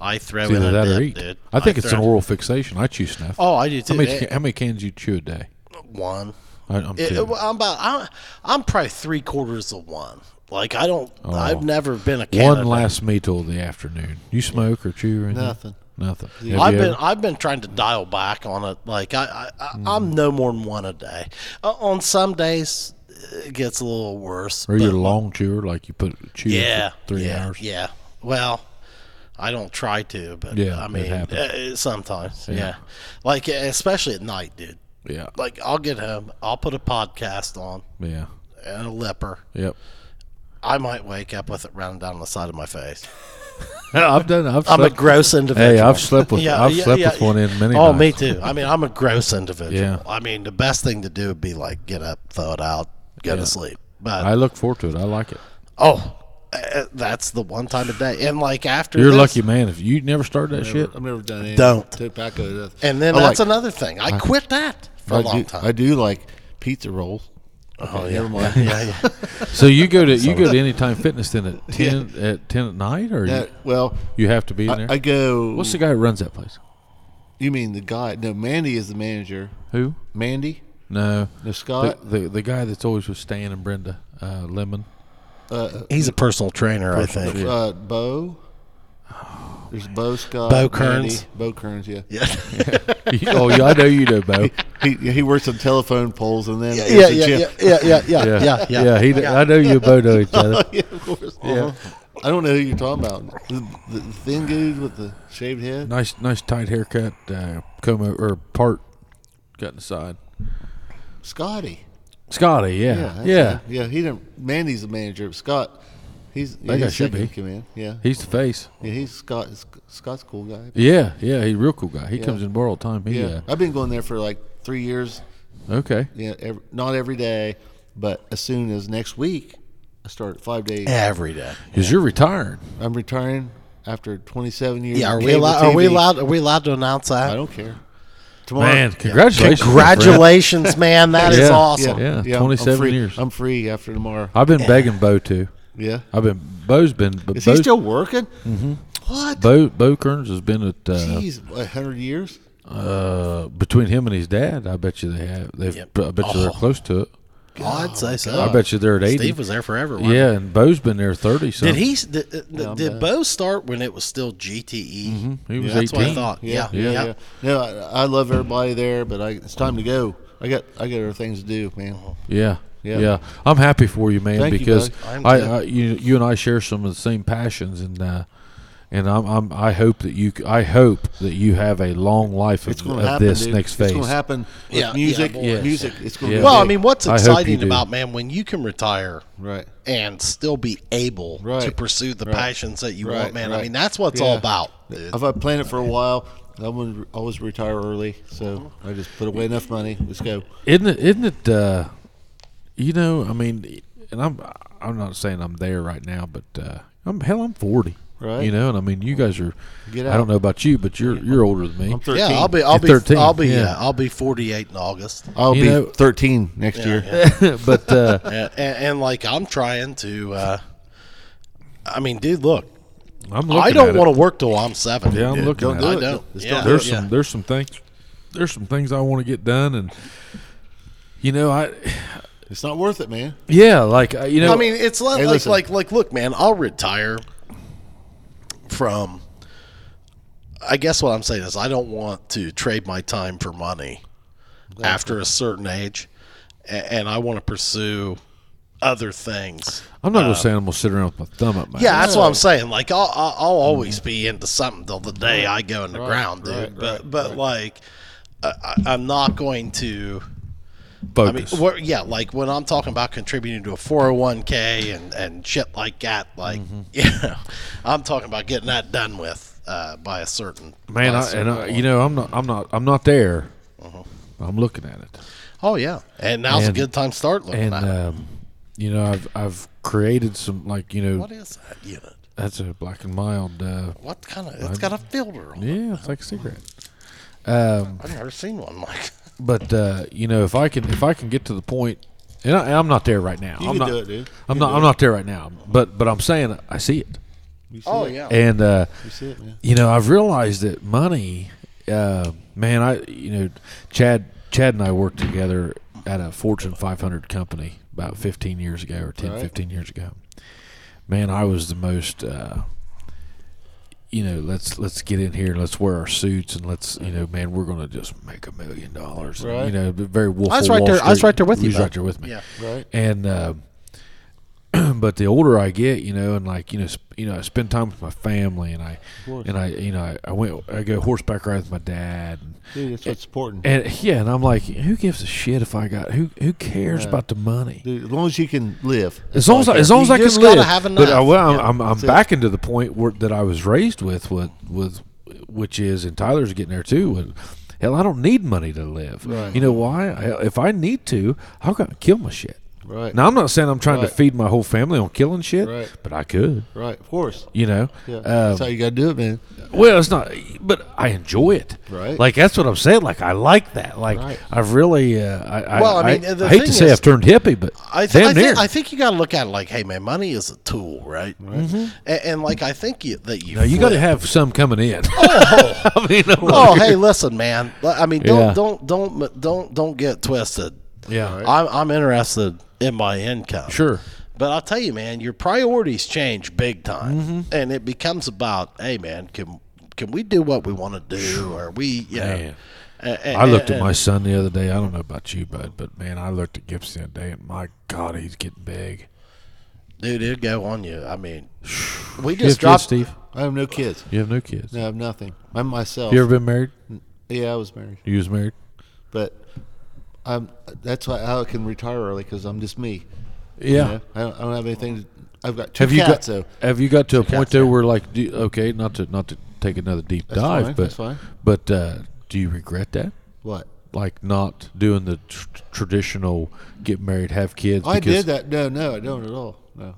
I throw It's in either a that dip, or eat. dude. I think it's throw- an oral fixation. I chew snuff. Oh, I do too. how many, It- how many cans you chew a day? one. I, I'm It- kidding. I'm about. I'm, I'm probably three quarters of one. Like I don't. I've never been a Oh. One candidate. lasts me till the afternoon. You smoke or chew or anything? Nothing. Nothing. Have I've you been ever- I've been trying to dial back on it. Like I, I, I I'm no more than one a day. Uh, on some days, it gets a little worse. Are you but- a long chewer? Like you put chew yeah, for three yeah, hours? Yeah. Well, I don't try to, but Yeah, I it mean, happens. uh, sometimes. Yeah. Like especially at night, dude. Yeah. Like I'll get home, I'll put a podcast on Yeah. and a lipper. Yep. I might wake up with it running down the side of my face. I've done. I've I'm a slept, gross individual. Hey, I've slept with. I've slept with one in many. Oh, nights. me too. I mean, I'm a gross individual. Yeah. I mean, the best thing to do would be like get up, throw it out, go to sleep. But I look forward to it. I like it. oh, uh, that's the one time a day. And like after You're a this- lucky man if you never started that shit. I've never done any Don't. tobacco. nothing. And then I that's like- another thing. I quit that for a I long do, time. I do like pizza rolls. oh yeah. never mind. yeah, yeah. So you go to you go to Anytime Fitness then at ten at ten at night, or That, you, well, you have to be in there. I, I go. What's the guy who runs that place? You mean the guy? No, Mandy is the manager. Who? Mandy? No, No, the, Scott. the the guy that's always with Stan and Brenda uh, Lemon. He's a personal trainer, I think. Uh, Bo. There's Bo Scott. Bo Mandy, Kearns. Bo Kearns, yeah. Yeah. oh yeah, I know you know Bo. He he works on telephone poles and then Yeah, there's a yeah, gym. yeah, yeah, yeah, yeah, yeah, yeah, yeah. He, I know you and Bo know each other. yeah, of course. Uh-huh. I don't know who you're talking about. The, the thin dude with the shaved head. Nice, nice tight haircut, uh, comb o- or part, cut in the side. Scotty. Scotty, Yeah, yeah, yeah. that's right. yeah. He didn't. Mandy's the manager of Scott. He's yeah, That guy he's should second be. in command. Yeah, He's the face. yeah. He's Scott. Scott's a cool guy. Yeah, yeah. He's a real cool guy. He comes in more all the time. He, Yeah. I've been going there for like three years. uh, okay. Yeah, ev not every day, but as soon as next week, I start five days. Every day. Because you're retiring. I'm retiring after 27 years. Yeah, of are we cable allowed? Are we TV. allowed? Are we allowed to announce that? I don't care. Tomorrow, Man, congratulations. my friend. Congratulations, man! That is Yeah. awesome. Yeah, I'm- 27 I'm free. years. I'm free after tomorrow. I've been begging Bo to. Yeah. I've been Bo's been. But Is Bo's, he still working? Mm-hmm. What? Bo Bo Kearns has been at uh, Jeez, a hundred years. uh, between him and his dad. I bet you they have. They've. Yep. I bet you they're Oh. close to it. I'd say so. Oh, I bet you they're at eighty. Steve was there forever. wasn't yeah, and Bo's been there thirty. So Did he? s- Did, did, did Bo start when it was still GTE? Mm-hmm. He was That's what I eighteen. thought. Yeah, yeah. yeah. yeah. No, I, I love everybody there, but I, it's time to go. I got I got other things to do, man. Yeah. Yeah. Yeah. I'm happy for you, man, Thank you, because bud. I am I, too. I you you and I share some of the same passions and uh and I'm, I'm I hope that you c- I hope that you have a long life of, It's going to of happen. this dude. next phase. It's going to happen. With Yeah, yeah, music, boy. Yes. music. It's going to Yeah. be Well, I big. mean, what's I hope you exciting do. about man when you can retire right. and still be able to Right. pursue the passions that you Right, want, man? I right. mean, that's what it's all Yeah. about. dude. If I plan it for a while, I would always retire early. So I just put away enough money. Let's go. Isn't it? Isn't it? Uh, you know, I mean, and I'm I'm not saying I'm there right now, but uh, I'm hell, I'm forty. Right. You know, and I mean, you guys are. Get I don't out. know about you, but you're you're older than me. I'm 13. Yeah, I'll be, You're I'll be, 13, I'll be, yeah. yeah, I'll be 48 in August. I'll You be know- 13 next year. but uh, and, and, and like I'm trying to. Uh, I mean, dude, look, I'm looking. I don't at want it. to work till I'm 70. Yeah, I'm dude. looking at I it. don't. Just Yeah, don't There's yeah. some there's some things there's some things I want to get done, and you know, I It's not worth it, man. yeah, like I- you know, I mean, it's like, Hey, like, listen. like, like, look, man, I'll retire from. I guess what I'm saying is I don't want to trade my time for money after a certain age, a- and I want to pursue other things. I'm not gonna say I'm gonna sit around with my thumb up my uh, Yeah, ass. that's what I'm saying. Like, I'll, I'll I'll always be into something till the day I go in the ground, dude. right, but but like, I, I- I'm not going to I mean, focus. what, yeah, like when I'm talking about contributing to a 401k and, and shit like that, like, Mm-hmm. you know, I'm talking about getting that done with uh, by a certain by a Man, I, and certain I, you know, I'm not, I'm not, I'm not there. Uh-huh. I'm looking at it, Oh yeah, and now's And- a good time to start looking and at it. um, you know, I've, I've created some like, you know, What is that unit? that's a black and mild. Uh, What kind of? It's got a filter on. it. yeah, it's like a cigarette. Um, I've never seen one like. but uh, you know, if I can, if I can get to the point, and I, I'm not there right now. You I'm can not, do it, dude. You I'm can not, do I'm it. not there right now. But, but I'm saying I see it, You see Oh it? yeah. and uh, You see it, man. you know, I've realized that money, uh, man. I, you know, Chad, Chad and I worked together at a Fortune 500 company about 15 years ago, or 10, Right. 15 years ago. Man, I was the most. Uh, you know, let's let's get in here. Let's wear our suits and let's, you know, man, we're gonna just make a million dollars. Right. You know, very wolf. I was of right Wall there- I was Street. right there with He you, was bud. right there with me yeah. Right. and uh, but the older I get, you know, and like you know, sp- you know, I spend time with my family, and I course. and I you know, I, I went I go horseback ride with my dad, and, Dude, that's what's important. and yeah, and I'm like, who gives a shit if I got who who cares Yeah. about the money? Dude, as long as you can live. As long as, I, as long as You I can just gotta live, have but I, enough. well, I'm, I'm, I'm that's it. back into the point where, that I was raised with, with, with, which is, and Tyler's getting there too. With, hell, I don't need money to live. Right. You know why? I, if I need to, I'm gonna kill my shit. Right. Now I'm not saying I'm trying Right. to feed my whole family on killing shit, Right. but I could. Right. Of course. You know. Yeah. Um, that's how you got to do it, man. well, it's not, but I enjoy it. Right. Like that's what I'm saying. Like I like that. Like Right. I've really. Uh, I, Well, I I, mean, the I hate to thing say is- I've turned hippie, but I, th- damn I, near. think, I think you got to look at it like, hey man, money is a tool, right? And, and like I think you, that you. Now you got to flip- have some coming in. Oh, I mean, I'm Oh like- hey, listen, man. Li- I mean, don't Yeah. don't don't don't don't get twisted. Yeah. Right. I'm I'm interested in my income. Sure. But I'll tell you, man, your priorities change big time, Mm-hmm. and it becomes about, hey, man, can can we do what we want to do? Or we, you know, Man. a- a- I looked at a- my son the other day. I don't know about you, bud, but man, I looked at Gibson the other day, and my God, he's getting big. dude. It'd go on you. I mean, we You have just kids, dropped. Steve. I have no kids. You have no kids. No, I have nothing. I'm myself. You ever been married? yeah, I was married, You was married. but I'm. That's why how I can retire early because I'm just me. Yeah. You know? I, don't, I don't have anything. To, I've got two Have you cats, got? though. Have you got to a point cats, though yeah. where like, do, okay, not to not to take another deep That's dive, fine, but that's fine. but uh, do you regret that? What? Like not doing the tr- traditional get married, have kids. I because did that. No, no, I don't at all. No,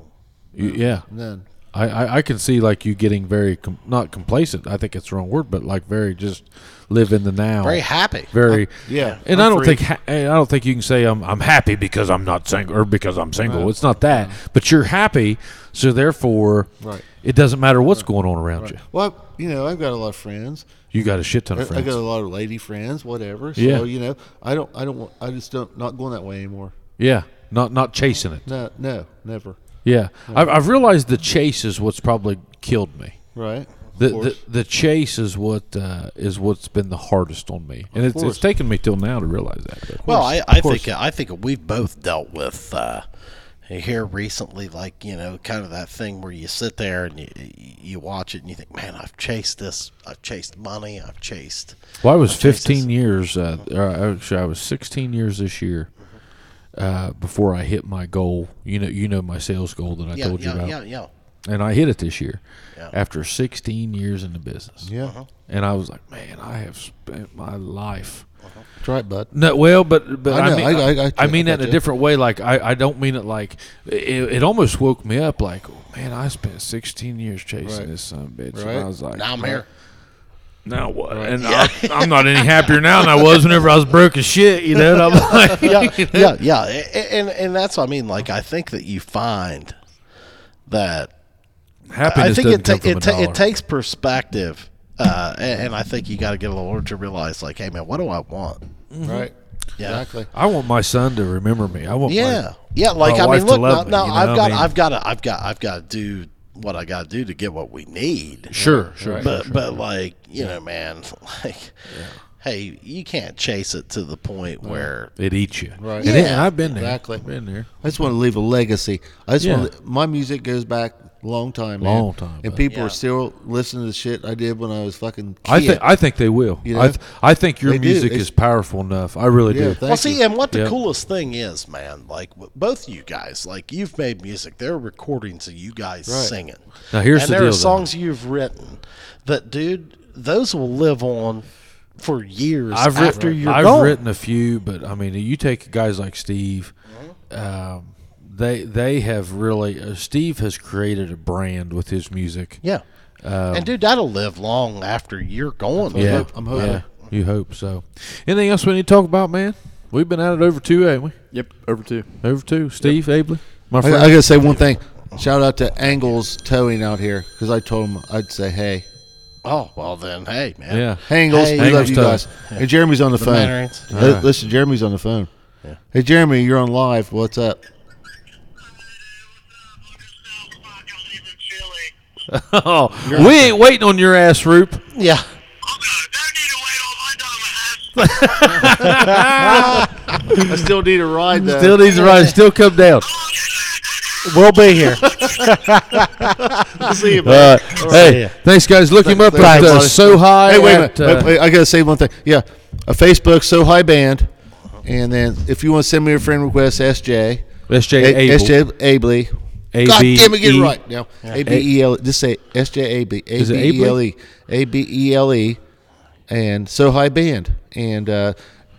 you- yeah. none. I, I, I can see like you getting very com- not complacent. I think it's the wrong word, but like very just live in the now. Very happy. Very Yeah, and I'm I don't free. think ha- eh, I don't think you can say um, I'm I'm happy because I'm not single or because I'm single. It's not that, but you're happy, so therefore, Right. it doesn't matter what's going on around you. Well, you know, I've got a lot of friends. You got a shit ton I, of I friends. got a lot of lady friends, whatever. So Yeah. you know, I don't, I don't, want, I just don't, not going that way anymore. yeah, not not chasing it. No, no, never. Yeah, I've, I've realized the chase is what's probably killed me. Right. Of The, the course. the chase is what uh, is what's been the hardest on me, and it's, it's course. taken me till now to realize that. but- Well, I, I think I think we've both dealt with uh, here recently, like you know, kind of that thing where you sit there and you you watch it and you think, man, I've chased this, I've chased money, I've chased. Well, I was Jesus. 15 years. Uh, or actually, I was 16 years this year uh, before I hit my goal. You know, you know my sales goal that I Yeah, told you yeah, about, yeah, yeah. and I hit it this year Yeah. after 16 years in the business. yeah. Uh-huh. and I was like, man, I have spent my life. Try it, bud. No, well, but but I I, know, mean, I- I I, got you, mean I that got in a you. different way. Like I, I don't mean it like it, it almost woke me up. Like, "Oh, man, I spent 16 years chasing Right. this son of a bitch, and Right. I was like, Now I'm here. now what? And I, I'm not any happier now than I was whenever I was broke as shit. You know, and I'm like, yeah, yeah, yeah. A- a- And and that's what I mean. Like I think that you find that happiness I doesn't think come it, from ta- it, a ta- dollar. it takes perspective, uh, a- and, I think you got to get a little older to realize, like, hey man, what do I want? Mm-hmm. Right. Yeah. Exactly. I want my son to remember me. I want, Yeah, My, yeah. Like my I wife mean, look, to now, love me, now you know I've what got, I mean? I've got, to, I've got, I've got to do what I got to do to get what we need. sure, sure. but but like you know, man, like hey, you can't chase it to the point where It eats you. Right. And, it- Yeah, and I've been there. exactly. Been there. I just want to leave a legacy. I just Yeah. want to, my music goes back a long time, man. Long time and back. people Yeah. are still listening to the shit I did when I was fucking. Kid. I think I think they will. You I know? th- I think your They do. music It's- is powerful enough. I really yeah, do. thank well, see, you. and what the Yeah. coolest thing is, man, like w- both you guys, like you've made music. There are recordings of you guys singing. Now, here's and the there are deal, though. songs you've written that, dude, those will live on for years I've writ- after you're I've gone. written a few, but I mean, you take guys like Steve. Um, they they have really uh, Steve has created a brand with his music. yeah, and dude, that'll live long after you're gone. I Um, Yeah, hope- I'm hoping. yeah, you hope so. Anything else we need to talk about, man? We've been at it over two, ain't we? Yep, over two. Over two, Steve Abley, my I, friend. I gotta say one thing. Shout out to Angles Towing out here because I told him I'd say hey. Oh well, then, hey, man. yeah, Hey, Angles, Hey, we Angles love you Towing. guys. Hey, Jeremy's on the, phone. Mandarins. Hey, Listen, Jeremy's on the phone. Hey, Jeremy, you're on live. What's up? oh, we ain't waiting on your ass, Roop. yeah. I still need a ride though. Still needs a ride. Still come down. We'll be here. see you, Uh, ya. hey, thanks, guys. Look him up Thanks, at thanks, uh, guys. So High. Hey, wait a at, minute. Wait, uh, wait, I gotta say one thing. Yeah, a Facebook so high band, and then if you want to send me a friend request, SJ, SJ A- Abel. SJ Abley. A- God B- damn it, get it E- right now. A B E L. Just say SJ Abley. A Is it B E L E. A B E L E, and so high band, and uh,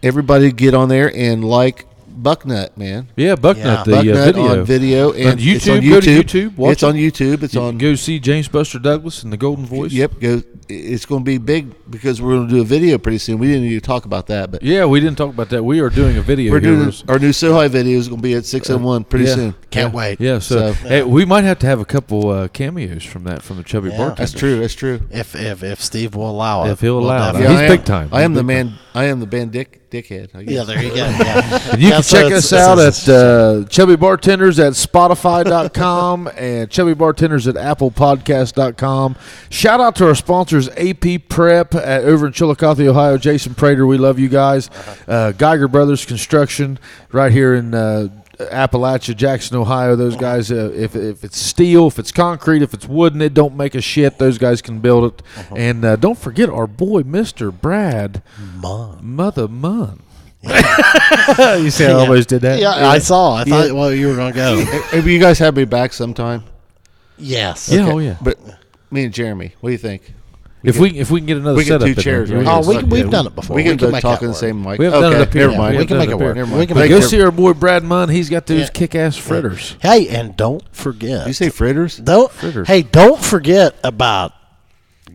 everybody get on there and like Bucknut, man. Yeah, Bucknut, the uh, Bucknut video. on video and It's on YouTube, YouTube. go to YouTube, watch it's it. on YouTube. It's on Go see James Buster Douglas and the Golden Voice. Yep, go. It's going to be big because we're going to do a video pretty soon. We didn't need to talk about that, but Yeah, we didn't talk about that. We are doing a video. we're here. doing our new so high video is going to be at six and one pretty Uh, yeah. soon. Can't wait. Yeah, so, So- hey, we might have to have a couple uh, cameos from that from the Chubby Yeah. Bartender. That's true. That's true. If if if Steve will allow it, If he'll we'll allow it. definitely- Yeah, he's I am, big time. I am He's the big man. I am the band dick dickhead. I guess. Yeah, there you go. Yeah. You Yeah, can so check it's- us out it's- at uh, Chubby Bartenders at Spotify.com and Chubby Bartenders at ApplePodcast.com. Shout out to our sponsors, AP Prep at, over in Chillicothe, Ohio. Jason Prater, we love you guys. Uh, Geiger Brothers Construction right here in. Uh, Appalachia, Jackson, Ohio. Those guys, uh, if, if it's steel, if it's concrete, if it's wooden, it don't make a shit. Those guys can build it. And uh, don't forget our boy, Mister Brad, Mom. Mother Mun. you see, I almost did that. Yeah, I saw. I thought well you were gonna go. Hey, will you guys have me back sometime. yes. Yeah, oh yeah. But me and Jeremy, what do you think? If we if we can get another We get setup, two in there, chairs, we'll right? get Oh, it we, started. we've Yeah, done it before. we can go make talk that in the work. same mic. We haven't done it up Okay, here. never mind. We We haven't can done make it it up work. here. We can But make go it see work. our boy Brad Munn. He's got those Yeah. kick-ass fritters. Hey, and don't forget. You say fritters? don't. Fritters. Hey, don't forget about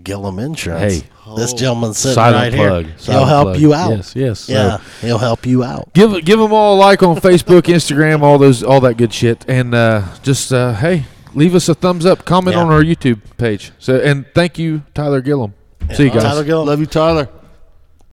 Gillum Insurance. Hey. this gentleman's sitting right Silent plug. here. Silent he'll help plug. you out. Yes, yes, so- Yeah, he'll help you out. Give give them all a like on Facebook, Instagram, all those all that good shit, and uh, just uh, hey, leave us a thumbs up, comment Yeah. on our YouTube page. So and thank you, Tyler Gillum. See you guys. Tyler Gillum. Love you, Tyler.